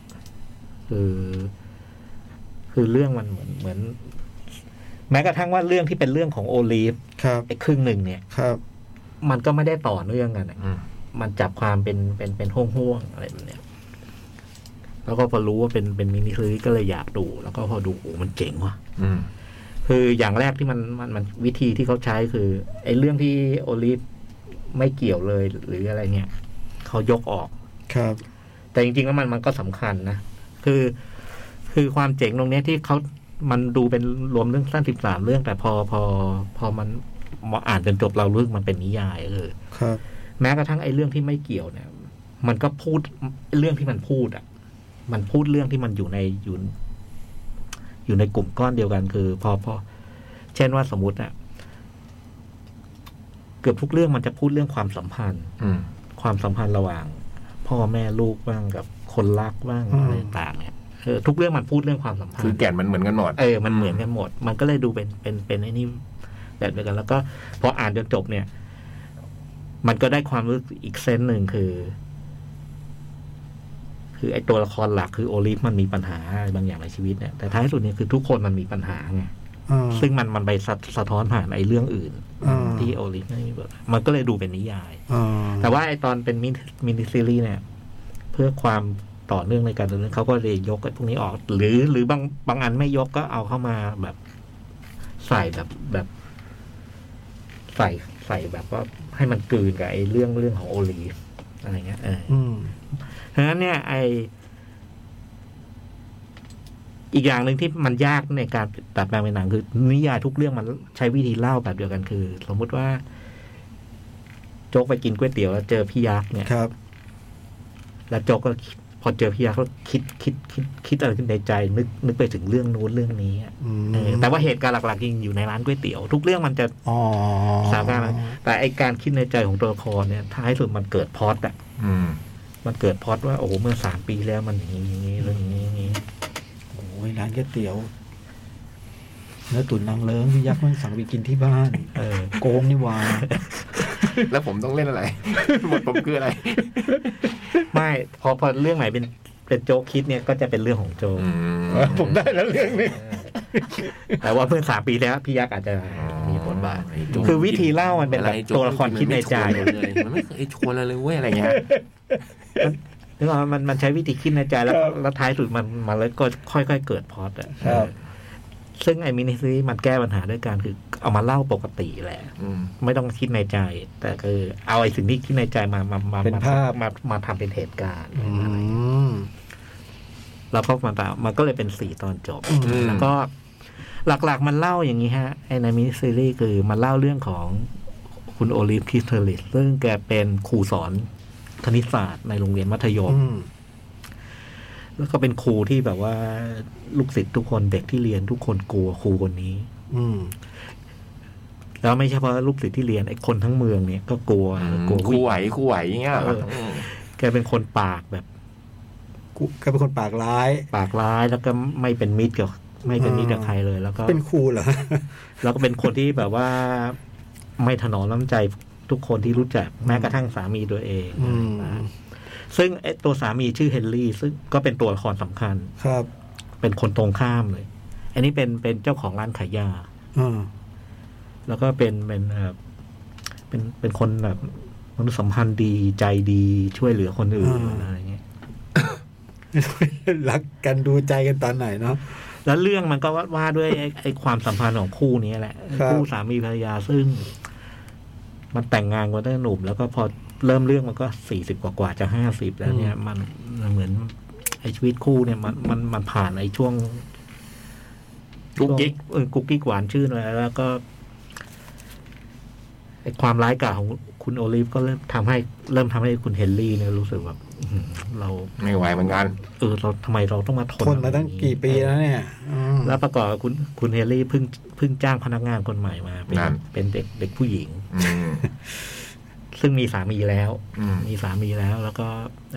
E: คือคือเรื่องมันเหมือนเหมือน แม้กระทั่งว่าเรื่องที่เป็นเรื่องของโอลีฟ
D: ครับ
E: ไอ้ครึ่งหนึ่งเนี่ย
D: ครับ
E: มันก็ไม่ได้ต่อเนื่องกันอะ
C: อืม
E: มันจับความเป็นเป็นเป็นห่วงห่วงๆอะไรแบบเนี้ยแล้วก็พอรู้ว่าเป็นเป็นมินิซีรีส์ก็เลยอยากดู แล้วก็พอดูโอ้มันเจ๋งว่ะ
C: อืม
E: คืออย่างแรกที่มันมันมันวิธีที่เขาใช้คือไอ้เรื่องที่โอลิฟไม่เกี่ยวเลยหรืออะไรเนี่ยเขายกออก
D: ครับ
E: แต่จริงๆแล้วมันมันก็สำคัญนะ คือ คือความเจ๋งตรงเนี้ยที่เขามันดูเป็นรวมเรื่องสั้นสิบสามเรื่องแต่พอพอ พอมันมาอ่านจนจบเรารู้สึกมันเป็นนิยายเออ
D: ครับ
E: แม้กระทั่งไอ้เรื่องที่ไม่เกี่ยวเนี่ย มันก็พูดเรื่องที่มันพูดอ่ะ มันพูดเรื่องที่มันอยู่ในอยู่ อยู่ในกลุ่มก้อนเดียวกันคือ พอพอเช่นว่าสมมติอ่ะเกือบทุกเรื่องมันจะพูดเรื่องความสัมพันธ์
C: อืม
E: ความสัมพันธ์ระหว่างพ่อแม่ลูกบ้างกับคนรักบ้าง
D: อืม
E: อะไรต่างเนี่ยเออทุกเรื่องมันพูดเรื่องความสัมพัน
C: คือ
E: ธ์
C: แก่นมันเหมือนกันหมด
E: เออมันเหมือนกันหมด มันก็เลยดูเป็นเป็นเป็นไอ้นี่แบบเดียวกัน แล้วก็พออ่านจนจบเนี่ย มันก็ได้ความรู้สึกอีกเซนส์หนึ่งคือ คือไอ้ตัวละครหลักคือโอลิฟมันมีปัญหาอะไรบางอย่างในชีวิตเนี่ยแต่ท้ายสุดเนี่ยคือทุกคนมันมีปัญหาไง
D: อ่า
E: ซึ่งมันมันไปสะสะท้อนผ่านไอ้เรื่องอื่น
D: อ่า
E: ที่โอลิฟไม่มีบทมันก็เลยดูเป็นนิยาย
D: อ่า
E: แต่ว่าไอตอนเป็นมินิมินิซีรีส์เนี่ย เพื่อความต่อเนื่องในการดำเนินเขาก็เลยยกไอ้พวกนี้ออก หรือหรือบางบางอันไม่ยกก็เอาเข้ามาแบบใส่แบบแบบ ใส่ใส่แบบว่าให้มันกลืนกับไอ้เรื่องเรื่องของโอลีฟอะไรเงี้ยเออ
D: อืม
E: เพราะฉะนั้นเนี่ย ไออีกอย่างหนึ่งที่มันยากในการตัดแปลงเป็นหนังคือนิยายทุกเรื่องมันใช้วิธีเล่าแบบเดียวกันคือ สมมุติว่า โจ๊กไปกินก๋วยเตี๋ยวแล้วเจอพี่ยักษ์เนี่ย
D: ครับ
E: แล้วโจ๊กก็คิดพอเจอพี่ยาเขาคิดคิดคิดคิดอะไรขึ้นในใจ นึกนึกไปถึงเรื่องนู้นเรื่องนี้อะ
D: อืม
E: เออแต่ว่าเหตุการณ์หลักๆจริงอยู่ในร้านก๋วยเตี๋ยว ทุกเรื่องมันจะ
D: อ๋อ
E: สามารถแต่ไอการคิดในใจของตัวละครเนี่ยท้ายสุดมันเกิดพล็อดอะ
C: อืม
E: มันเกิดพล็อดว่าโอ้โหเมื่อสามปีแล้วมันอย่างนี้อย่างนี้เรื่องนี้อย่างนี้
D: โอ้ยร้านก๋วยเตี๋ยวเนื้อตุ๋นนางเลิ้งพี่ยักษ์มันสั่งไปกินที่บ้าน
E: เออ
D: โกงนี่หว่า
C: แล้วผมต้องเล่นอะไร บทผมคืออะไร
E: ไม่พอพอเรื่องไหนเป็นเป็นโจ๊กคิดเนี่ยก็จะเป็นเรื่องของโจ๊ก
C: อืม
D: ผมได้แล้วเรื่องนี้
E: แต่ว่าเมื่อสามปีแล้วพี่ยักษ์อาจจะมีบทบาท
C: ไโจร
E: คือวิธีเล่ามันเป็นแบบ
C: อะไรโจ
E: ตัวละครคิดในใจ
C: มันไม่ชวนเลยมันไม่เคยชวนเราเลยเว้ยอะไรเงี้ย
E: นึกออกไหมมันมันใช้วิธีคิดในใจแล้ว
D: ครับ
E: แล้วท้ายสุดมันมันแล้วก็ค่อยๆเกิดพล็อตอะ
D: ครับ
E: ซึ่งไอ้มินิซีรีส์มันแก้ปัญหาด้วยการคือเอามาเล่าปกติแหละ
C: อืม
E: ไม่ต้องคิดในใจ แต่คือเอาไอ้สิ่งที่คิดในใจมามามา
D: เป็นภาพ
E: มามาทำเป็นเหตุการณ์
D: อืม
E: แล้วก็มันตามมันก็เลยเป็นสี่ตอนจบ
C: อืม
E: แล้วก็หลักๆมันเล่าอย่างนี้ฮะไอ้ในมินิซีรีส์คือมันเล่าเรื่องของคุณโอลิฟคิสเทอริสซึ่งแกเป็นครูสอน คณิตศาสตร์ในโรงเรียนมัธยม
D: อืม
E: แล้วก็เป็นครูที่แบบว่าลูกศิษย์ทุกคนเด็กที่เรียนทุกคนกลัวครูคนนี้
D: อืม
E: แล้วไม่ใช่เพราะลูกศิษย์ที่เรียนไอ้คนทั้งเมืองเนี่ยก็กลัวกลัว
C: คู่
E: ผู้
C: ไห
E: ห
C: ว
E: ญิง
C: คู่ไหวอย่างเงี้ยเหรอ
E: เอออื
C: ม
E: แกเป็นคนปากแบบ
D: กูแกเป็นคนปากร้าย
E: ปากร้ายแล้วก็ไม่เป็นมิตรกับไม่เป็นมิตรกับใครเลย แล้วก็
D: เป็นครูเหรอ
E: แล้วก็เป็นคนที่แบบว่าไม่ถนอมน้ำใจทุกคนที่รู้จักแม้กระทั่งสามีตัวเอง
D: อืม
E: ซึ่งไอ้ตัวสามีชื่อเฮนรี่ ซึ่งก็เป็นตัวละครสำคัญ
D: ครับ
E: เป็นคนตรงข้ามเลย อันนี้เป็นเป็นเจ้าของร้านขายยา
D: อืม
E: แล้วก็เป็นเป็นเอ่อเป็นเป็นคนแบบมนุษยสัมพันธ์ดีใจดีช่วยเหลือคนอื่น
D: อ่า
E: อะไรเงี้ย
D: รักกันดูใจกันตอนไหนเนาะ
E: แล้วเรื่องมันก็ว่าว่าด้วยไอ้ไอ้ความสัมพันธ์ของคู่นี้แหละ
D: ครับ
E: คู่สามีภรรยาซึ่ง มันแต่งงานกันตั้งแต่หนุ่ม แล้วก็พอเริ่มเรื่องมันก็สี่สิบกว่าๆจะห้าสิบแล้วเนี่ย มันมันเหมือนไอ้ชีวิตคู่เนี่ยมันมันมันผ่านไอ้ช่วง
C: กุ๊กกิ๊ก
E: เออกุ๊กกิ๊กหวานชื่นอะไรแล้วก็ไอความร้ายกาจของคุณโอลิฟก็เริ่มทำให้ เริ่มทำให้คุณเฮนรี่เนี่ยรู้สึกแบบอื้อหือเรา
C: ไม่ไหวเหมือนกัน
E: เออ เราทำไมเราต้องมาทน
D: ทนมาตั้งกี่ปีแล้วเนี่ย อืม
E: แล้วประกอบกับคุณคุณเฮนรี่เพิ่งเพิ่งจ้างพนักงานคนใหม่มา เป็น
C: นั่น
E: เป็นเด็กเด็กผู้หญิง
C: อืม
E: ซึ่งมีสามีแล้ว
C: อืม
E: มีสามีแล้วแล้วก็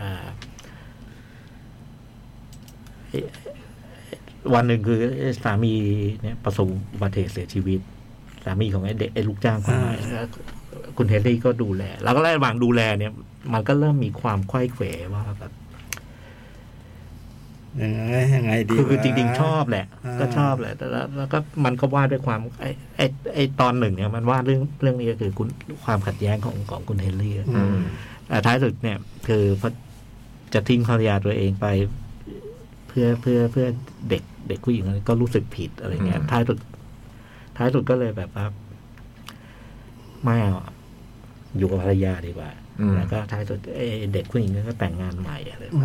E: อ่าไอ้วันหนึ่งคือไอ้สามีเนี่ยประสบอุบัติเหตุเสียชีวิต สามีของไอ้เด็กไอ้ลูกจ้างคนใหม่แล้วคุณเฮนรี่ก็ดูแล แล้วก็ระหว่างดูแลเนี่ย มันก็เริ่มมีความควยเขวว่าแบบ
D: ยังไงยังไงดี
E: คือคือ
D: วะ
E: จริง ๆ ชอบแหละ
D: อ่า
E: ก็ชอบแหละแต่แล้วแล้วก็มันก็วาดด้วยความไอ้ไอ้ไอ้ตอนหนึ่งเนี่ยมันวาดเรื่องเรื่องนี้ก็คือคุณความขัดแย้งของของคุณเฮนรี่
D: อืม
E: อ่าท้ายสุดเนี่ย คือพอจะทิ้งภรรยาตัวเองไป เพื่อเพื่อเพื่อเด็กเด็กผู้หญิงคนนั้นก็รู้สึกผิดอะไรเงี้ยท้ายสุด ท้ายสุดก็เลยแบบว่าไม่เอาอะอยู่กับภรรยาดีกว่า
C: อืม
E: แล้วก็ท้ายสุดเอ้ยเด็กผู้หญิงนั้นก็แต่งงานใหม่อะไร
D: อื
E: ไป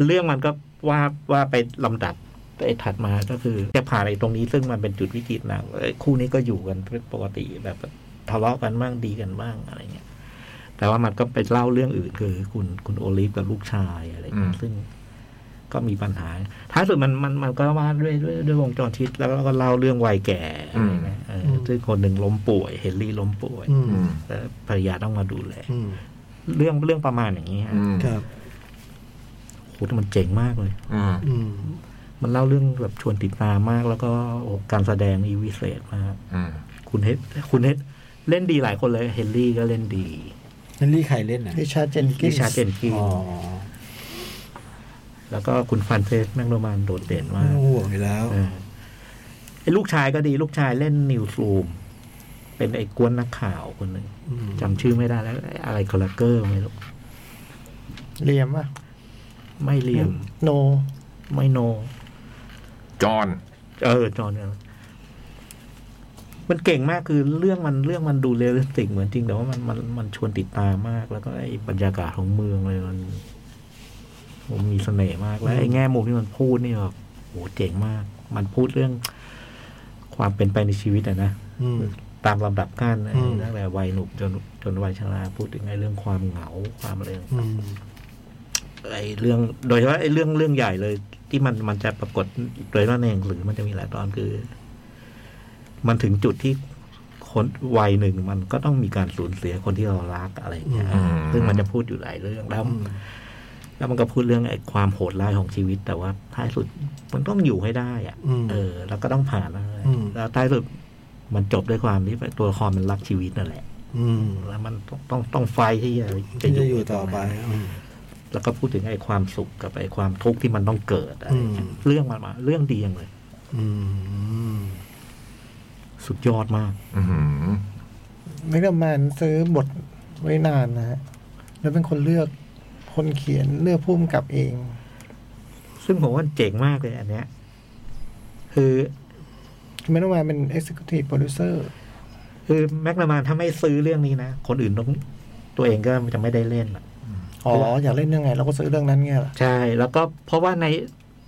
D: ม
E: เรื่องมันก็ว่าว่าไปลำดับไอ้ถัดมาก็คือจะผ่านไอ้ตรงนี้ซึ่งมันเป็นจุดวิกฤตหนักเอ้ยคู่นี้ก็อยู่กันเป็นปกติแบบทะเลาะกันบ้างดีกันบ้างอะไรเงี้ย แต่ว่ามันก็ไปเล่าเรื่องอื่นคือคุณคุณโอลิฟกับลูกชายอะไรอย่างเงี้ยซึ่งก็มีปัญหา ท้ายสุดมันมันมันก็ว่าด้วยด้วยด้วยวงจรชีวิตแล้วก็เล่าเรื่องวัยแก่อะไรอย่างเงี้ยเอออ
D: ม
E: ซึ่งคนหนึ่งล้มป่วยเฮนรี่ล้มป่วย
D: อืม
C: อืม
E: แล้วภรรยาต้องมาดูแล
D: อืม
E: เรื่องเรื่องประมาณอย่างนี้ฮะ
C: อืม
D: ครับ
E: โหแต่มันเจ๋งมากเลย
C: อืม
D: อืม
E: มันเล่าเรื่องแบบชวนติดตามมาก แล้วก็โอ้การแสดงนี่วิเศษมาก
C: อืม
E: คุณเฮดคุณเฮดเล่นดีหลายคนเลยเฮนรี่ก็เล่นดี
D: นั่นรี่ใครเล่นนะ
B: ริชาร์ดเจนกิ
E: ลิ
B: นส์
E: ชาร์ดเจนกิน
D: อ๋อ
E: ส์แล้วก็คุณฟรานเซสแมงโรมานโดดเด่น
D: ไม่
E: มาก
D: ต้องห่วงอยู่แล้ว
E: เออไอ้ลูกชายก็ดีลูกชายเล่นนิวส์รูม เป็นไอ้กวนนักข่าวคนหนึ่ง
D: อืม
E: จำชื่อไม่ได้แล้วไอ้อะไรคอลลาเกอร์ไม่รู้
B: เรียมอ่ะ
E: ไม่เลียม
B: โน
E: ไม่โน
C: จอห์น
E: เออ จอห์นเนี่ยมันเก่งมากคือเรื่องมันเรื่องมันดูเรียลลิสติกเหมือนจริงแต่ว่ามันมันมันชวนติดตามมาก แล้วก็ไอ้บรรยากาศของเมืองเลยมันมันมีเสน่ห์มากแล้วไอ้แง่มุมที่มันพูดนี่แบบโหเจ๋งมาก มันพูดเรื่องความเป็นไปในชีวิตอะนะ
D: อืม
E: ตามลำดับขั้นนะ
D: อืม
E: ตั้งแต่วัยหนุ่มจนจนวัยชราพูดถึงไอ้เรื่องความเหงาความอะไร
D: อืม
E: ไอ้เรื่อง โดยเฉพาะไอ้เรื่องเรื่องใหญ่เลย ที่มันมันจะปรากฏโดยเฉพาะในหนังสือมันจะมีหลายตอนคือ มันถึงจุดที่คนวัยหนึ่งมันก็ต้องมีการสูญเสียคนที่เรารักอะไรอย่างเงี้ย
D: อืม
E: ซึ่งมันจะพูดอยู่หลายเรื่องแล้ว
D: อืม
E: แล้วมันก็พูดเรื่องไอ้ความโหดร้ายของชีวิต แต่ว่าท้ายสุดมันต้องอยู่ให้ได้อะ
D: อืม
E: เออ แล้วก็ต้องผ่านนะ
D: อืม
E: แล้วท้ายสุดมันจบด้วยความที่ตัวละครมันรักชีวิตนั่นแหละ
D: อืม
E: แล้วมันต้องต้องต้องไฟที่จะ
D: จะอยู่ต่อไป
E: ตรงนั้นแล้วก็พูดถึงไอ้ความสุขกับไอ้ความทุกข์ที่มันต้องเกิดอะไรเงี้ย
D: อืม
E: เรื่องมันมา เรื่องดีอย่างเลย
D: อืม
E: สุดยอดมาก
C: อืม
B: แมกดาแมนซื้อบทไว้นานนะฮะ แล้วเป็นคนเลือกคนเขียนเลือกผู้กำกับเอง
E: ซึ่งผมว่าเจ๋งมากเลยอันเนี้ย คือ
B: แมกดาแมนเป็น Executive Producer
E: คือแม็กนามานถ้าไม่ซื้อเรื่องนี้นะ คนอื่นต้องตัวเองก็จะไม่ได้เล่นอะ
B: อ๋อ อยากเล่นเรื่องไง เราก็ซื้อเรื่องนั้นไงล่ะ
E: ใช่ แล้วก็เพราะว่าใน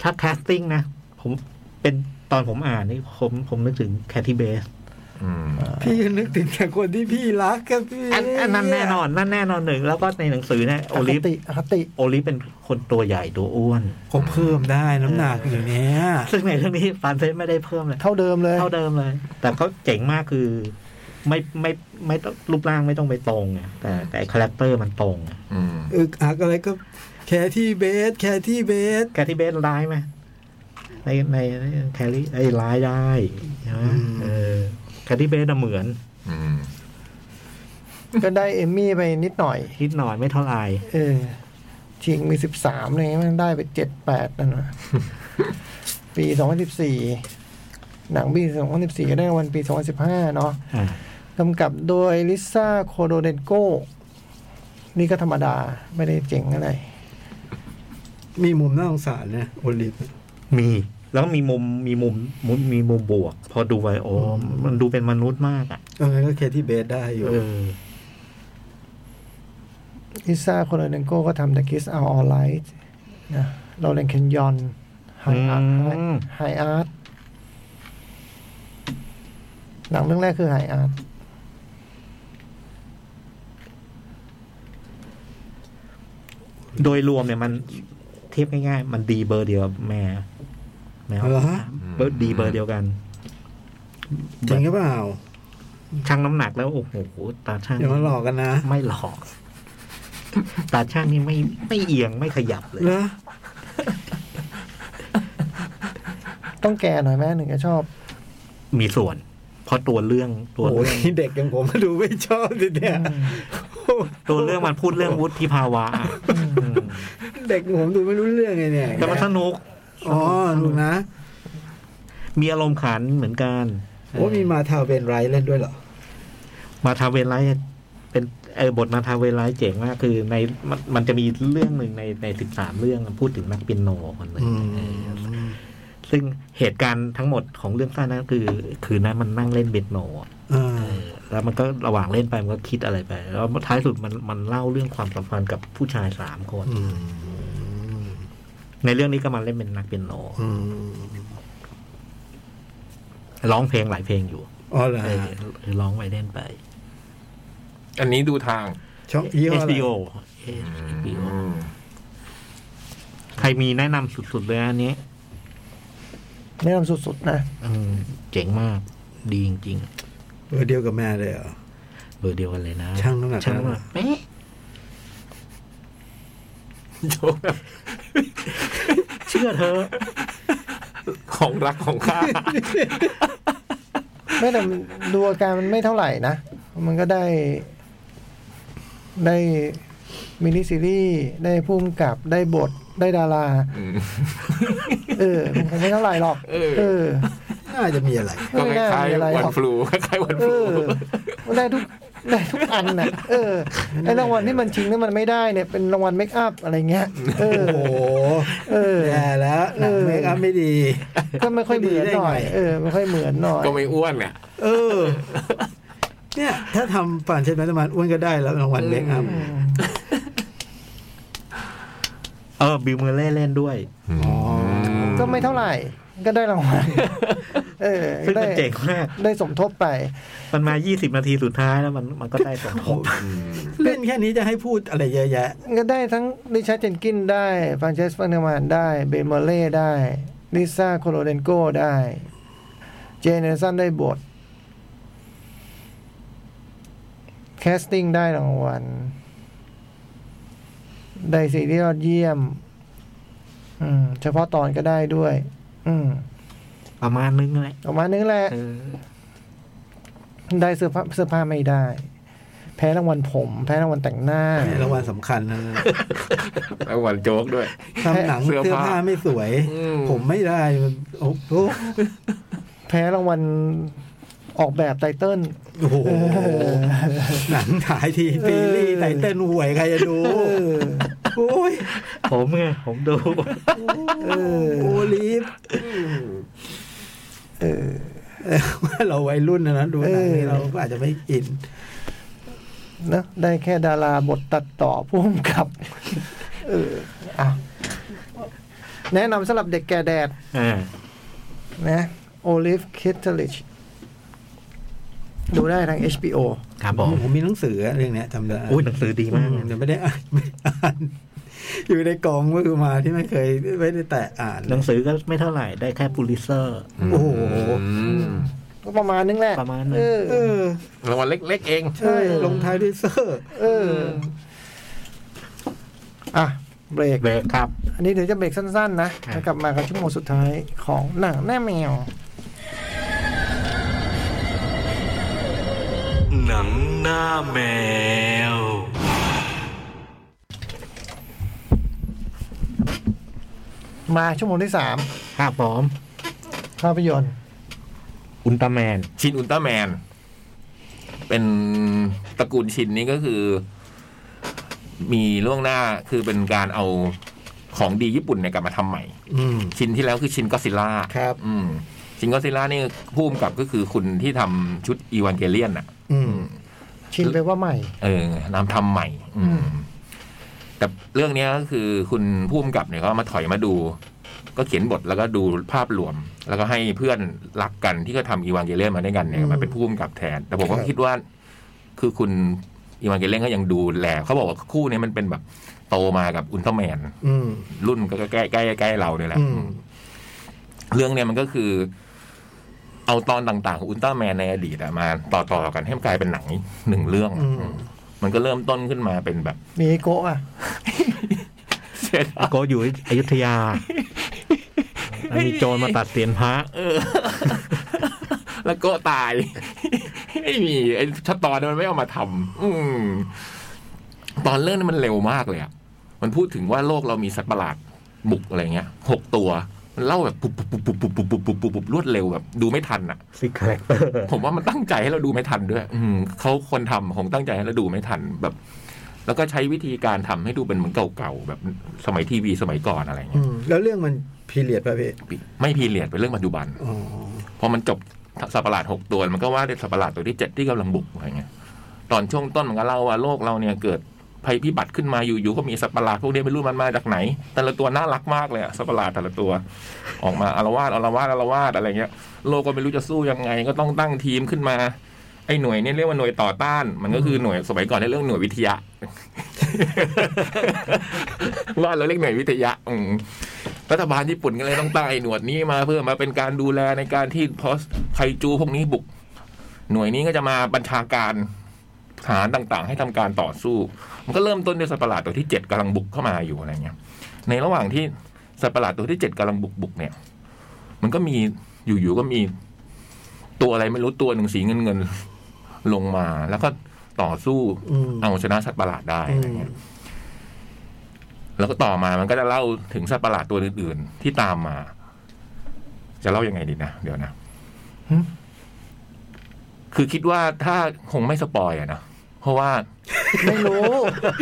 E: ถ้าแคสติ้งนะ ผมเป็นตอนผมอ่านนี่ผมผมนึกถึงแคทตี้เบส
C: อืม
D: พี่นึกถึงแต่คนที่พี่รักครับพี่
E: อันอันนั้นแน่นอนนั่นแน่นอนหนึ่งแล้วก็ในหนังสือเนี่ยโอลิฟ
B: คติอคติ
E: โอลิฟเป็นคนตัวใหญ่ตัวอ้วน
D: เขาเพิ่มได้น้ำหนักอยู่เนี้ย
E: ซึ่งในเรื่องนี้ฟรานเซสไม่ได้เพิ่มเลย
B: เท่าเดิมเลย
E: เท่าเดิมเลย แต่เขาเจ๋งมากคือ ไม่ไม่ไม่ต้องรูปร่างไม่ต้องไปตรงไงแต่แต่คาแรคเตอร์มันตรงไง
C: อืม
D: อึกอักอะไรก็แคที่เบส แคที่เบส
E: แคทที่เบสร้ายไหมในในแคลรี่ไอ้ยร้ายได้ใช่ไหม
D: อืม
E: เออแคทที่เบสน่ะเหมือน
C: อืม
B: ก็ได้เอมมี่ไปนิดหน่อย
E: นิดหน่อยไม่เท่าไหร่
B: เออชิงมีสิบสามอะไรเงี้ยมันได้ไปเจ็ดแปดนั่น นะ ปีสองพันสิบสี่หนังปีสองพันสิบสี่ก็ได้รางวันปีสองพันสิบห้าเนาะ
E: อ่าก
B: ำกับโดยลิซ่าโคโดเดนโกนี่ก็ธรรมดาไม่ได้เจ๋งอะไร
D: มีมุมน่าสงสารนะโอลิฟ
E: มี แล้วก็มีมุมมีมุมมุมมีมุมบวก พอดูไปโอ้มันดูเป็นมนุษย์มากอ่ะ
D: เออก็แคที่เบสได้อยู่
E: เออ
B: ลิซ่าโคโดเดนโกก็ทำ The Kiss Are All Right นะเราเล่นเคนยอนไฮอาร์ต
E: อืม
B: ไฮอาร์ตหนังเรื่องแรกคือไฮอาร์ต
E: โดยรวมเนี่ยมันเทียบง่ายๆ มันดีเบอร์เดียวกับแม่แมว
D: เหรอ
E: เบอร์ดีเบอร์เดียวกัน
D: จริงหรือเปล่า
E: ช่างน้ำหนักแล้วโอ้โหตาช่าง
D: อย่ามาหลอกกันนะ
E: ไม่หลอก ตาช่างนี่ไม่ไม่เอียงไม่ขยับเลย
D: เหรอ
B: ต้องแก่หน่อยแม่หนึ่งจะชอบ
E: มีส่วน เพราะตัวเรื่องตัว
D: โอ้
E: เรื่
D: ย
E: อง
D: เด็กอย่างผมดูไม่ชอบสิเนี่ย
E: ตัวเรื่องมันพูดเรื่องวุฒิภาวะอืม
D: เด็กผมดูไม่รู้เรื่องไงเนี่ย
E: แต่มันสนุก
D: อ๋อดูนะ
E: มีอารมณ์ขันเหมือนกัน
D: โอ้มีมาทาวเบนไรท์เล่นด้วยเหรอ
E: มาทาเวลไลท์เป็นเออบทมาทาเวลไลท์เจ๋งมากคือในมันมันจะมีเรื่องหนึ่งในในสิบสามเรื่องพูดถึงนักเปียโนคนหนึ่งเออ ซึ่งเหตุการณ์ทั้งหมดของเรื่องสั้นนั้นคือ คืนนั้นมันนั่งเล่นเบยโนอะ
D: อ่า
E: แล้วมันก็ระหว่างเล่นไปมันก็คิดอะไรไป แล้วท้ายสุดมันมันเล่าเรื่องความสัมพันธ์กับผู้ชายสามคน
D: อืม
E: ในเรื่องนี้ก็มาเล่นเป็นนักเปียโน
D: อืม
E: ร้องเพลงหลายเพลงอยู่
D: อ๋อเหรอ
E: เอ
D: ฮะ
E: อร้องไปเล่นไป
C: อันนี้ดูทาง
D: ช่องยี่ห้ออะไร
E: HBO
C: อื
E: HBO
C: ม
E: ใครมีแนะนำสุดๆเลยอันนี้
B: แนะนำสุดๆนะ
E: อืมเจ๋งมาก ดีจริง
D: เบอร์เดียวกับแม่เลยเหรอ
E: ๆเบอร์เดียวกันเลยนะ
D: ช่างน้ำหนัก
E: ช่างน้ำหนักเป๊ะ
C: โยกแบบ
E: เชื่อเธอะ
C: ของรักของ ข้า
B: ไม่แต่มันดูอาการมันไม่เท่าไหร่นะ มันก็ได้ ได้มินิซีรีส์ได้พุ่มกับได้บทได้ดารา
C: อืม
B: เออ มันคงไม่เท่าไหร่หรอก
C: เออ
B: เออ
D: น่าจะมีอะไร
C: ก็
B: ไม่
C: ค
B: น่า
C: ล้าย
B: มีอะไร
C: ๆ
B: หร
C: วั
B: อก
C: นฟลูคล้ายๆวัน
B: เอ
C: ฟลู
B: อมันได้ทุกได้ทุกอันน่ะ เออไอรางวัลที่มันชิงแล้วมันไม่ได้เนี่ย เป็นรางวัลเมคอัพอะไรเงี้ย เออ
D: โอ้โห
B: เออ
D: แย่แล้วหนัง
B: เออ
D: เมคอัพไม่ดี
B: ก็ไม่ค่อยเหมือนหน่อย
D: ดีได้ไง
B: เออ ไม่ค่อยเหมือนหน่อย
C: ก็ไม่อ้วนเนี่ย
D: เออ เนี่ย ถ้าทำป่านเช่นแมตมันอ้วนก็ได้แล้วรางวัลเมคอัพ
E: เออบิวเมอร์เล่เล่นด้วย
D: อ๋อ
B: ก็ไม่เท่าไหร่ ก็ได้รางวัล เออ
E: ซึ่ง
B: ได้
E: มันเจ๋งมาก
B: ได้สมทบไป
E: มันมา 20 นาทีสุดท้ายแล้วมันมันก็ได้สองทบ
D: เล่นแค่นี้จะให้พูดอะไรเยอะแยะ
B: ก็ได้ทั้งริชาร์ดเจนกินส์ได้ฟรานเชสฟันเดอร์แมนได้เบนเมอร์เล่ได้ลิซ่าโคโลเดนโกได้ เจเนอเรสันได้บท แคสติ้งได้รางวัล ได้ซีรีส์ยอดเยี่ยม อืม เฉพาะตอนก็ได้ด้วย อืม
E: ประมาณนึงแหละ
B: ออกมานึงแหละ
E: เออ
B: ได้เสื้อผ้าเสื้อผ้าไม่ได้ แพ้รางวัลผม แพ้รางวัลแต่งหน้า
D: เนี่ยรางวัลสำคัญนะ
C: แล้ววันโจ๊กด้วย
D: ทำหนัง
C: เสื้
D: เสื้
C: อ
D: อ
C: ผ้า
D: ผ้าไม่สวย
C: อืม
D: ผมไม่ได้มันโอ้โห
B: แพ้รางวัลออกแบบไตเติ้ล
D: โอ้โหหนังถ่ายทีซีรีส์ไตเติ้ลห่วยใครจะดูโอ้ย
E: ผมไงผมดู
D: เออโอลิฟเออ ว่าเราวัยรุ่นนะนะดูหนัง
B: เอ
D: นี่
B: อ
D: เราก็อาจจะไม่อิน
B: นะได้แค่ดาราบทตัดต่อพุ่มกับ เอออ่ะแนะนำสำหรับเด็กแก่แดด
E: อ่า
B: นะโอลิฟคิทเทลิช ดูได้ทาง HBO
E: ครับผม
D: ผมมีหนังสือเรื่องเนี้ยจำได้
E: อุ้ยหนังสือดีมาก
D: เดี๋ยวไม่ได้ อ่านไม่ได้อ่านอยู่ในกองมือมาที่ไม่เคยไม่ได้แตะอ่าน
E: หนังสือก็ไม่เท่าไหร่ได้แค่ปูลิเซอร์
D: โอ้โห
C: อืม
B: ก็ประมาณนึงแหละ
E: ประมาณนึง
B: เออ
D: เออ
C: รางวัลเล็ก ๆ เอง
D: ใช่ลงท้ายด้วยเซอร์
B: เออ อ่ะ เบรก
E: เบรกครับ
B: อันนี้เดี๋ยวจะเบรกสั้น ๆ นะ
E: ค่ะ
B: แล้วกลับมากับชั่วโมงสุดท้ายของหนังหน้าแมว
A: หนังหน้าแมว
B: มาชั่วโมงที่สาม
E: ครับผม
B: ภาพยนตร์
E: อุลตร้าแมน
C: ชินอุลตร้าแมน เป็นตระกูลชินนี่ก็คือ มีล่วงหน้าคือเป็นการเอาของดีญี่ปุ่นเนี่ยกลับมาทำใหม่
D: อืม
C: ชินที่แล้วคือชินก็อดซิลล่า
D: ครับ
C: อืม ชินก็อดซิลล่านี่พุ่มกับก็คือคุณที่ทำชุดอีวานเกเลียนอ่ะ
D: อืม
B: ชินไปว่าใหม่
C: เออนำทำใหม่ อืม แต่เรื่องเนี้ยก็คือคุณผู้กำกับเนี่ยเขามาถอยมาดู ก็เขียนบทแล้วก็ดูภาพรวม แล้วก็ให้เพื่อนรักกันที่ก็ทำอีวานเกเลียนมาด้วยกันเนี่ย
D: อืม
C: มาเป็นผู้กำกับแทน แต่ผมก็
D: ครับ
C: คิดว่า คือคุณอีวานเกเลียนก็ยังดูแลเขาบอกว่าคู่เนี้มันเป็นแบบโตมากับอุลตร้าแมน
D: อืม
C: รุ่นก็ใกล้ใกล้ใกล้เราเนี่ยแหละ
D: อืม
C: เรื่องเนี่ยมันก็คือ เอาตอนต่างๆของอุลตร้าแมนในอดีตอะมาต่อต่อๆกันให้มันกลายเป็นหนังหนึ่งเรื่อง
D: อืม
C: มันก็เริ่มต้นขึ้นมาเป็นแบบ
B: มีไอโกะอ่ะ
C: เสร็จแล้ว
E: ก็อยู่อยุธยา มีโจรมาตัดเสียนพระ
C: เออ แล้วก็ตาย ไม่มีไอ้ชะตอนนั้นมันไม่เอามาทำอืมตอนเรื่องนั้นมันเร็วมากเลยอะมันพูดถึงว่าโลกเรามีสัตว์ประหลาดบุกอะไรเงี้ยหกตัว มันเล่าแบบปุบปุบปุบปุบปุบปุบปุบปุบปุบรวดเร็วแบบ ดูไม่ทันอะ
E: ซิกแคลเตอร์
C: ผมว่ามันตั้งใจให้เราดูไม่ทันด้วย อืมเขาคนทำคงตั้งใจให้เราดูไม่ทันแบบ แล้วก็ใช้วิธีการทำให้ดูเป็นเหมือนเก่าๆแบบสมัยทีวีสมัยก่อนอะไร
D: อื
C: เงี้ย
D: ม แล้วเรื่องมันพีเรียดป่ะพี่
C: ไม่พีเรียดเป็นเรื่องปัจจุบัน
D: อ๋อ
C: พอมันจบสัตว์ประหลาดหกตัวมันก็ว่าได้สัตว์ประหลาดตัวที่เจ็ดที่กำลังบุกอะไรเงี้ยตอนช่วงต้นมันก็เล่าว่าโลกเราเนี่ยเกิดภัยพิบัติขึ้นมาอยู่ๆก็มีสัตว์ประหลาดพวกนี้ไม่รู้มันมาจากไหน แต่ละตัวน่ารักมากเลยอะสัตว์ประหลาดแต่ละตัว ออกมาอารวาสอารวาสอารวาสอะไรเงี้ย โลกก็ไม่รู้จะสู้ยังไง ก็ต้องตั้งทีมขึ้นมา ไอ้หน่วยเนี่ยเรียกว่าหน่วยต่อต้าน มันก็คือหน่วยสมัยก่อนเรียกหน่วยวิทยา ว่าเราเรียกหน่วยวิทยาอืมรัฐบาลญี่ปุ่นก็เลยต้องตั้งไอ้หน่วยนี้มาเพื่อมาเป็นการดูแลในการที่พอไคจูพวกนี้บุก หน่วยนี้ก็จะมาบัญชาการฐานต่างๆ ให้ทำการต่อสู้ มันก็เริ่มต้นด้วยสัตว์ประหลาดตัวที่เจ็ดกำลังบุกเข้ามาอยู่อะไรเงี้ย ในระหว่างที่สัตว์ประหลาดตัวที่เจ็ดกำลังบุกบุกเนี่ย มันก็มีอยู่ๆก็มีตัวอะไรไม่รู้ตัวหนึ่งสีเงินเงินๆลงมา แล้วก็ต่อสู้
D: อืม
C: เอาชนะสัตว์ประหลาดได้
D: อื
C: อะไร
D: ม
C: เงี้ย แล้วก็ต่อมามันก็จะเล่าถึงสัตว์ประหลาดตัวอื่น ๆ ที่ตามมา จะเล่ายังไงดีนะ เดี๋ยวนะ
B: หึ
C: คือคิดว่าถ้าคงไม่สปอยอะนะ เพราะว่า
B: ไม่รู้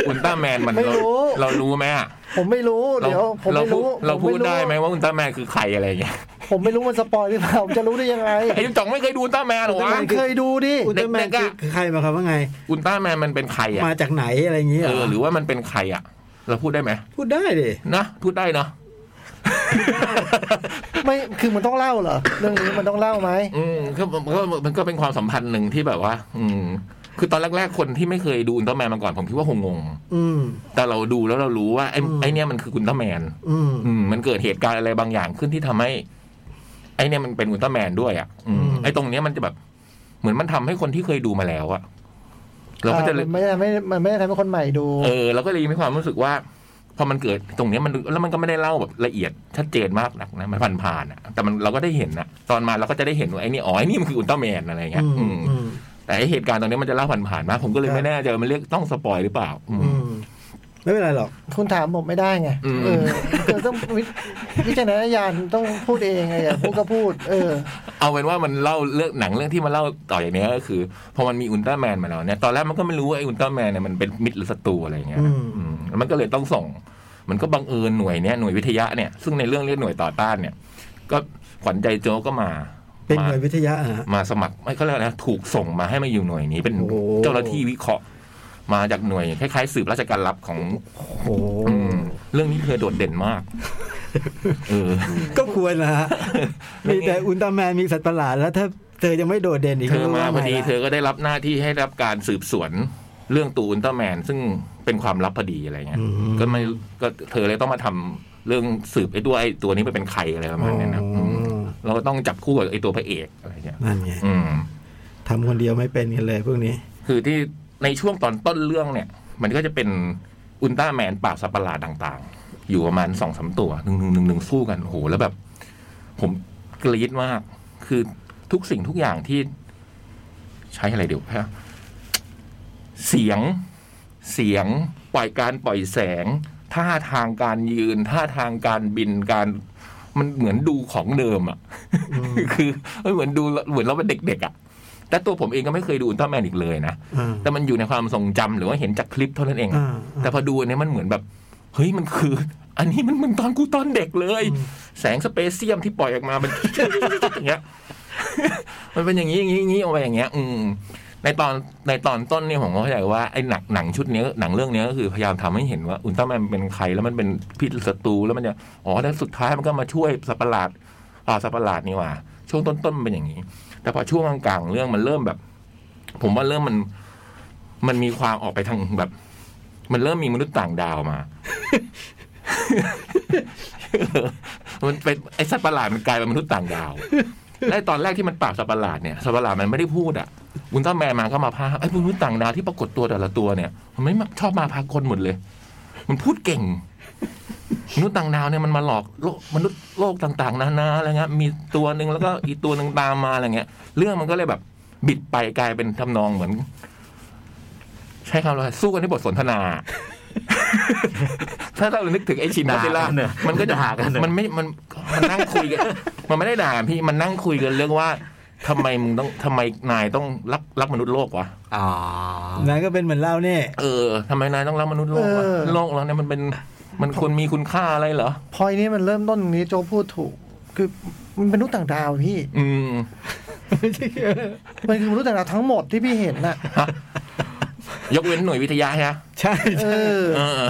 C: อุลตร้าแมนมัน
B: ไม่
C: เรา
B: รู้
C: เรารู้ไหมอะ
B: ผมไม่รู้ เดี๋ยว ผม
C: เรา
B: ไม่
C: พูด
B: รู้
C: เราพู
B: ผ
C: ดได้ไหมว่าอุลตร้าแมนคือใครอะไรอย่า งเงี้ย
B: ผมไม่รู้มันสปอยหรือเปล่า ผมจะรู้ได้ยังไง
C: ไอ้จ่องไม่เคยดูอุลตร้าแมนเหรอ
B: ผ
C: วะ
B: มเคยดูดิ
D: อุลตร้าแมน
C: เด็กๆอะ
D: คือคือใครมาครับว่าไง
C: อุลตร้าแมนมันเป็นใครอะ
D: มาจากไหนอะไรอย่างเงี้ย
C: เออหรือว่ามันเป็นใครอะเราพูดได้ไหม
D: พูดได้ดิ
C: นะพูดได้ เนาะ
B: ไม่คือมันต้องเล่าเหรอ เรื่องนี้มันต้องเล่าไหม
C: อืมก็มันก็มันก็เป็นความสัมพันธ์หนึ่งที่แบบว่า อืม คือตอนแรกๆคนที่ไม่เคยดูอุลตร้าแมนมาก่อนผมคิดว่าคงงง
D: อืม
C: แต่เราดูแล้วเรารู้ว่าไอ้
D: อืม
C: ไอ้เนี่ยมันคืออุลตร้าแมน
D: อืม
C: อืมมันเกิดเหตุการณ์อะไรบางอย่างขึ้นที่ทำให้ ไอ้เนี่ยมันเป็นอุลตร้าแมนด้วยอ่ะอืม
D: อืม
C: ไอ้ตรงเนี้ยมันจะแบบ เหมือนมันทำให้คนที่เคยดูมาแล้วอะเราก็จะเลย
B: อ่ามันไม่ได้ไม่มันไม่ได้ทำให้คนใหม่ดู
C: เออเราก็เลยมีความรู้สึกว่า พอมันเกิดตรงเนี้ยมันแล้วมันก็ไม่ได้เล่าแบบละเอียดชัดเจนมากนักนะมันผ่านผ่านๆอะแต่มันเราก็ได้เห็นอะตอนมาเราก็จะได้เห็นว่าไอ้นี่อ๋อไอ้นี่มันคืออุลตร้าแมนอะไรเงี้ยอืม
D: อืม
C: แต่ไอ้เหตุการณ์ตรงเนี้ยมันจะเล่าผ่านผ่านๆมากผมก็เลย
D: ครับ
C: ไม่แน่ใจว่ามันเรียกต้องสปอยหรือเปล่า อืม
D: อืม ไม่เป็นไรหรอก
B: คุณถามผมไม่ได้ไง
C: อืม
B: เออเกิดต้องวิวิจารณญาณต้องพูดเองไงอย่าพูดก็พูด เออ
C: เอาเป็นว่ามันเล่าเรื่องหนังเรื่องที่มาเล่าต่ออย่างเนี้ยก็คือพอมันมีอุลตร้าแมนมาแล้วเนี่ยตอนแรกมันก็ไม่รู้ว่าไอ้อุลตร้าแมนเนี่ยมันเป็นมิตรหรือศัตรูอะไรอย่างเงี้ย
D: อื
C: นะ
D: ม
C: อืมแล้วมันก็เลยต้องส่ง มันก็บังเอิญหน่วยเนี้ยหน่วยวิทยะเนี่ยซึ่งในเรื่องเรียกหน่วยต่อต้านเนี่ย ก็ขวัญใจโจก็มา
D: เป็น
C: มา
D: หน่วยวิทยาอ่ะ
C: มาสมัครไม่เขาเรียกอะไรนะถูกส่งมาให้มาอยู่หน่วยนี้เป็น
D: โอ้โห
C: เจ้าหน้าที่วิเคราะห์ มาจากหน่วยคล้ายๆสืบราชการลับของ
D: โอ้โห
C: อืมเรื่องนี้เธอโดดเด่นมาก เออ
D: ก็ควรนะฮะ
C: แล้วนี่
D: มีแต่อุลตร้าแมนมีสัตว์ประหลาดแล้วถ้า เธอยังไม่โดดเด่นอีก
C: เธอมาพอดี
D: แล้ว
C: เธอก็ได้รับหน้าที่ให้รับการสืบสวนเรื่องตูอุลตร้าแมน ซึ่งเป็นความลับพอดีอะไรเงี้ยก็ไม่ก็เธอเลยต้องมาทำเรื่องสืบไอ้ตัวไอ้ตัวนี้ไปเป็นใครอะไรประมาณเนี้ยนะ
D: อ๋อ
C: มเราก็ต้องจับคู่กับไอ้ตัวพระเอกอะไรเงี้ย
D: นั่นไง
C: อืม
D: ทำคนเดียวไม่เป็นกันเลยพวกนี้
C: คือที่ในช่วงตอนต้นเรื่องเนี่ย มันก็จะเป็นอุลตร้าแมนปราบสัตว์ประหลาดต่างๆ อยู่ประมาณสองสามตัวหนึ่งหนึ่งหนึ่งหนึ่งสู้กันโอ้โหแล้วแบบ ผมกรี๊ดมาก คือทุกสิ่งทุกอย่างที่ ใช้อะไรเดี๋ยวะเสียงเสียงปล่อยการปล่อยแสง ท่าทางการยืน ท่าทางการบินการ มันเหมือนดูของเดิมอะ คือมันเหมือนดูเหมือนเราเป็นเด็กๆอะแต่ตัวผมเองก็ไม่เคยดูอุลตร้าแมนอีกเลยนะ
D: อ่า
C: แต่มันอยู่ในความทรงจำหรือว่าเห็นจากคลิปเท่านั้นเองอะ
D: อ่าอ่า
C: แต่พอดูอันเนี้ยมันเหมือนแบบ เฮ้ยมันคือ อันนี้มันเหมือนตอนกูตอนเด็กเลย แสงสเปเซียมที่ปล่อยออกมามัน อย่างเงี้ย มันเป็นอย่างนี้อย่างนี้อย่างนี้ออกมาอย่างเงี้ย อืม ในตอนในตอนต้นเนี่ยผมก็เข้าใจว่าไอ้หนังหนังชุดเนี้ยหนังเรื่องเนี้ยก็คือพยายามทำให้เห็นว่าอุลตร้าแมนเป็นใครแล้วมันเป็นพิษศัตรูแล้วมันจะอ๋อแล้วสุดท้ายมันก็มาช่วยสัตว์ประหลาดอ่าสัตว์ประหลาดนี่หว่า ช่วงต้นๆมันเป็นอย่างนี้ แต่พอช่วงกลางๆเรื่องมันเริ่มแบบ ผมว่าเริ่มมัน มันมีความออกไปทางแบบ มันเริ่มมีมนุษย์ต่างดาวมา มันเป็นไอสัตว์ประหลาดมันกลายเป็นมนุษย์ต่างดาว และไอ้ตอนแรกที่มันปราบสัตว์ประหลาดเนี่ยสัตว์ประหลาดมันไม่ได้พูดอ่ะอุลตร้าแมนมาก็มาพาไอ้พวกมนุษย์ต่างดาวที่ปรากฏตัวแต่ละตัวเนี่ย มันไม่มาชอบมาพากลหมดเลย มันพูดเก่ง มนุษย์ต่างดาวเนี่ยมันมาหลอกโลกมนุษย์โลกต่างๆ นานาอะไรเงี้ยมีตัวหนึ่งแล้วก็อีกตัวหนึ่งตามมาอะไรเงี้ย เรื่องมันก็เลยแบบ บิดไปกลายเป็นทำนองเหมือน ใช้คำว่าสู้กันในบทสนทนา ถ้าเรานึกถึงไอชินา
E: ด่ากันเหรอ
C: มันก็จะ
E: ด่า กันเหรอ
C: มันไม่มันมันนั่งคุยกัน มันไม่ได้ด่าพี่มันนั่งคุยกันเรื่องว่าทำไมมึงต้องทำไมนายต้องรักรักมนุษย์โลกวะ
E: อ๋อ
D: นายก็เป็นเหมือนเล่าเนี่ย
C: เออทำไมนายต้องรักมนุษย์โลกวะ
B: เออ
C: โลกเราเนี่ยมันเป็นมันควรมีคุณค่าอะไรเหรอ
B: พอยนี้มันเริ่มต้นตรงนี้โจพูดถูก คือมันเป็นมนุษย์ต่างดาวพี่
C: อืม
B: มันคือมนุษย์ต่างดาวทั้งหมดที่พี่เห็นน่ะ
C: ยกเว้นหน่วยวิทยาฮะ
D: ใช่
B: เอ
D: ใช่
B: อ
C: เออ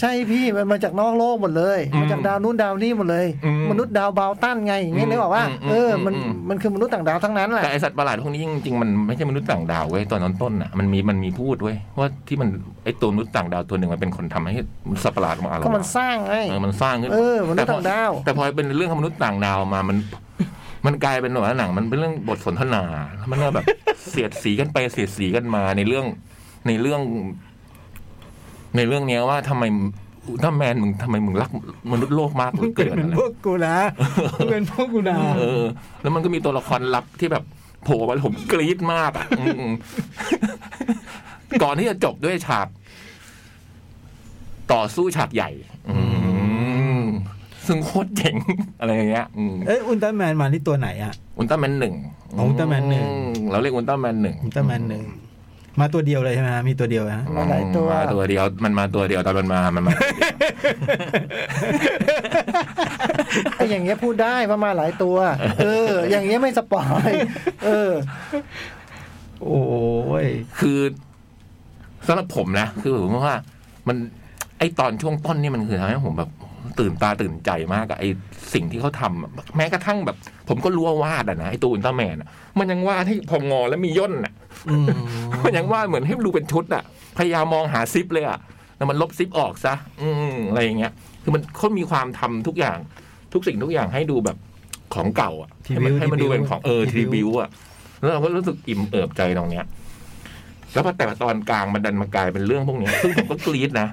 B: ใช่พี่มันมาจากนอกโลกหมดเลย
C: อืม
B: มาจากดาวนู้นดาวนี่หมดเลย
C: อืม
B: มนุษย์ดาวบาวตันไงอย่างเงี้ย
C: อืม
B: นึกออกว่า
C: อืม
B: เออมัน
C: อืม
B: มันคือมนุษย์ต่างดาวทั้งนั้นแหละ
C: แต่ไอสัตว์ประหลาดพวกนี้จริงๆมันไม่ใช่มนุษย์ต่างดาวเว้ยตอนนั้นต้นน่ะมันมีมันมีพูดเว้ยว่าที่มันไอตัวมนุษย์ต่างดาวตัวหนึ่งมันเป็นคนทำให้สัตว์ประหลาดมาอาละวาด
B: ก็มันสร้างไง
C: เออมันสร้างขึ้น
B: เออมนุษย์
C: แต่พอ
B: ต่างดาว
C: แต่พอเป็นเรื่องของมนุษย์ต่างดาวมามัน มันกลายเป็นหนังหนังมันเป็นเรื่องบทสนทนาแล้วมันก็แบบ เสียดสีกันไปเสียดสีกันมาในเรื่องในเรื่อง ในเรื่องเนี้ยว่าทำไมถ้าแมนมึงทำไมมึงรักมนุษย์โลกมากเหลือ
D: เป็
C: เกิ
D: น
C: น
D: เหมือ
C: อะ
D: น
C: ไร
D: พวกกูนะมึงเป็นพวกกูนะ
C: เออ แล้วมันก็มีตัวละครลับที่แบบโผล่มาแล้วผมกรี๊ดมากอ่ะอืมก่อนที่จะจบด้วยฉาก ต่อสู้ฉากใหญ่ อืมซึ่งโคตรเจ๋ง อะไรอย่างเงี้ยอืม
D: เอ้ยอุลตร้าแมนมาที่ตัวไหนอ่ะ
C: อุลตร้าแมนหนึ่ง
D: อ๋ออุลตร้าแมนหนึ่ง
C: อืมเราเรียกอุลตร้าแมนหนึ่ง
D: อุลตร้าแมนหนึ่งมาตัวเดียวเลยใช่ไหมฮะมีตัวเดียวฮะ
B: มาหลายตัว
C: มาตัวเดียว มันมาตัวเดียวตอนมันมามันมา
B: ไออย่างเงี้ยพูดได้ว่ามาหลายตัว เออ อย่างเงี้ยไม่สปอยเออ
D: โอ้ย
C: คือสำหรับผมนะ คือผมว่ามันไอตอนช่วงต้นนี่มันคือทำให้ผมแบบตื่นตาตื่นใจมากอะไอสิ่งที่เขาทำอะแม้กระทั่งแบบ ผมก็รู้ว่าวาดอะนะไอตัวอุลตร้าแมนอะมันยังวาดให้พองอและมีย่นอะ
D: อืม
C: มัน ยังวาดเหมือนให้ดูเป็นชุดอะพยายามมองหาซิปเลยอะแล้วมันลบซิปออกซะอืมอะไรอย่างเงี้ย คือมันเขามีความทำทุกอย่าง ทุกสิ่งทุกอย่างให้ดูแบบของเก่าอะให้มันให้มันดูเป็นของเออทีบิวอะแล้วเราก็รู้สึกอิ่มเอิบใจตรงเนี้ย แล้วพอแต่ตอนกลางมันดันมากลายเป็นเรื่องพวกเนี้ยซึ่งผมก็กรี๊ดนะ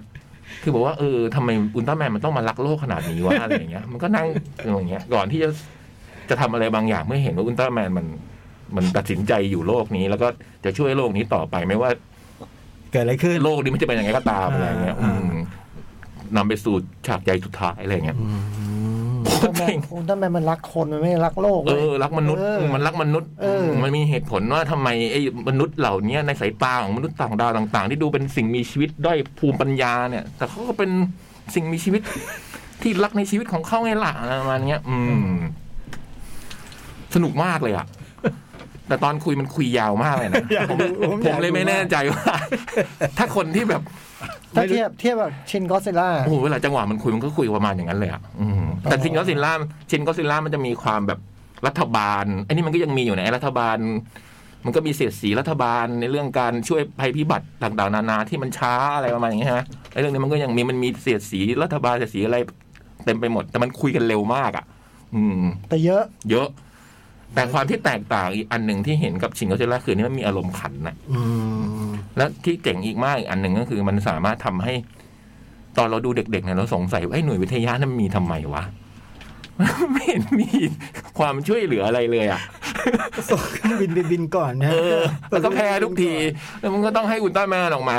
C: คือบอกว่าเออทำไมอุลตร้าแมนมันต้องมารักโลกขนาดนี้วะอะไรอย่างเงี้ย มันก็นั่งอย่างเงี้ย ก่อนที่จะจะทำอะไรบางอย่างเมื่อเห็นว่าอุลตร้าแมนมัน มันตัดสินใจอยู่โลกนี้ แล้วก็จะช่วยโลกนี้ต่อไปไม่ว่า
D: เกิดอะไรขึ้น
C: โลกนี้มันจะเป็นยังไงก็ตามอะไรอย่างเงี้ย อืมนำไปสู่ฉากใหญ่สุดท้ายอะไรอย่างเงี้ยโค
B: อุลต
C: ต
B: ร้าร แม
C: เจ๋
B: น
C: ง
B: อุลตร้าแมนมันรักคนมันไม่ได้รักโลก
C: เอ
B: เว้ย
C: อรักมนุษย์
B: เออ
C: มันรักมนุษย์
B: เออ
C: มันมีเหตุผลว่าทำไมไอ้มนุษย์เหล่าเนี้ยในสายตาของมนุษย์ต่างดาวต่าง ๆ ที่ดูเป็นสิ่งมีชีวิตด้อยภูมิปัญญาเนี่ย แต่เขาก็เป็นสิ่งมีชีวิต ที่รักในชีวิตของเขาไงล่ะอะไรประมาณเนี้ย อืม สนุกมากเลยอะแต่ตอนคุยมันคุยยาวมากเลยนะผม
D: ผม
C: ผ
D: อยาม ก
C: เลยไม่
D: ดูมาก
C: แน่ใจว่า ถ้าคนที่แบบ
B: ถ้าเทียบเทียบแบบชินก็เซล่า
C: โอ้โหเวลาจังหวะมันคุยมันก็คุยประมาณอย่างนั้นเลยอะอืมแต่ชินก็ซินล่าชินก็ซินล่ามันจะมีความแบบ รัฐบาลไอ้นี่มันก็ยังมีอยู่ในะไอ้รัฐบาล มันก็มีเสียดสีรัฐบาลในเรื่องการช่วยภัยพิบัติต่างๆนานาที่มันช้าอะไรประมาณอย่างเงี้ยฮะไอ้เรื่องนี้มันก็ยังมีมันมีเสียดสีรัฐบาลเสียดสีอะไรเต็มไปหมด แต่มันคุยกันเร็วมากอ่ะ อืม
B: แต่เยอะ
C: เยอะ แต่ความที่แตกต่างอีกอันหนึ่งที่เห็นกับชิงก็เจล่าคือนี่มันมีอารมณ์ขันนะ
D: อื ม
C: และที่เจ๋งอีกมากอีกอันหนึ่งก็คือมันสามารถทำให้ ตอนเราดูเด็กๆเนี่ยเราสงสัยว่าไอ้หน่วยวิทยานั้นมีทำไมวะ ไม่เห็นมีความช่วยเหลืออะไรเลยอ่ะ
D: ส่งเครื่องบินไปบินก่อนนะ
C: เออแล้วก็แพ้ทุกที แล้วมันก็ต้องให้อุลตร้าแมนออกมา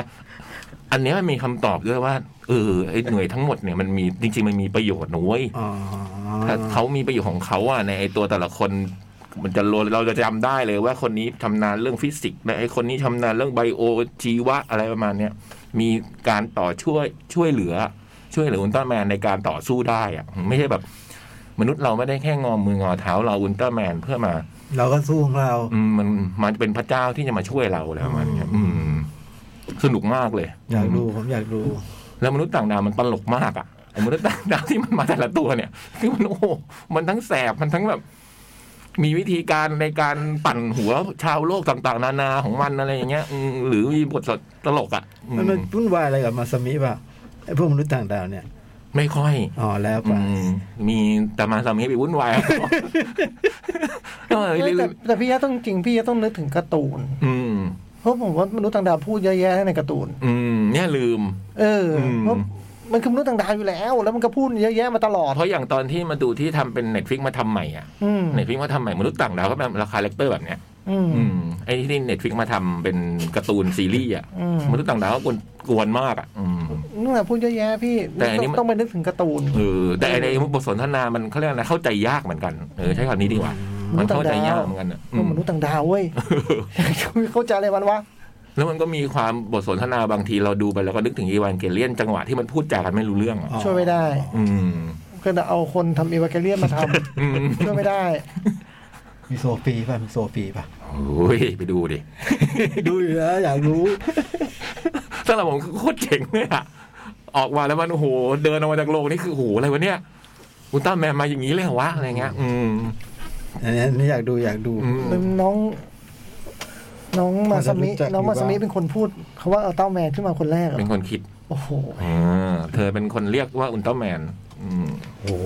C: อันเนี้ยมันมีคำตอบด้วยว่า เออไอ้หน่วยทั้งหมดเนี่ยมันมีจริง ๆ มันมีประโยชน์นะเว้ย
D: อ๋อ
C: ถ้าเขามีประโยชน์ของเขาอ่ะในไอ้ตัวแต่ละคน มันจะรู้เราจะจำได้เลยว่าคนนี้ชำนาญเรื่องฟิสิกส์และไอ้คนนี้ชำนาญเรื่องไบโอชีวะอะไรประมาณเนี้ยมีการต่อช่วยช่วยเหลือ ช่วยเหลืออุลตร้าแมนในการต่อสู้ได้อ่ะไม่ใช่แบบ มนุษย์เราไม่ได้แค่งอมืองอเท้าเราอุลตร้าแมนเพื่อมา
D: เราก็สู้ของเรา
C: อืมมันมันเป็นพระเจ้าที่จะมาช่วยเราแล้วมันเนี่ยอืม สนุกมากเลย
D: อยากดูผมอยากดู
C: แล้วมนุษย์ต่างดาวมันตลกมากอ่ะไอ้มนุษย์ต่างดาวที่มัน มาแต่ละตัวเนี่ย คือมันโอ้โหมันทั้งแสบมันทั้งแบบ มีวิธีการในการปั่นหัวชาวโลกต่างๆ นานาของมันอะไรอย่างเงี้ยอืมหรือมีบทสดตลกอ่ะอืม
D: มันมันวุ่นวายอะไรกับมาสมิป่ะไอพวกมนุษย์ต่างดาวเนี่ย
C: ไม่ค่อย
D: อ๋อแล้ว
C: อื
D: ป่ะ
C: มมีแต่มาสามีไปวุ่นวายเออ
B: แต่แต่พี่ยะต้องจริงพี่ยะต้องนึกถึงการ์ตูน
C: อืม
B: เพราะผมว่ามนุษย์ต่างดาวพูดเยอะแยะในการ์ตูน
C: อืม เนี่ยลืม
B: เอออ
C: ม
B: เพราะมันคือมนุษย์ต่างดาวอยู่แล้ว แล้วมันก็พูดเยอะแยะมาตลอด
C: เพราะอย่างตอนที่มาดูที่ทำเป็นเน็ตฟิกมาทำใหม่อ่ะ
B: อืม
C: เน็ตฟิกมาทำใหม่มนุษย์ต่างดาวก็แบบราคาแรคเตอร์แบบเนี้ย
B: อืม
C: อืมไอ้ที่เน็ตฟิกมาทำเป็นการ์ตูนซีรีส์อ่ะ
B: อืม
C: มนุษย์ต่างดาวก็กวนกวนมากอ่ะอืม
B: นี่นแหละพูดเยอะแยะพี่
C: แต่อันนี้มัน
B: ต้องไปนึกถึงการ์ตูน
C: เออแต่ไอ้ในบทสนทนามันเขาเรียกอะไรเข้าใจยากเหมือนกันเออใช้คำนี้ดีกว่า มันเข้าใจยากเหมือนกันอ่ะอื
B: ก็
C: ม
B: มนุษย์ต่างดาวเว้ย เข้าใจอะไรมันวะ
C: แล้วมันก็มีความบทสนทนาบางทีเราดูไปแล้วก็นึกถึงอีวานเกเลียนจังหวะที่มันพูดจากันไม่รู้เรื่องอ่ะ
D: อ๋อ
B: ช่วยไม่ได้
C: อืม
B: ก็จะเอาคนทำอีวาเกเลียนมาท
C: อืม
B: ำช่วยไม่ได้
D: มีโซฟีป่ะมีโซฟีป่ะ
C: โอ้ยไปดูดิ
D: ดูอยู่แล้วอยากรู้
C: สำหรับผมคือโคตรเจ๋งเลยอ่ะออกมาแล้วมันโอ้โหเดินออกมาจากโรงนี่คือโอ้โหอะไรวะเนี่ยอุลตร้าแมนมาอย่างนี้เลยเหรอวะอะไรเงี้ย อืม
D: อันนี้อันนี้อยากดูอยากดู
C: อืม
B: น้อง น้องมาสมิ
D: อาจจะรู้จักอยู่
B: น้องมาสมิ
D: บ้าง
B: เป็นคนพูดคาว่าเอาเต้าแมนขึ้นมาคนแรกเหรอ
C: เป็นคนคิด
B: โอ้โห
C: อาเธอเป็นคนเรียกว่าอุลตร้าแมน อืม
D: โอ้โห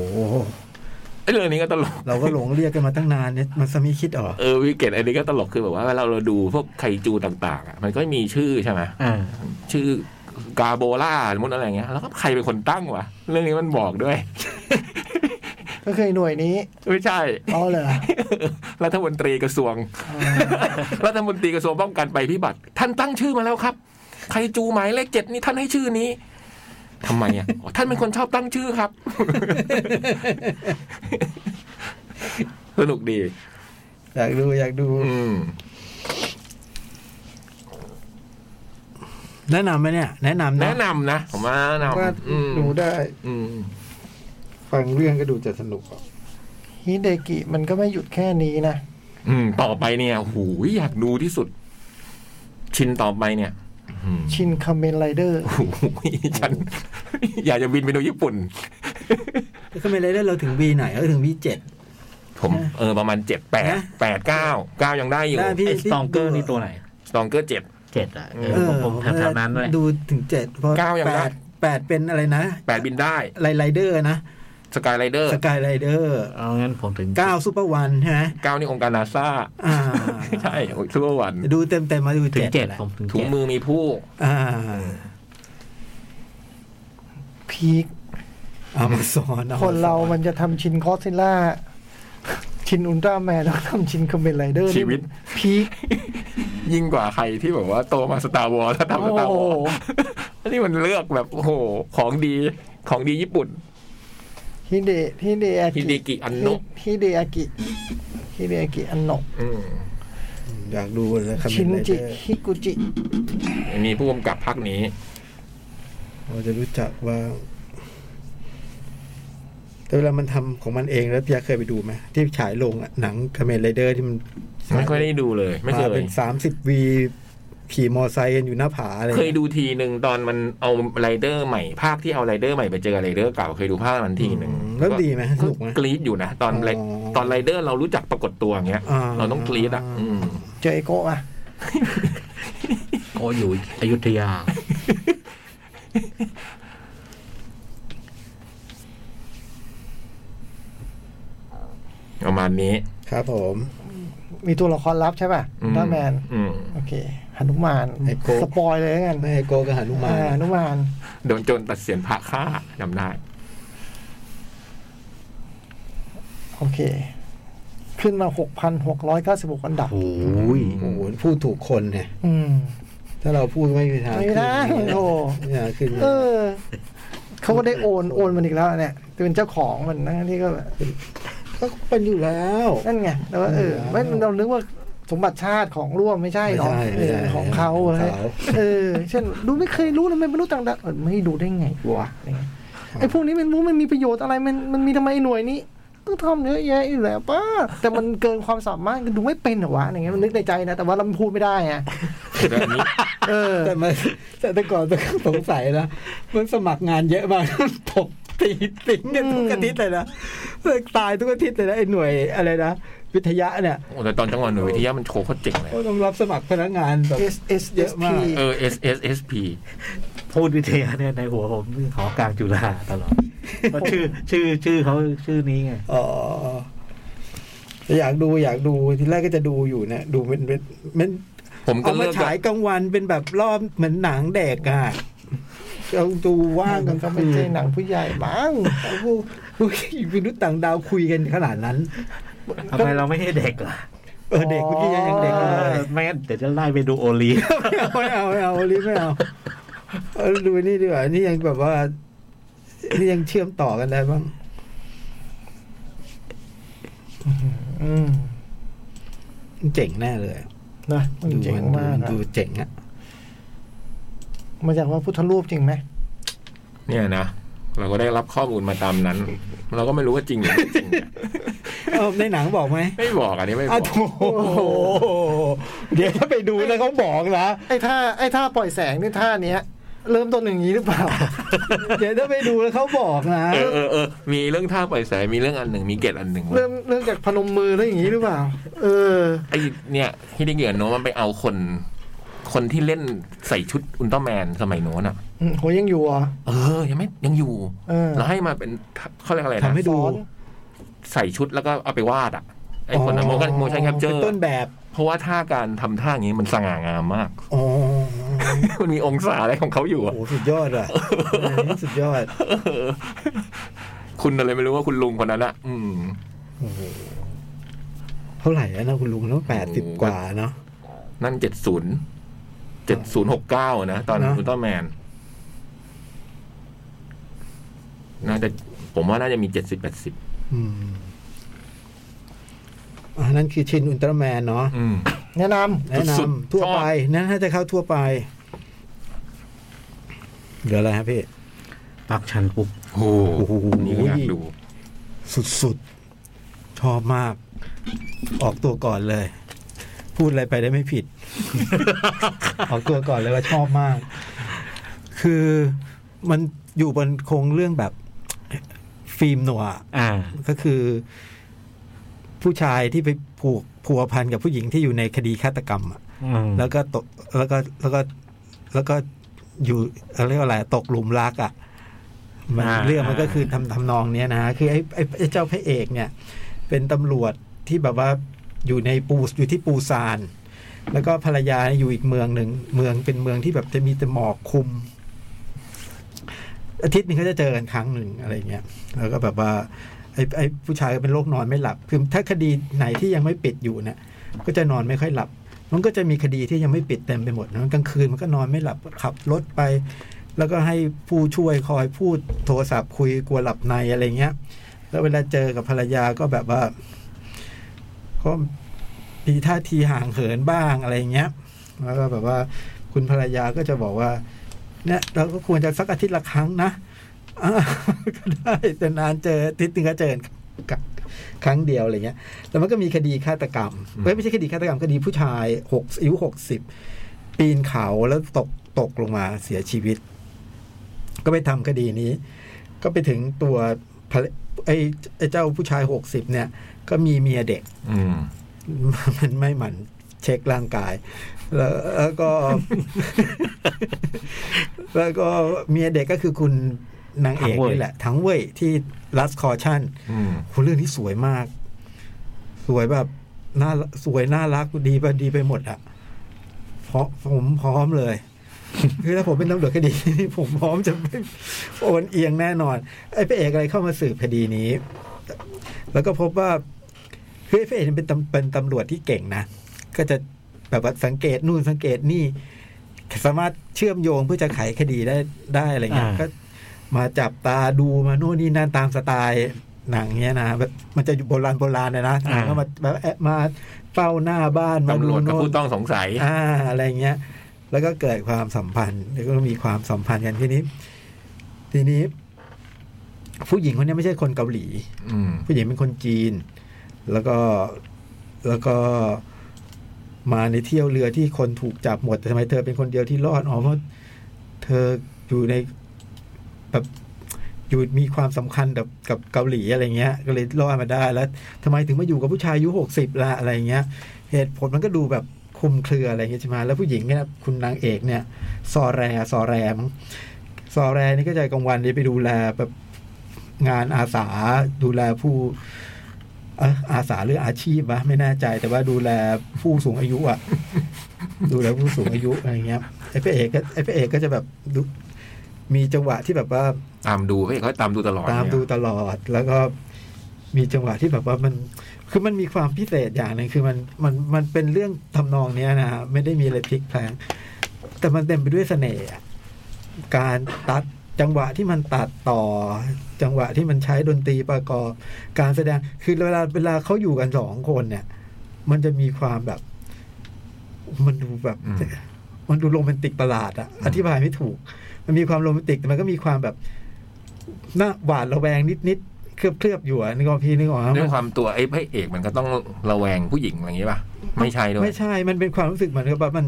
C: ไอ้เรื่องนี้ก็ตลก
D: เราก็หลงเรียกกันมาตั้งนานเนี่ยมันสมิคิดออก
C: เออวิกเกตอันนี้ก็ตลกคือแบบว่าเวลาเราดูพวกไคจูต่างๆอ่ะมันก็มีชื่อใช่ไหม
E: อ่า
C: ชื่อกาโบล่าสมมติอะไรเงี้ย แล้วก็ใครเป็นคนตั้งวะ เรื่องนี้มันบอกด้วย
B: ก็คือหน่วยนี้
C: ไม่ใช่
B: อ๋อเหรอ
C: รัฐมนตรีกระทรว ง รัฐมนตรีกระทรวงป้องกันภัยพิบัติ ท่านตั้งชื่อมาแล้วครับ ใครจูหมายเลขเจ็ดนี่ท่านให้ชื่อนี้ทำไมอ่ะอ๋อท่านเป็นคนชอบตั้งชื่อครับ สนุกดี
D: อยากดูอยากดู
C: อืม
D: แนะนำไหมเนี่ย แนะนำนะ
C: แนะนำนะ ผมว่าแนะน
D: ว่า
C: ำอืม
D: ดูได้
C: อืม
D: ฟังเรื่องก็ดูจะสนุกอ่ะ
B: ฮิเดกิมันก็ไม่หยุดแค่นี้นะ
C: อืม ต่อไปเนี่ยโอ้โหูยอยากดูที่สุด ชินต่อไปเนี่ยอืม
B: ชินคาเมนไรเดอร์
C: โอ้โห ฉัน อยากจะบินไปดูญี่ปุ่น
D: ก็ไม่ไรได้เราถึงวีไหนเออถึงวีเจ็ด
C: ผมเออประมาณเจ็ดแปด
D: นะ
C: แปดเก้าเก้ายังได้อยู่
D: ได้พี่
E: ไอ้ส
D: พี่
E: ตองเกอร์นี่ตัวไหน
C: สตองเกอร์เจ็ด
E: เจ็ดอ่ะเอ
D: เอ
E: อ
D: อ
E: ผมผมแถวๆนั้นเลย
D: ดูถึงเจ็ดเพราะ
C: เก้ายัง
D: แป
C: ได้
D: ดแปดเป็นอะไรนะ
C: แปดบินได้
D: ไรไรเดอร์นะ
C: สกายไรเดอร์
D: สกายไรเดอร์
E: เอางั้นผมถึง
D: เก้าซูเปอร์วันใช่ไหม
C: เก้านี่องค์การนาซา
D: อ่า
C: ใช่โอ้ยทั่ววัน
D: ดูเต็มเต็มๆมาดู
E: ถึง
D: เจ็ด
E: เจ็ดผมถึง
C: ถุง
E: เจ็ด
C: มือมีผู้
D: อ่า
B: พีค
D: เอามาสอนอมสอ
B: คนเรามันจะทำชินคอสซิลล่า ชินอุลตร้าแมนแล้วทำชินคาเมนไรเดอร์
C: ชีวิต
B: พีค
C: ยิ่งกว่าใครที่แบบว่าโตมาสต าร์วอลถ้าทำสตาร์วอล
B: โอ้โห
C: นี่มันเลือกแบบโอ้โหของดีของดีญี่ปุ่น
B: ฮิเดะฮิเดะอากิ
C: ฮิเดกิอันโนะ
B: ฮิเดะอากิฮิเดะอากิอันโนะ
C: อืม
D: อยากดูเลยครับ
B: ชิน
D: ไรเด
B: จิ
D: อร์
B: ฮิกุจิ
C: มีผู้กำกับภาคนี้
D: เราจะรู้จักว่างแต่เวลามันทำของมันเองแล้วพี่เคยไปดูไหมที่ฉายลงอะหนังคาเมนไรเดอร์ที่มัน
C: ไม่ค่อยได้ดูเลย ไม่เค
D: มายเป็นสามสิบวี ขี่มอไซค์กันอยู่หน้าผาอะไร
C: เคยดูทีหนึ่งตอนมันเอาไรเดอร์ใหม่ ภาคที่เอาไรเดอร์ใหม่ไปเจอไรเดอร์เก่าเคยดูภาคมันทีหนึ่ง
D: อืมแล้วดีไหมส
C: ก็
D: นุกไหม
C: กรี๊ดอยู่นะ ตอนไร
D: อ๋อ
C: ตอนไรเดอร์เรารู้จักปรากฏตัวอย่างเงี้ย
D: อ่า
C: เราต้องกรี๊ดอ่ะอืม
B: เจอไอโก้อะ
E: โกอยู่อยุธยา
C: ประมาณนี้
D: ครับผม มี
B: มีตัวละครลับใช่ป่ะ
C: อื
B: ด้าแมน
C: อืม
B: โอเคหนุมาน
D: ไอโก้
B: สปอยเลยแล้วกัน
D: แม่โกกับหานุมา
B: อ่าน หนุมาน
C: โดนโจรตัดเสียนพระฆ่าจำได้
B: โอเค ขึ้นมาหกพันหกร้อยเก้าสิบหกอันดับ
E: โอ้ย
D: โอ้โหพูดถูกคนเนี่ย
B: อืม
D: ถ้าเราพูดไม่มีทาง
B: ไม่ได้
D: ขึ้น
B: โอ้
D: ไม่มีทางขึ้น
B: เออเขาก็ได้โอนโอนมันอีกแล้วเนี่ยเป็นเจ้าของมันนะที่ก็แบบ
D: ก็เป็นอยู่แล้ว
B: นั่นไงแต่ว่าเออไม่เรานึกว่าสมบัติชาติของร่วมไม่ใช่หรอก
D: ไม่
B: เอ
D: ใช่ไม่ใช่
B: อของเขา
D: ของ
B: อะไร
D: เขา
B: เออ เช่นดูไม่เคยรู้เลยไม่รู้ต่างดาวเออไม่ดูได้ไงวะอะไรเงี้ยไอ้พวกนี้มันรู้มันมีประโยชน์อะไรมันมันมีทำไมไอ้หน่วยนี้ก็ทำเยอะแยะอยู่แล้วป้าแต่มันเกินความสามารถดูไม่เป็นเหรอวะอะไรเงี้ยมันนึกในใจนะแต่ว่าเราพูดไม่ได้ไง
C: แต่อัน นี้
B: เออ
D: แต่มาแต่แต่ก่อนแต่ก็สงสัยนะมันสมัครงานเยอะมาก ผมตีติงเนี่ยทุกอาทิตย์เลยนะตายทุกอาทิตย์เลยนะไอ้หน่วยอะไรนะวิทยะเนี่ย
C: โอ้แต่ตอนจังหวะหน่วยวิทยามันโชว์โคตรเจ๋งเลย
D: ก็ต้องรับสมัครพนักงานแบบ
B: S S
D: เยอะ
B: S
D: มา
B: P
D: ก
C: เออ S S S P
E: พูดวิทยาเนี่ยในหัวผมหอกลางจุฬาตลอดเพราะชื่อชื่อชื่อเขาชื่อนี้ไง
D: อ๋ออยากดูอยากดูทีแรกก็จะดูอยู่เนี่ยดูมันมันมัน
C: ผมก็
D: เอามา
C: เลือก
D: ฉายกลางวันเป็นแบบรอบเหมือนหนังเด็กอ่ะเราดูว่าง
B: มั
D: กัน
B: นก็
D: ก็
B: ไม่
D: ไม่
B: ใช่ห
D: ใช่ห
B: นั
D: นัง
B: งผู้ใหญ่บ้าง
D: ผู้ผู้มนุษย์ต่างดาวคุยกันขนาดนั้น
E: ทำไมเราไม่ให้เด็กล่ะ
D: เออเด็กเมื่อกี้ยังเด็กอยู่เลย
E: ไม่งั้นเดี๋ยวจะไล่ไปดูโอ ลี
D: ไม่เอาไม่เอาไม่เอาลิไม่เอาเอาดูนี่ดีกว่านี่ยังแบบว่า นี่ยังเชื่อมต่อกันได้บ้าง
B: อืม
D: เจ๋งแน่เลย
B: นะมันเจ๋งมาก
D: ดู
B: อะ
D: เจ๋งอ่ะ
B: มาจากว่าพุทธรูปจริงไหม
C: เนี่ยนะ เราก็ได้รับข้อมูลมาตามนั้น เราก็ไม่รู้ว่าจริงหรือไม่จริงอะ
D: เออในหนังบอกไหม
C: ไม่บอกอันนี้ไม่บ
D: อ้า
C: อก
D: วโถ่เดี๋ยวถ้าไปดูนะเขาบอกนะ
B: ไอ้ท่าไอ้ท่าปล่อยแสงนี่ท่าเนี้ย เริ่มต้นอย่างนี้หรือเป ล่า
D: เดี๋ยวถ้าไปดูแล้วเขาบอกนะ
C: เออเออเออมีเรื่องท่าปล่อยแสงมีเรื่องอันหนึ่งมีเกตอันหนึ่งเว้ย
B: เริ่มเริ่มจากพนมมือแล้วอย่างนี้หรือเปล่า เออ
C: ไอเนี่ยฮิดิเกียโนะมันไปเอาคน คนที่เล่นใส่ชุดอุลตร้าแมนสมัยโน้นอ่ะ
B: อืมโหยังอยู่เหรอ่ะ
C: เออ ยังไม่ยังอยู่
B: เออ
C: แล้วให้มาเป็นเขาเรียกอะไร
D: ทำ
C: นะ
D: ให้ดู
C: ใส่ชุดแล้วก็เอาไปวาดอ่ะไอคนนั้นโมกันโมชันแคปเจอร์
D: ป็นต้นแบบ
C: เพราะว่าท่าการทำท่าอย่างนี้มันสง่างามมาก
D: อ๋อ
C: มันมีองศาอะไรของเขาอยู่
D: โอ้
C: อะ
D: โหสุดยอดอ่ะอันนี้สุดยอด
C: คุณอะไรไม่รู้ว่าคุณลุงคนนั้นอ่ะ อืม
D: โอ้โหเท่าไหร่แล้วนะคุณลุงแล้วแปดสิบกว่าเนาะ
C: นั่นเจ็ดศูนย์เจ็ดศูนย์หกเก้านะ ตอน
D: นะ
C: อุลตร้าแมนน่าจะผมว่าน่าจะมีเจ็ดสิบแปดสิบ
D: อืมอันนั้นคือชินอุลตร้าแมนเนาะ
C: อืม
B: แนะนำ
D: แนะ
C: สุด
D: นำ
C: ๆ
D: ทั่ว
C: ชอบ
D: ไปนั่นถ้าจะเข้าทั่วไปเหลืออะไรครับพี่
E: ปักชันปุ๊บ
C: โอ้
D: โห
C: นี่ก็อยากดู
D: สุดๆ ชอบมาก ออกตัวก่อนเลย พูดอะไรไปได้ไม่ผิด ออกตัวก่อนเลยว่าชอบมาก คือมันอยู่บนโครงเรื่องแบบ ฟิล์มหนัว
E: อ่า
D: ก็คือ ผู้ชายที่ไปผูกผัวพันกับผู้หญิงที่อยู่ในคดีฆาตกรรมอะ
E: อืม
D: แล้วก็ตกแล้วก็แล้วก็แล้วก็อยู่เรียกว่าอะไรตกหลุมรักอ่ะมันเรื่องมันก็คือทำทำนองเนี้ยนะฮะคือไอ้ไอ้ไอ้เจ้าพระเอกเนี่ย เป็นตำรวจที่แบบว่าอยู่ในปูอยู่ที่ปูซาน แล้วก็ภรรยาอยู่อีกเมืองหนึ่งเมืองเป็นเมืองที่แบบจะมีแต่หมอกคลุม อาทิตย์หนึงก็จะเจอกันครั้งหนึ่งอะไรเงี้ยแล้วก็แบบว่าไอ้ไอ้ผู้ชายก็เป็นโรคนอนไม่หลับคือถ้าคดีไหนที่ยังไม่ปิดอยู่เนี่ยก็จะนอนไม่ค่อยหลับ มันก็จะมีคดีที่ยังไม่ปิดเต็มไปหมดนะกลางคืนมันก็นอนไม่หลับขับรถไป แล้วก็ให้ผู้ช่วยคอยพูดโทรศัพท์คุยกลัวหลับในอะไรเงี้ย แล้วเวลาเจอกับภรรยาก็แบบว่าก็มีท่าทีห่างเหินบ้างอะไรเงี้ย แล้วก็แบบว่าคุณภรรยาก็จะบอกว่า เนี่ยเราก็ควรจะสักอาทิตย์ละครั้งนะ อ่าก็ได้แต่นานเจออาทิตย์หนึงก็เจอกันครั้งเดียวอะไรเงี้ย แล้วมันก็มีคดีฆาตกรรม
C: อืม
D: เอ้ยไม่ใช่คดีฆาตกรรมคดีผู้ชายหกอายุหกสิบ ปีนเขาแล้วตกตกลงมาเสียชีวิต ก็ไปทำคดีนี้ ก็ไปถึงตัวภรรไอ้ไอ้เจ้าผู้ชายหกสิบเนี่ย ก็มีเมียเด็ก
C: อืม
D: มันไม่หมั่นเช็คร่างกาย แล้วแล้วก็ แล้วก็เมียเด็กก็คือคุณนางเอก
E: ทั้งเว่ย
D: นี่แหละ ทั้งเว่ยที่รัสคอชั่น
C: อืม
D: คุณเรื่องนี้สวยมาก สวยแบบน่าสวยน่ารักดีไปดีไปหมดอะเพราะผมพร้อมเลย คือถ้าผมเป็นตำรวจคดี นี่ผมพร้อมจะไม่โอนเอียงแน่นอน ไอ้พระเอกอะไรเข้ามาสืบคดีนี้ แล้วก็พบว่าเฮ้ยพระเอกเป็นตำเป็นตำรวจที่เก่งนะ ก็จะแบบว่าสังเกตนู่นสังเกตนี่ สามารถเชื่อมโยงเพื่อจะไขคดีได้ได้อะไรเงี้ย
E: อ่า
D: ก็มาจับตาดูมานู่นนี่นั่นตามสไตล์หนังเนี้ยนะแบบมันจะอยู่โบราณโบราณเลยนะหนังก็มาแบบแอบมาเฝ้าหน้าบ้านมา
C: ตำร
D: ดู
C: วจกับ
D: โน่น
C: ผู้ต้องสงสัย
D: อ่าอะไรเงี้ย แล้วก็เกิดความสัมพันธ์ แล้วก็มีความสัมพันธ์กันทีนี้ ทีนี้ ผู้หญิงคนนี้ไม่ใช่คนเกาหลี
C: อืม
D: ผู้หญิงเป็นคนจีน แล้วก็แล้วก็มาในเที่ยวเรือที่คนถูกจับหมดแต่ทำไมเธอเป็นคนเดียวที่รอดอ๋อเพราะเธออยู่ในแบบอยู่มีความสำคัญกับกับเกาหลีอะไรเงี้ย ก็เลยรอดมาได้แล้วทำไมถึงมาอยู่กับผู้ชายอายุหกสิบละอะไรเงี้ย เหตุผลมันก็ดูแบบคลุมเครืออะไรเงี้ยใช่ไหมแล้วผู้หญิงเนี่ยคุณนางเอกเนี่ยซอแรซอแรมั้งซอแรนี่ก็จะกลางวันนี้ไปดูแลแบบ งานอาสาดูแลผู้เอ่ออาสาหรืออาชีพวะไม่แน่ใจ แต่ว่าดูแลผู้สูงอายุอะ ดูแลผู้สูงอายุอะไรเงี้ยไอ้พระเอกก็ไอ้พระเอกก็จะแบบดูมีจังหวะที่แบบว่า
C: ตามดูพี่เขาตามดูตลอด
D: ตามดู
C: เนี่ย
D: ตลอดแล้วก็มีจังหวะที่แบบว่ามันคือมันมีความพิเศษอย่างหนึ่งคือมันมันมันเป็นเรื่องทำนองเนี้ยนะฮะไม่ได้มีอะไรพลิกแพลงแต่มันเต็มไปด้วยเสน่ห์อะการตัดจังหวะที่มันตัดต่อ จังหวะที่มันใช้ดนตรีประกอบ การแสดงคือเวลาเวลาเขาอยู่กันสองคนเนี่ย มันจะมีความแบบ มันดูแบบ
C: อืม
D: มันดูโรแมนติกประหลาดอะอธิบายไม่ถูก มันมีความโรแมนติกแต่มันก็มีความแบบหน้าหวาดระแวงนิดๆเคลือบๆอยู่อะนึกออกพี่นึกออกไหม
C: ด้วยความตัวไอ้พระเอกมันก็ต้องระแวงผู้หญิงอะไรอย่างงี้ป่ะ ไม่ใช่ด้วย
D: ไม่ใช่ มันเป็นความรู้สึกเหมือนกับว่ามัน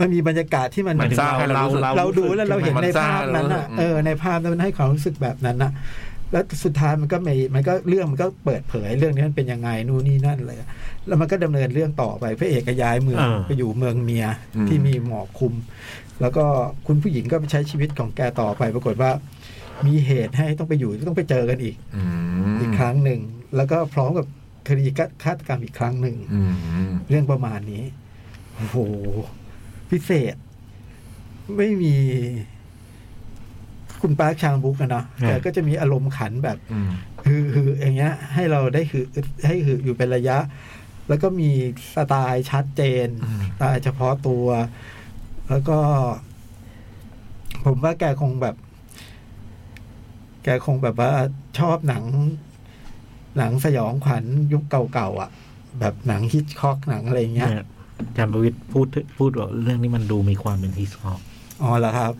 D: มันมีบรรยากาศที่มัน
C: มันสร้างให้เรารู้สึก
D: เราดูแล้วเราเห็นในภาพนั้น
C: มันสร้า
D: อ่ะ
C: ง
D: เออในภาพนั้นมันให้ความรู้สึกแบบนั้นอ่ะ แล้วสุดท้ายมันก็มีมันก็เรื่องมันก็เปิดเผยเรื่องนี้มันเป็นยังไงนู่นนี่นั่นเลยอะแล้วมันก็ดำเนินเรื่องต่อไปพระเอกก็ย้ายเมือง
E: อ่า
D: ไปอยู่เมืองเมีย
C: อืม
D: ที่มีหมอกคลุม แล้วก็คุณผู้หญิงก็ไปใช้ชีวิตของแกต่อไป ปรากฏว่า มีเหตุให้ต้องไปอยู่ต้องไปเจอกันอีก
C: อืม
D: อีกครั้งหนึ่งแล้วก็พร้อมกับคดีฆาตกรรมอีกครั้งหนึ่ง
C: อืม
D: เรื่องประมาณนี้ โอ้โห พิเศษ ไม่มี คุณปาร์คชางบุ๊กอะเนาะ
E: ครับ
D: แต่ก็จะมีอารมณ์ขันแบบ
C: อืม
D: ฮือฮืออย่างเงี้ย ให้เราได้คือให้ฮืออยู่เป็นระยะ แล้วก็มีสไตล์ชัดเจน
C: อืม
D: สไตล์เฉพาะตัว แล้วก็ ผมว่าแกคงแบบ แกคงแบบว่าชอบหนัง หนังสยองขวัญยุคเก่าๆอ่ะ แบบหนังฮิตคอกหนังอะไรอย่างเงี้ย
E: เนี่ยอาจารย์ประวิทย์พูดถึงพูดว่าเรื่องนี้มันดูมีความเป็นฮิสฮอป
D: อ๋อเหรอครับ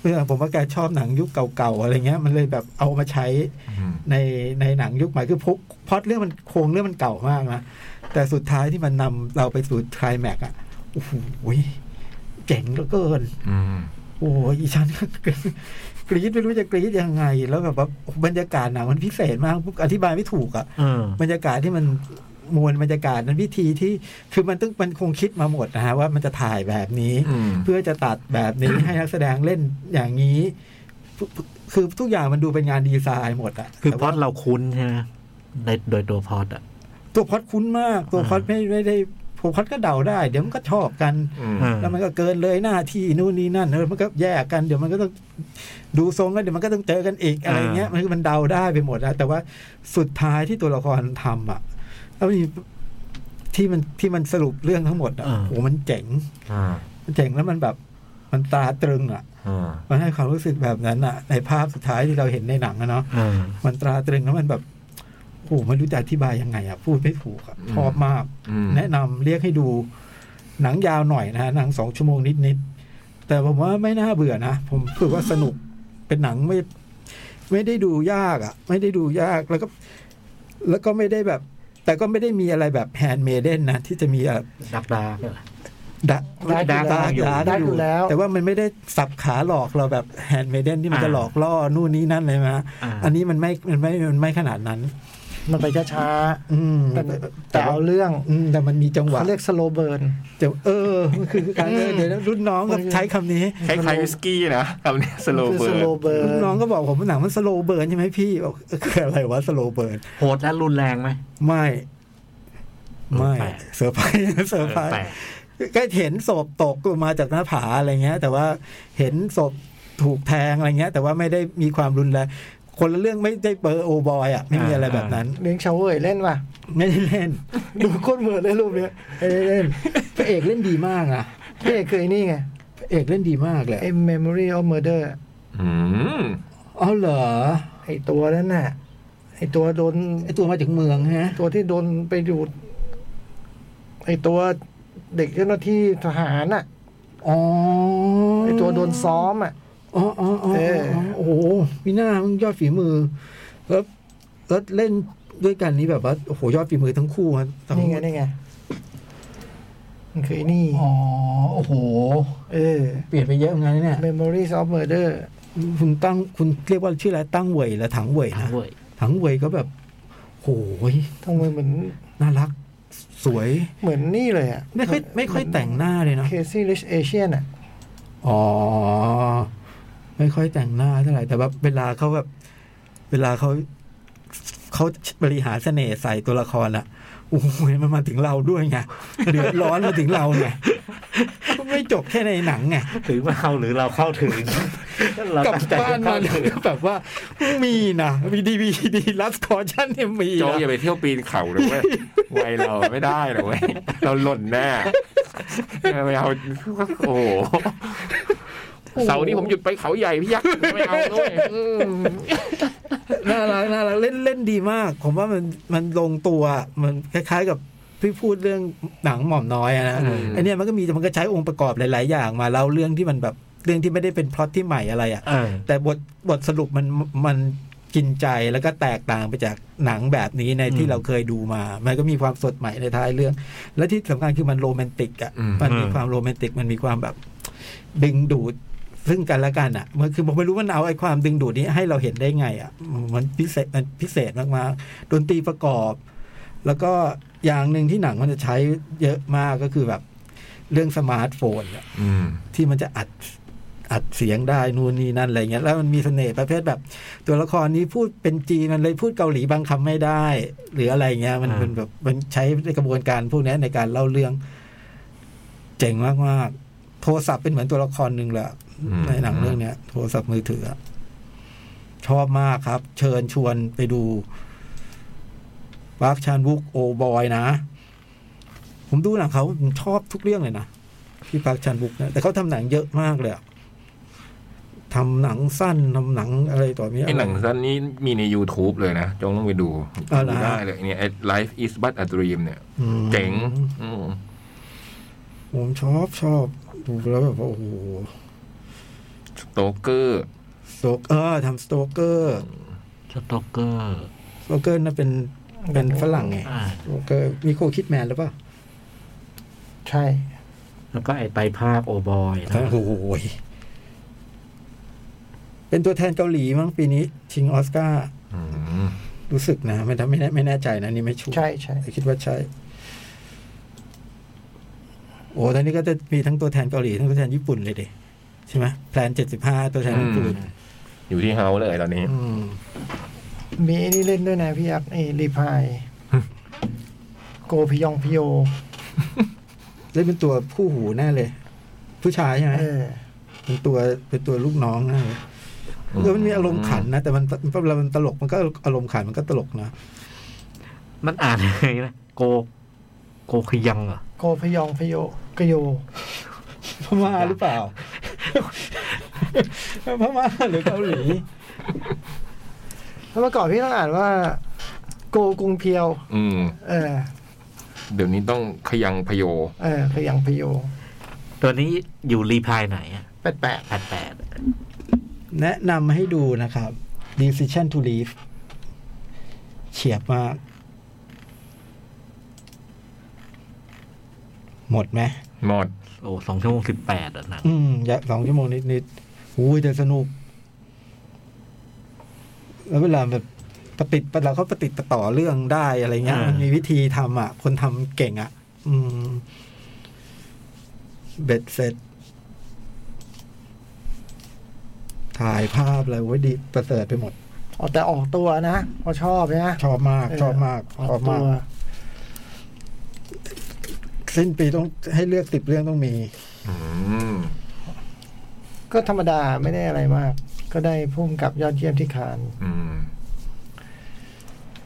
D: เออผมว่าแกชอบหนังยุคเก่าๆอะไรเงี้ย มันเลยแบบเอามาใช้
C: อืม
D: ในในหนังยุคใหม่คือพกพล็อดเรื่องมันโครงเรื่องมันเก่ามากนะ แต่สุดท้ายที่มันนำเราไปสู่ไคลายแม็กซ์อ่ะโอ้โหเจ๋งเหลือเกิน
C: อืม
D: โอ้ยอีฉัน กรี๊ดไม่รู้จะกรี๊ดยังไง แล้วแบบว่าบรรยากาศหนังมันพิเศษมากอธิบายไม่ถูกอ่ะ
E: เออ
D: บรรยากาศที่มันมวลบรรยากาศนั้นวิธีที่คือมันต้องมันคงคิดมาหมดนะฮะว่ามันจะถ่ายแบบนี้
C: อืม
D: เพื่อจะตัดแบบนี้ ให้นักแสดงเล่นอย่างนี้คือคือทุกอย่างมันดูเป็นงานดีไซน์หมดอะ
E: คือ
D: แต่
E: พล็อ
D: ว่า
E: ดเราคุ้นใช่ไหมในโดยตัวพล็อดอ่ะ
D: ตัวพล็อดคุ้นมาก ตัวพล็อด
E: อ่า
D: ไม่ไม่ได้ตัวพล็อดก็เดาได้ เดี๋ยวมันก็ชอบกัน
C: อืม
E: อ่า
D: แล้วมันก็เกินเลยหน้าที่นู่นนี่นั่นแล้วมันก็แยกกันเดี๋ยวมันก็ต้องดูทรงแล้วเดี๋ยวมันก็ต้องเจอกันอีกอะไรเงี้ย
E: อ่ามั
D: มันคือมันเดาได้ไปหมดแล้วแต่ว่าสุดท้ายที่ตัวละครทำอ่ะแล้วมีที่มันที่มันสรุปเรื่องทั้งหมดอ่ะโอ้มันเจ๋ง
C: อ่า
D: มันเจ๋งแล้วมันแบบมันตราตรึงอ่ะ
C: อ่า
D: มันให้ความรู้สึกแบบนั้นอ่ะ ในภาพสุดท้ายที่เราเห็นในหนังอะเนาะ
E: เออ
D: มันตราตรึงแล้วมันแบบโอ้โหไม่รู้จะอธิบายยังไงอะพูดไม่ถูกอะ
C: อืม
D: ชอบมาก
C: อืม
D: แนะนำเรียกให้ดู หนังยาวหน่อยนะฮะหนังสองชั่วโมงนิดๆแต่ผมว่าไม่น่าเบื่อนะ ผมรู้สึกว่าสนุกเป็นหนังไม่ ไม่ได้ดูยากอะไม่ได้ดูยากแล้วก็ แล้วก็ไม่ได้แบบ แต่ก็ไม่ได้มีอะไรแบบแฮนด์เมดเดนนะที่จะมีอะ
E: ดักดาร์กเนี่ยแหละ
D: ดัก
B: ดักอยู่แล้วดั
E: ดักอยู่
B: กอยู่แล้ว
D: แต่ว่ามันไม่ได้สับขาหลอกเราแบบแฮนด์เมเดนที่มันจะหลอกล่อนู่นนี่นั่นเลยนะ
E: อ่า
D: อันนี้มันไม่มันไม่มันไม่ขนาดนั้น
B: มันไปช้า
D: อืม
B: ๆแต่แต่เอาเรื่อง
D: อืมแต่มันมีจังหวะ
B: เขาเรียกสโลเบิร์น
D: แต่เออมันคือการเออเดี๋ยวรุ่นน้องก็ใช้คำนี้
C: คล้ายๆวิสกี้นะคำนี้สโล
B: คือ
C: เบิ
B: ส
C: ร์
B: โลเบิร์
D: รุ่น
B: น
D: น้องก็บอกผมหนังมันสโลเบิร์นใช่ไหมพี่บอกเออคือ อะไรวะสโลเบิร์น
E: โหดและรุนแรงไหม
D: ไม่ ไม่
E: แปลก
D: เซอร์ไพรส์เซอร์ไพรส์
E: แต่
D: ก็เห็นศพตกลงมาจากหน้าผาอะไรเงี้ย แต่ว่าเห็นศพถูกแทงอะไรเงี้ย แต่ว่าไม่ได้มีความรุนแรงคนละเรื่องไม่ได้เปอร์โอบอยอ่ะ ไม่มีอะไร
E: อ่า
D: แบบนั้น
B: เลี้ยงเชาเวยเล่นป่ะ
D: ไม่ได้เล่น
B: ดูโคตรเหมือนเลยรูปเนี้ย
D: ไม่ได้เล่นพระเอกเล่นดีมากอะ
B: พี่เอกเคยนี่ไง
D: พระเอกเล่นดีมากเลย
B: ไอ้ Memory of Murder อะ
C: อืม
D: อ๋อเหรอ
B: ไอ้ตัวนั้นน่ะไอ้ตัวโดน
D: ไอตัวมาจากเมืองฮะ
B: ตัวที่โดนไปดูดไอ้ตัวเด็กเจ้าหน้าที่ทหารน่ะ
D: อ๋อ
B: ไอ้ตัวโดนซ้อมอ่ะ
D: อ๋ออ๋ออ๋อ
B: เออ
D: โอ้โหมีหน้ามึงยอดฝีมือแล้วแล้วเล่นด้วยกันนี้แบบว่าโอ้โหยอดฝีมือทั้งคู่ฮะทั้
B: นี่ไงนี่ไงมันคือไอ้นี่
D: อ๋อโอ้โห
B: เออ
D: เปลี่ยนไปเยอะเหมือนกันนะเนี่ย
B: Memories of Murder
D: คุณตั้งคุณเรียกว่าชื่ออะไรตั้งเว่ยและถังเว่ยนะ
E: เว้ย
D: ถังเว่ยก็แบบโอ้ย
B: ทำไมเหมือน
D: น่ารัก สวย
B: เหมือนนี่เลยอ่ะ
D: ไม่ค่อยไม่ค่อยแต่งหน้าเลยเนาะ
B: เคซี่ลิชเอเชียนอ่ะ
D: อ๋อ ไม่ค่อยแต่งหน้าเท่าไหร่ แต่แบบเวลาเขาแบบ เวลาเขาเขาบริหารเสน่ห์ใส่ตัวละครอะโอ้ยมันมาถึงเราด้วยไงเดือดร้อนมาถึงเราไงไม่จบแค่ในหนังไง
E: ถือมาเอาหรือเราเข้าถึงเรา
D: กลับ
E: ตั้งใจ
D: บ้าน
E: เข้
D: มา
E: ถึง
D: แบบว่ามีนะมีดีวีดีรัสคอชั่นเนี่ยมี
C: โจ
D: นะ
C: อย่าไปเที่ยวปีนเขาเลยเว้ยวัยเรา ไม่ได้หรอกเว้ยเราหล่นแน่ไม่เอาโอ้โหเสาร์นี้ผมหยุดไปเขาใหญ่พี่ยักษ์ไม่เอาด้วยอืม
D: น่ารักน่ารักเล่นเล่นดีมาก ผมว่ามันมันลงตัวมันคล้าย ๆ กับพี่พูดเรื่องหนังหม่อมน้อยอะนะ อันเนี้ยมันก็มีแต่มันก็ใช้องค์ประกอบหลาย ๆ อย่างมาเล่าเรื่องที่มันแบบเรื่องที่ไม่ได้เป็นพล็อตที่ใหม่อะไรอะ่ะ แต่บทบทสรุปมันมันกินใจแล้วก็แตกต่างไปจากหนังแบบนี้ในที่
E: อืม
D: เราเคยดูมา มันก็มีความสดใหม่ในท้ายเรื่อง และที่สำคัญคือมันโรแมนติกอ่ะมันมีความโรแมนติกมันมีความแบบดึงดูดซึ่งกันและกันอ่ะ มันคือผมไม่รู้มันเอาไอ้ความดึงดูดนี้ให้เราเห็นได้ไง อ่ะ มันพิเศษมันพิเศษมากๆดนตรีประกอบ แล้วก็อย่างหนึ่งที่หนังมันจะใช้เยอะมากก็คือแบบเรื่องสมาร์ทโฟนอะ
C: อืม
D: ที่มันจะอัดอัดเสียงได้นู่นนี่นั่นอะไรเงี้ยแล้วมันมีเสน่ห์ประเภทแบบ ตัวละครนี้พูดเป็นจีนมันเลยพูดเกาหลีบางคำไม่ได้ หรืออะไรเงี้ย มัน
E: อ่า
D: เป็นแบบมันใช้ในกระบวนการพวกเนี้ยในการเล่าเรื่อง เจ๋งมากมากๆโทรศัพท์เป็นเหมือนตัวละครหนึ่งแหละ
C: อืม
D: ในหนังเรื่องเนี้ย โทรศัพท์มือถืออะชอบมากครับ เชิญชวนไปดูวักชานวุกโอบอยนะ ผมดูหนังเขาผมชอบทุกเรื่องเลยนะ พี่ปาร์คชันบุกนะแต่เขาทำหนังเยอะมากเลยอะทำหนังสั้นทำหนังอะไรต่อมีอะ
C: ไอ้
D: ไร
C: หนังสั้นนี้มีใน YouTube เลยนะจงต้องไปดู
D: เอาเหรอ
C: ดู
D: ฮะ
C: ได้เลยเนี่ยไอ้ Life is but a dream เนี่ย
D: อืม
C: เจ๋งอืม
D: ผมชอบชอบดูแล้วแบบว่าโอ้โห
C: สโตเกอร์
D: สโตเออทำสโตเกอร์
E: สต็อกเกอร์
D: สโตเกอร์น่ะเป็นเป็นฝรั่งไง
E: อ่า
D: สโตเกอร์มีโคคิดแมนหรือเปล่า
B: ใช่
E: แล้วก็ไอ้ไตรภาคโอบอยนะ
D: โอ้โหยเป็นตัวแทนเกาหลีมั้งปีนี้ ชิงออสการ์
C: อืม
D: รู้สึกนะไม่ไม่แน่ไม่แน่ใจนะอันนี่ไม่ชัวร์
B: ใช่ใช่
D: คิดว่าใช่ โอ้ตอนนี้ก็จะมีทั้งตัวแทนเกาหลี ทั้งตัวแทนญี่ปุ่นเลยดิใช่ไหมแพลนเจ็ดสิบห้าตัวแทนญี่ปุ่น
C: อยู่ที่เฮาเลยตอนนี้
D: อืม
B: มีไอ้นี่เล่นด้วยนะพี่ยักษ์ไอ้รีพายโกพิยองพิโย
D: เล่นเป็นตัวคู่หูแน่เลย ผู้ชายใช่ไหม
B: เออ
D: เป็นตัวเป็นตัวลูกน้องแน่เลยแล้วมันมีอารมณ์ขันนะ แต่มันเวลามันตลกมันก็อารมณ์ขันมันก็ตลกนะ
E: มันอ่านยังไงนะโก โกคยังเหรอ
B: โกพยองพโยกโย
D: พม่าหรือเปล่า พม่าหรือเกาหลี
B: แล้วเมื่อก่อนพี่ต้องอ่านว่า โกกรุงเพียว
C: อืม
B: เออ
C: เดี๋ยวนี้ต้องขยังพโย
B: เออพยังพโย
E: ตัวนี้อยู่รีพายไหนอะ
B: แปดแปด
E: แปดแปด
D: แนะนำให้ดูนะครับ Decision to Leave เฉียบมาก หมดไหม
C: หมด
E: โอ้สองชั่วโมงสิบแปดอะหนัง
D: อืมอยากสองชั่วโมงนิดนิดๆหูยแต่สนุก แล้วเวลาแบบปฏิดประเราเขาปฏิดประต่อเรื่องได้อะไรเงี้ย
E: อ่ามั
D: มันมีวิธีทำอ่ะ คนทำเก่งอ่ะ อืม เบ็ดเสร็จ ถ่ายภาพอะไรไว้ยดีประเสริฐไปหมด
B: เอาแต่ออกตัวนะเพราะชอบนะ
D: ชอบมาก
B: เออ
D: ชอบมาก
B: ออก
D: ชอบ
B: ตั
D: มาก
B: ว
D: สิ้นปีต้องให้เลือกสิบเรื่องต้องมี
C: อืม
B: ก็ธรรมดาไม่ได้อะไรมาก ก็ได้พุ่มกับยอดเยี่ยมที่คาน
C: อืม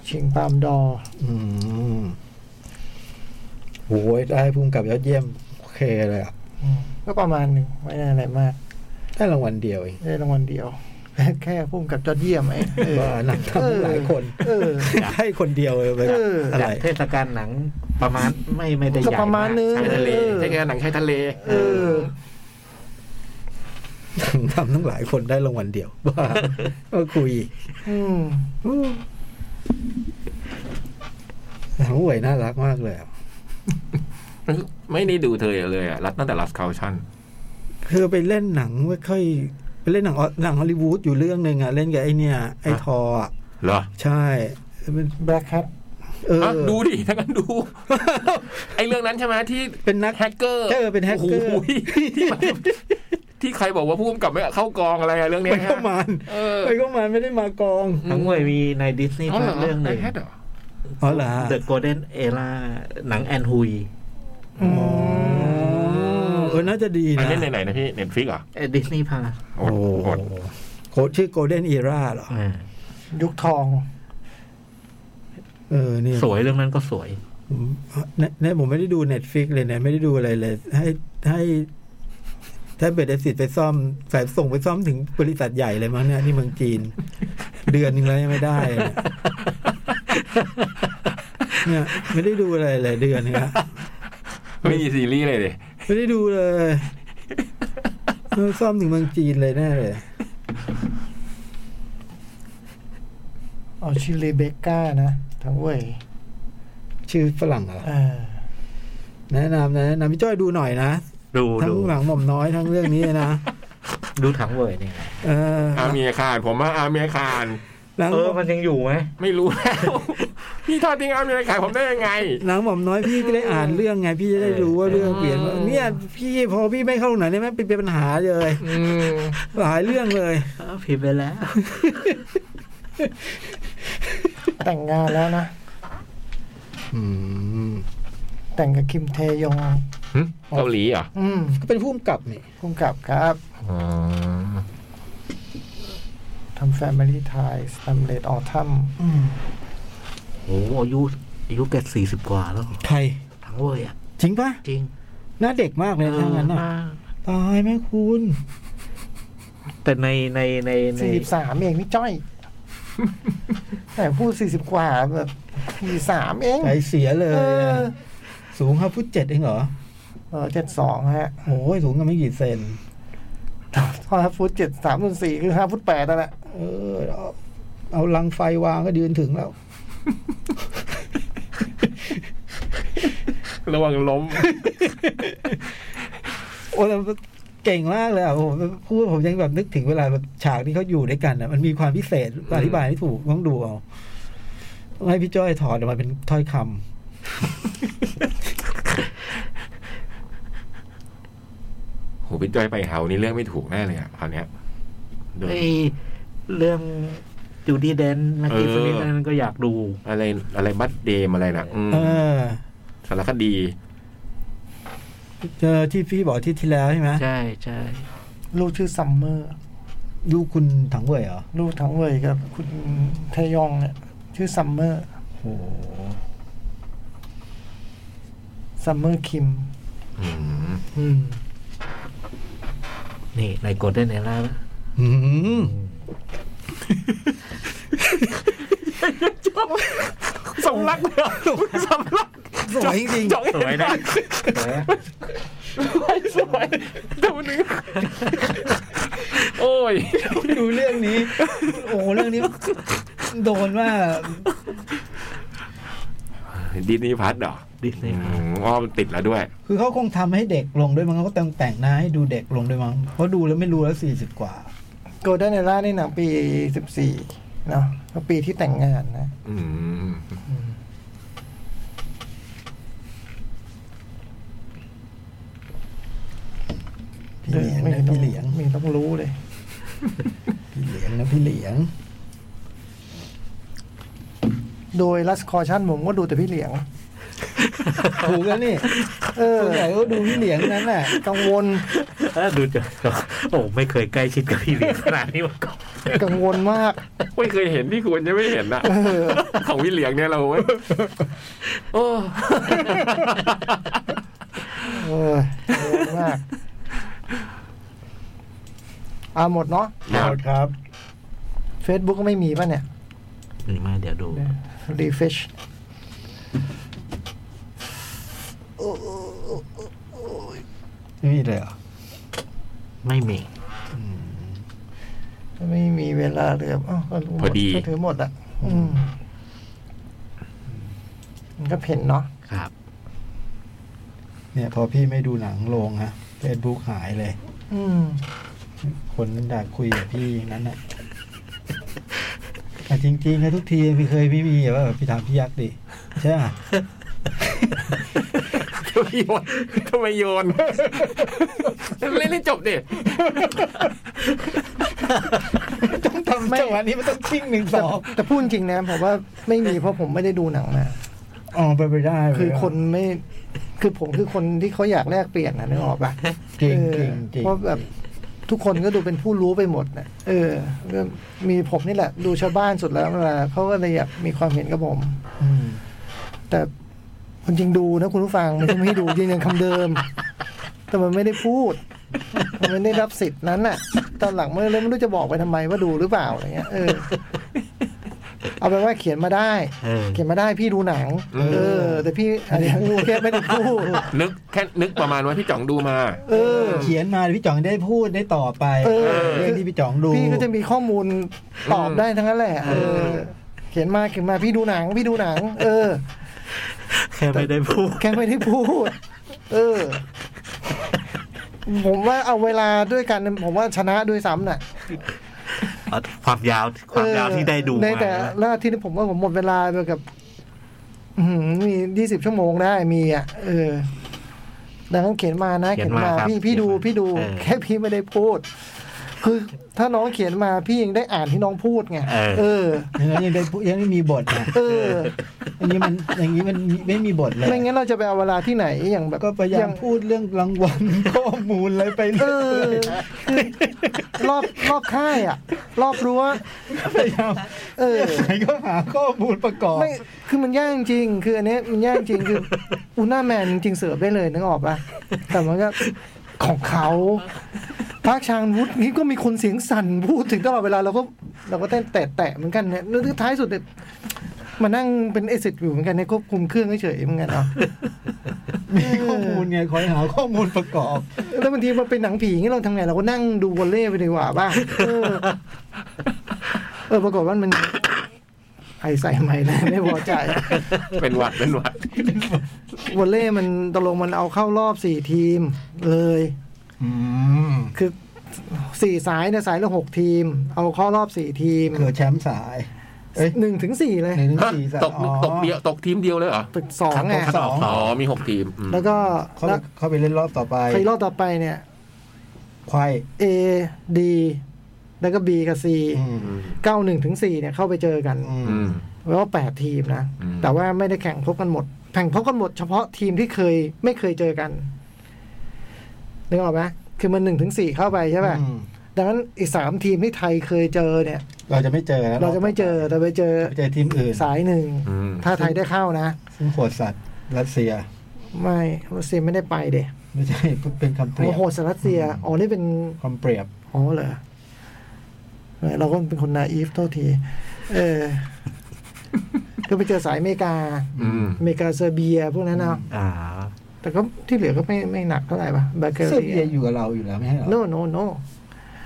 B: ชิงปาล์มดอร์
D: อืมโหยได้ภูมิกับยอดเยี่ยม โอเคเลยอ่ะ
B: อืมก็ประมาณหนึ่งไม่ได้อะไรมาก
D: ได้รางวัลเดียวเอง
B: ได้รางวัลเดียว แค่พุ่มกับยอดเยี่ยมไอ้เออ
D: ว่าหนังทำหลายคน
B: เออ
D: ให้คนเดียวเลยไป
B: เออ
D: อะไร
E: จากเทศกาลหนังประมาณไม่ไม่ได้ใหญ่
B: ก็ประมาณนึง
E: ใช่
C: ชายทะ
E: ไหม
C: เล
B: เออ
C: ใช่แค่หนังชายทะเล
B: เออ
D: หนังทำทั้งหลายคนได้รางวัลเดี ยวว่าว่าคุย
B: อืม
D: หนังห่วยน่ารักมากเลยอะ
C: ไม่ได้ดูเธอเลยอะรัดตั้งแต่รัสคาชั่น
D: คือไปเล่นหนังไม่ค่อยไปเล่นหนังออหนังฮอลลีวูดอยู่เรื่องหนึ่งอ่ะ เล่นกับไอเนี่ย ไอทออะ
C: เหรอ
D: ใช่เป็น
B: แบล็คแฮท
D: เออ
C: ะดูดิทั้างนั้นดู ไอเรื่องนั้นใช่ไหมที่
D: เป็นนัก
C: แฮกเกอร์
D: เออเป็นแฮกเกอร์
C: โโห ที่มันที่ใครบอกว่าพุ่มกับไม่เข้ากองอะไรอะเรื่องเนี้
D: ไป
C: ย
D: เข้ามัน
C: เออ
D: ไปเข้ามานไม่ได้มากอง
E: ทั้งเวยมีในดิสนีย์
C: อ๋อเหรอ
E: เรื่องหนึ่ง
C: ไแฮกเหรอ
D: อ๋อเหรอ
E: The Golden Era หนังแอนฮุย
D: อ๋อเออน่าจะดี
C: อัน
D: นะ
C: นี้ไหนๆนะพี่เน็ตฟิกเหรอ
E: ดิสนีย์พา
C: โอ้โหโหด
D: โค้ดชื่อโกลเด้นอีราเหรอ
B: ยุคทอง
D: เออเนี่ย
E: สวยเรื่องนั้นก็สวย
D: ผมเนี่ยเนี่ยผมไม่ได้ดูเน็ตฟิกเลยเนี่ยไม่ได้ดูอะไรเลย ให้ให้ถ้าเบ็ดเอสิตไปซ่อมสายส่งไปซ่อมถึงบริษัทใหญ่เลยมั้งเนี่ยที่เมืองจีน เดือนหนึงแล้วยังไม่ได้เลยเนี่ย ไม่ได้ดูอะไรเลยเดือนหนึงละ
C: ไม่มีซีรีส์เลยดิ
D: ไม่ได้ดูเลยเออซ่อมถึงเมืองจีนเลยแน่เลย
B: เอาชิเลเบก้านะ ทั้งเว้ย
D: ชื่อฝรั่งเหรอ
B: เออ
D: แนะนำนะแนะนำพี่จ้อยดูหน่อยนะ
E: ดู
D: ทั้ง
E: ดู
D: หลังหม่อมน้อยทั้งเรื่องนี้นะ
E: ดูทั้งเวยเนี่ย
D: เออ
C: อาเมียคานผมว่าอาเมียคาน
D: นาง
E: เอ
D: หม่
E: อ
D: อม
E: มันยังอยู่ไหม
C: ไม่รู้แล้ว พี่ทอดทิ้งอาเมียคานผมได้ยังไง
D: นางหม่อมน้อยพี่ก็ได้อ่านเรื่องไง พี่จะได้รู้ว่าเรื่องเปลี่ยนว่า
C: เออ
D: เนี่ย พี่พอพี่ไม่เข้าหนังเนี่ยแม่งเป็นปัญหาเลย
C: อืม
D: หลายเรื่องเลย
E: เออผิดไปแล้ว
B: แต่งงานแล้วนะ แต่งกับคิมเทยอง
C: หึเกาหลีเหรอ
B: อืม
D: ก็เป็นผู้กำกับนี่
B: พุ่มกับครับ
C: อ๋อ
B: ทำแฟมิลี่ไทยสำเร็จออทัม
E: โอ้โหอายุอายุแกสี่สิบกว่าแล้วเหรอ
D: ใคร
E: ทั้งเวยอ่ะ
D: จริงปะ
E: จริง
D: หน้าเด็กมากเลยถ้างั้น
E: เอ
D: อ่ะ
E: อ
D: ตายแม่คุณ
E: แต่ในในในใน
B: สี่สิบสามเองพี่จ้ อย แต่พูดสี่สิบกว่าแบบสี่สามเอง
D: ใจเสียเลย
B: เออ
D: สูงห้าฟุตเจ็ดเองเหรอ
B: เออเจ็ดสองฮะ
D: โอ้ยสูงกันไม่กี่เซน
B: ห้าฟุตเจ็ดสามส่วนสี่คือห้าฟุตแปดนั่นแหละ
D: เออเอาเอาลังไฟวางก็ยืนถึงแล้ว
C: ระวังล้ม
D: โอ้ยแล้วเก่งมากเลยอ่ะผมพูดผมยังแบบนึกถึงเวลาแบบฉากที่เขาอยู่ด้วยกันอ่ะมันมีความพิเศษอธิบายไม่ถูกต้องดูเอาต้องให้พี่จ้อยถอดออกมาเป็นถ้อยคำ
C: โหพี่จ้อยไปเฮานี่เรื่องไม่ถูกแน่เลยอ่ะคราวเนี้ยโดน
E: ไอ้เรื่องจูดี้แดนแม็กกี้
C: เออ
E: สมิธนั่นก็อยากดู
C: อะไรอะไรบัตเดมอะไรน่ะอืม
D: เออ
C: สารคดี
D: เจอที่พี่บอกอาที่ที่แล้วใช่ไหม
E: ใช่ใช่
B: ลูกชื่อซัมเมอร์
D: ลูกคุณถังเว่ยเหรอ
B: ลูกทั้งเวยกับคุณเทยองเนี่ยชื่อซัมเมอร์
D: โอ้โห
B: ซัมเมอร์คิม
C: อืม
B: อืม
E: นี่ในกดได้ในล่า
D: อื้อหือ
C: สำลักเลยเหรอสำลัก
D: สวยจริง
C: จ่อง
E: สวยนะ สวยอะ
C: สวยสวยดูนึงโอ้ย
D: ดูเรื่องนี้ โอ้โหเรื่องนี้ โดนว่า
C: จ ดิสนีย์พัทเหรอ
E: ดิสนี
C: อื
E: ย์
C: มอ๋อมันติดแล้วด้วย
D: คือเขาคงทำให้เด็กลงด้วยมั้งเขาก็แต่งแต่งหน้าให้ดูเด็กลงด้วยมั้งเพราะดูแล้วไม่รู้แล้วสี่สิบกว่า
B: โกลเด้นเอล่านี่หนังปีสิบสี่เนาะก็ปีที่แต่งงานนะ
C: อืม
D: พี่เหลียง
B: ไม่
D: นะ
B: ต้อ
D: พี่เหลียง
B: ไม่ต้องรู้เลย
D: พี่เหลียงนะพี่เหลี ยง
B: โดยรัสคอชั่นผมก็ดูแต่พี่เหลียง
D: ถูกแล้วนี่
B: เออ
D: ส่วนใหญ่ก็ดูพี่เหลียงนั้นแหละ
B: กังวล
E: เออดูจะโอ้ไม่เคยใกล้ชิดกับพี่เหลียงขนาดนี้มาก่อน
B: กังวลมาก
C: ไม่เคยเห็นพี่ควรจะไม่เห็นอะของพี่เหลียงเนี่ยเราเว้ย โอ้
B: เออกังวลมาก อ่าหมดเนาะ
C: ครับ
D: ครับ
B: Facebook ก็ไม่มีป่ะเนี่ย
E: นี่ไม่เดี๋ยวดู
B: refresh
D: ไม่มีเลยเหรอ
E: ไม่มี
B: ไม่มีเวลาเหลยอ้าวก็รู้หม
C: พอดี
B: ก็ถือหมดอ่ะ อืมมันก็เห็นเนาะ
E: ครับ
D: เนี่ยพอพี่ไม่ดูหนังลงฮะเฟซบุ๊กหายเลย
B: อื ม
D: คนมันด่าคุยกับพี่อย่างนั้นน่ะ แต่จริงๆนะทุกทีพี่เคยพี่มีแบบว่าพี่ถามพี่ยักษ์ดิใช่ปะ
C: ทำไมโยนทำไมโยน เล่นให้จบดิ
D: ต้อง ทำจังหวะนี้มันต้องชิ่งหนึ่งส
B: แต่
D: อง
B: แต่พูดจริงนะผมว่าไม่มีเพราะผมไม่ได้ดูหนังมา
D: อ๋อไปนไปได้ไปได้
B: คือคนไม่ คือผมคือคนที่เขาอยากแลกเปลี่ยนนะนึกออกปะ
D: จริง
B: เออ
D: จริงจริง
B: เพราะแบบทุกคนก็ดูเป็นผู้รู้ไปหมดนะเออก็มีผมนี่แหละ ดูชาวบ้านสุดแล้วเวลาเขาก็เลยอยากมีความเห็นกับผม
D: อืม
B: แต่คนจริงดูนะคุณผู้ฟังมันจะไม่ให้ดูยืนยันคำเดิม แต่มันไม่ได้พูด มันไม่ได้รับสิทธิ์นั้นน่ะ ตอนหลังไม่เลยไม่รู้จะบอกไปทำไมว่าดูหรือเปล่าอะไรเงี้ยเออเอาเป็นว่าเขียนมาได้
E: เออ
B: เขียนมาได้พี่ดูหนัง เออ แต่พี่อะไรพูดแค่ไม่ได้ พูด
C: นึกแค่นึกประมาณว่าพี่จ่องดูมา
B: เออ
D: เขียนมาพี่จ่องได้พูดได้ต่อไป
B: เออ
D: เรื่องที่พี่จ่องดู
B: พี่ก็จะมีข้อมูลตอบได้ทั้งนั้นแหละเออ เขียนมาเขียนมาพี่ดูหนัง พี่ดูหนัง เออ
E: แค่ไม่ได้พูด
B: แกไม่ได้พูด เออ ผมว่าเอาเวลาด้วยกัน ผมว่าชนะด้วยซ้ำน่ะ
E: เอาความยาวความยาวที่ได้ดู
B: เออใน
E: มา
B: แต่
E: นะ
B: ละอาที่ผมว่าผมหมดเวลาไปกับ อื้อหือมียี่สิบชั่วโมงได้มีอ่ะ เออ ดังนั้นเขียนมานะเขียนมา
E: ครับ
B: พี่พี่ดู
E: เขียนมา
B: พี่ดู
E: เออ
B: แค่พี่ไม่ได้พูด คือถ้าน้องเขียนมาพี่ยังได้อ่านที่น้องพูดไง
E: เออ
B: เออ
D: อย่างนั้นยังได้พูดยังไม่มีบทนะ
B: เออ
D: อันนี้มันอย่างนี้มันไม่มีบทเลย
B: ไม่งั้นเราจะไปเอาเวลาที่ไหนอย่างแบบ
D: ก็พยายาม
B: อ
D: พูดเรื่องรางวัล ข้อมูลอะไรไป
B: เอ
D: เรื่
B: อ
D: อย
B: คือรอบรอบค่ายอ่ะ รอบรั้ว
D: ๆพยายาม
B: เออ
D: ไหนก็หาข้อมูลประกอบ
B: ไม่คือมันยากจริงคืออันเนี้ยมันยากจริงคืออุน่าแมนจริงๆเสิร์ฟได้เลยนึกออกป่ะแต่มันก็ของเขาพักชางวุฒินี่ก็มีคนเสียงสั่นพูดถึงตลอดเวลาเราก็เราก็เต้นแตะๆเหมือนกันเนี่ยแล้วท้ายสุดเนี่ยมานั่งเป็นเอซิดอยู่เหมือนกันในควบคุมเครื่องเฉยๆเหมือนกันเนาะ
D: มีข้อมูลไงคอยหาข้อมูลประกอบ
B: แล้วบางทีมันเป็นหนังผีงี้เราทำไงเราก็นั่งดูวอลเล่ไปดีกว่าบ้างเออ เออปรากฏว่ามันไอใส่ใหม่เลยไม่พอใจ
C: เป็นหวัดเป็นหวัด
B: วอลเล่มันตกลงมันเอาเข้ารอบสี่ทีมเลย
D: อืม
B: คือสี่สายเนี่ยสายละหกทีม เอาเข้ารอบสี่ทีม
D: เกือแชมป์สาย เอ้ย
B: หนึ่งถึงสี่เลย
D: หนึ่งถึงสี่สาย
C: ตก
D: อ๋อ
C: ตกเดียวตกทีมเดียวเลยเหรอ
B: ตึกสองไง
E: ครับ สอง
C: อ๋อ มีหกทีมอืม
B: แล้วก็
D: เขาไปเขาไปเล่นรอบต่อไป
B: ใครรอบต่อไปเนี่ย
D: ควาย
B: A D แล้วก็ B กับ C
D: อืม
B: เก้าหนึ่งถึงสี่เนี่ยเข้าไปเจอกัน
D: อื
C: อื
D: ม
C: ม
B: แล้วแปดทีมนะ
C: อืม
B: แต่ว่าไม่ได้แข่งพบกันหมด แข่งพบกันหมดเฉพาะทีมที่เคยไม่เคยเจอกันนึกออกไหมคือมันหนึ่งถึงสี่เข้าไปใช่ป่ะ
D: อืม
B: ดังนั้นอีกสามทีมที่ไทยเคยเจอเนี่ย
D: เราจะไม่เจอแล้ว
B: เราจะไม่เจอแต่ไปเจอ
D: เจอทีมอื่น
B: สายหนึ่ง
C: อืม
B: ถ้าไทยได้เข้านะ
D: ซึ่งโหดสัตว์รัสเซีย
B: ไม่รัสเซียไม่ได้ไปเด็
D: ไม่ใช่เป็นคำเปรีย
B: โอ้
D: บ
B: โหสรัสเซียอ๋อนี่เป็น
D: คำเปรียบ
B: อ๋อเหรอเออเราก็เป็นคนนาอีฟโทษที เอ อ ก็ไปเจอสายอเมริกา
C: อืม
B: อเมริกาเซอร์เบียพวกนั้นเอา
E: อ่า
B: แต่ก็ที่เหลือก็ไม่ไม่หนักเท่าไหร่ป่ะบาเกอ
D: เซอร์
B: รี่
D: เบียอยู่กับเราอยู่แล้วไม่ใช่เหรอ
B: โนโนโน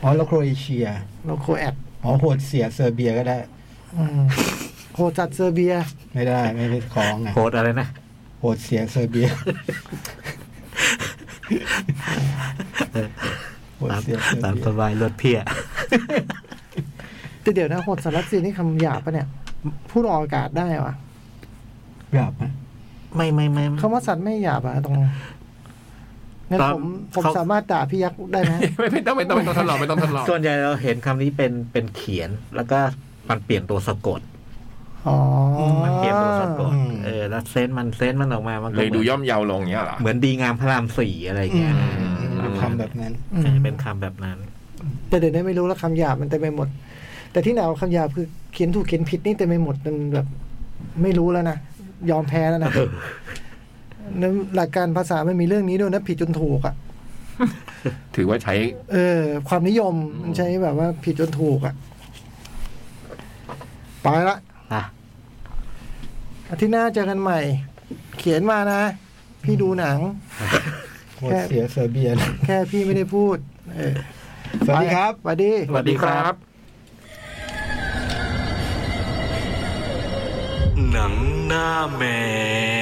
D: อ๋อแล้วโครเอเชีย
B: โนโคแอด
D: อ๋อโหดเสียเซอร์เบียก็ได้
B: อืม โหดจัดเซอร์เบีย
D: ไม่ได้ไม่ได้ของไง
E: โคดอะไรนะ
D: โหดเสียเซอร์เบียโหด
E: ตาม
D: เสียเซอร์
E: ตาม
D: เบี
E: ส
D: ย
E: บายรถเพีย
B: แต่เดี๋ยวนะโหดสารรัสเซียนี่คำหยาบปะเนี่ย พูดออกอากาศได้ปะ
D: หยาบไหม
E: ไม่ไม่ไม่
B: คำว่าสัตว์ไม่หยาบอะตรงงั้น
E: ตาม
B: ผมผม
E: เขา
B: สามารถด่าพี่ยักษ์ได้ไหม
C: ไม่ไม่ต้องไม่ต้องไม่ต้องทดลองไม่ต้องทดลอง
E: ส่วนใหญ่เราเห็นคำนี้เป็นเป็นเขียนแล้วก็มันเปลี่ยนตัวสะกด
B: อ๋อ
E: มันเปลี่ยนตัวสะกดเออแล้วเซนส์มันเซนส์มันออกมามันก็
C: เลยดู
E: หมืน
C: ย่อมเยาวลงอย่างเงี้ยเหรอ
E: เหมือนดีงามพระรามสี่อะไรอย่าง
D: อื
E: เงี้ย
D: มคำแบบนั้น
B: อืม
E: เออเป็นคำแบบนั้น
B: แต่เดี๋ยวนี้ไม่รู้แล้วคำหยาบมันเต็มไปหมด แต่ที่หนาวคำหยาบคือเขียนถูกเขียนผิดนี่เต็มไปหมดมันแบบ ไม่รู้แล้วนะ ยอมแพ้ แล้วนะแล้วหลักการภาษามันมีเรื่องนี้ด้วยนะผิดจนถูกอ่ะ
C: ถือว่าใช้
B: เออ ความนิยมมันใช้แบบว่าผิดจนถูกอ่ะ ไปละ
E: อ่ะ
B: อาทิตย์หน้าเจอกันใหม่ เขียนมานะ พี่ดูหนัง
D: โหดเสียเซอร์เบียนะ
B: แค่พี่ไม่ได้พูด เออ
D: สวัสดีครับ
B: ไปสวัสดี
E: สวัสดีครับ
A: หนังหน้าแมว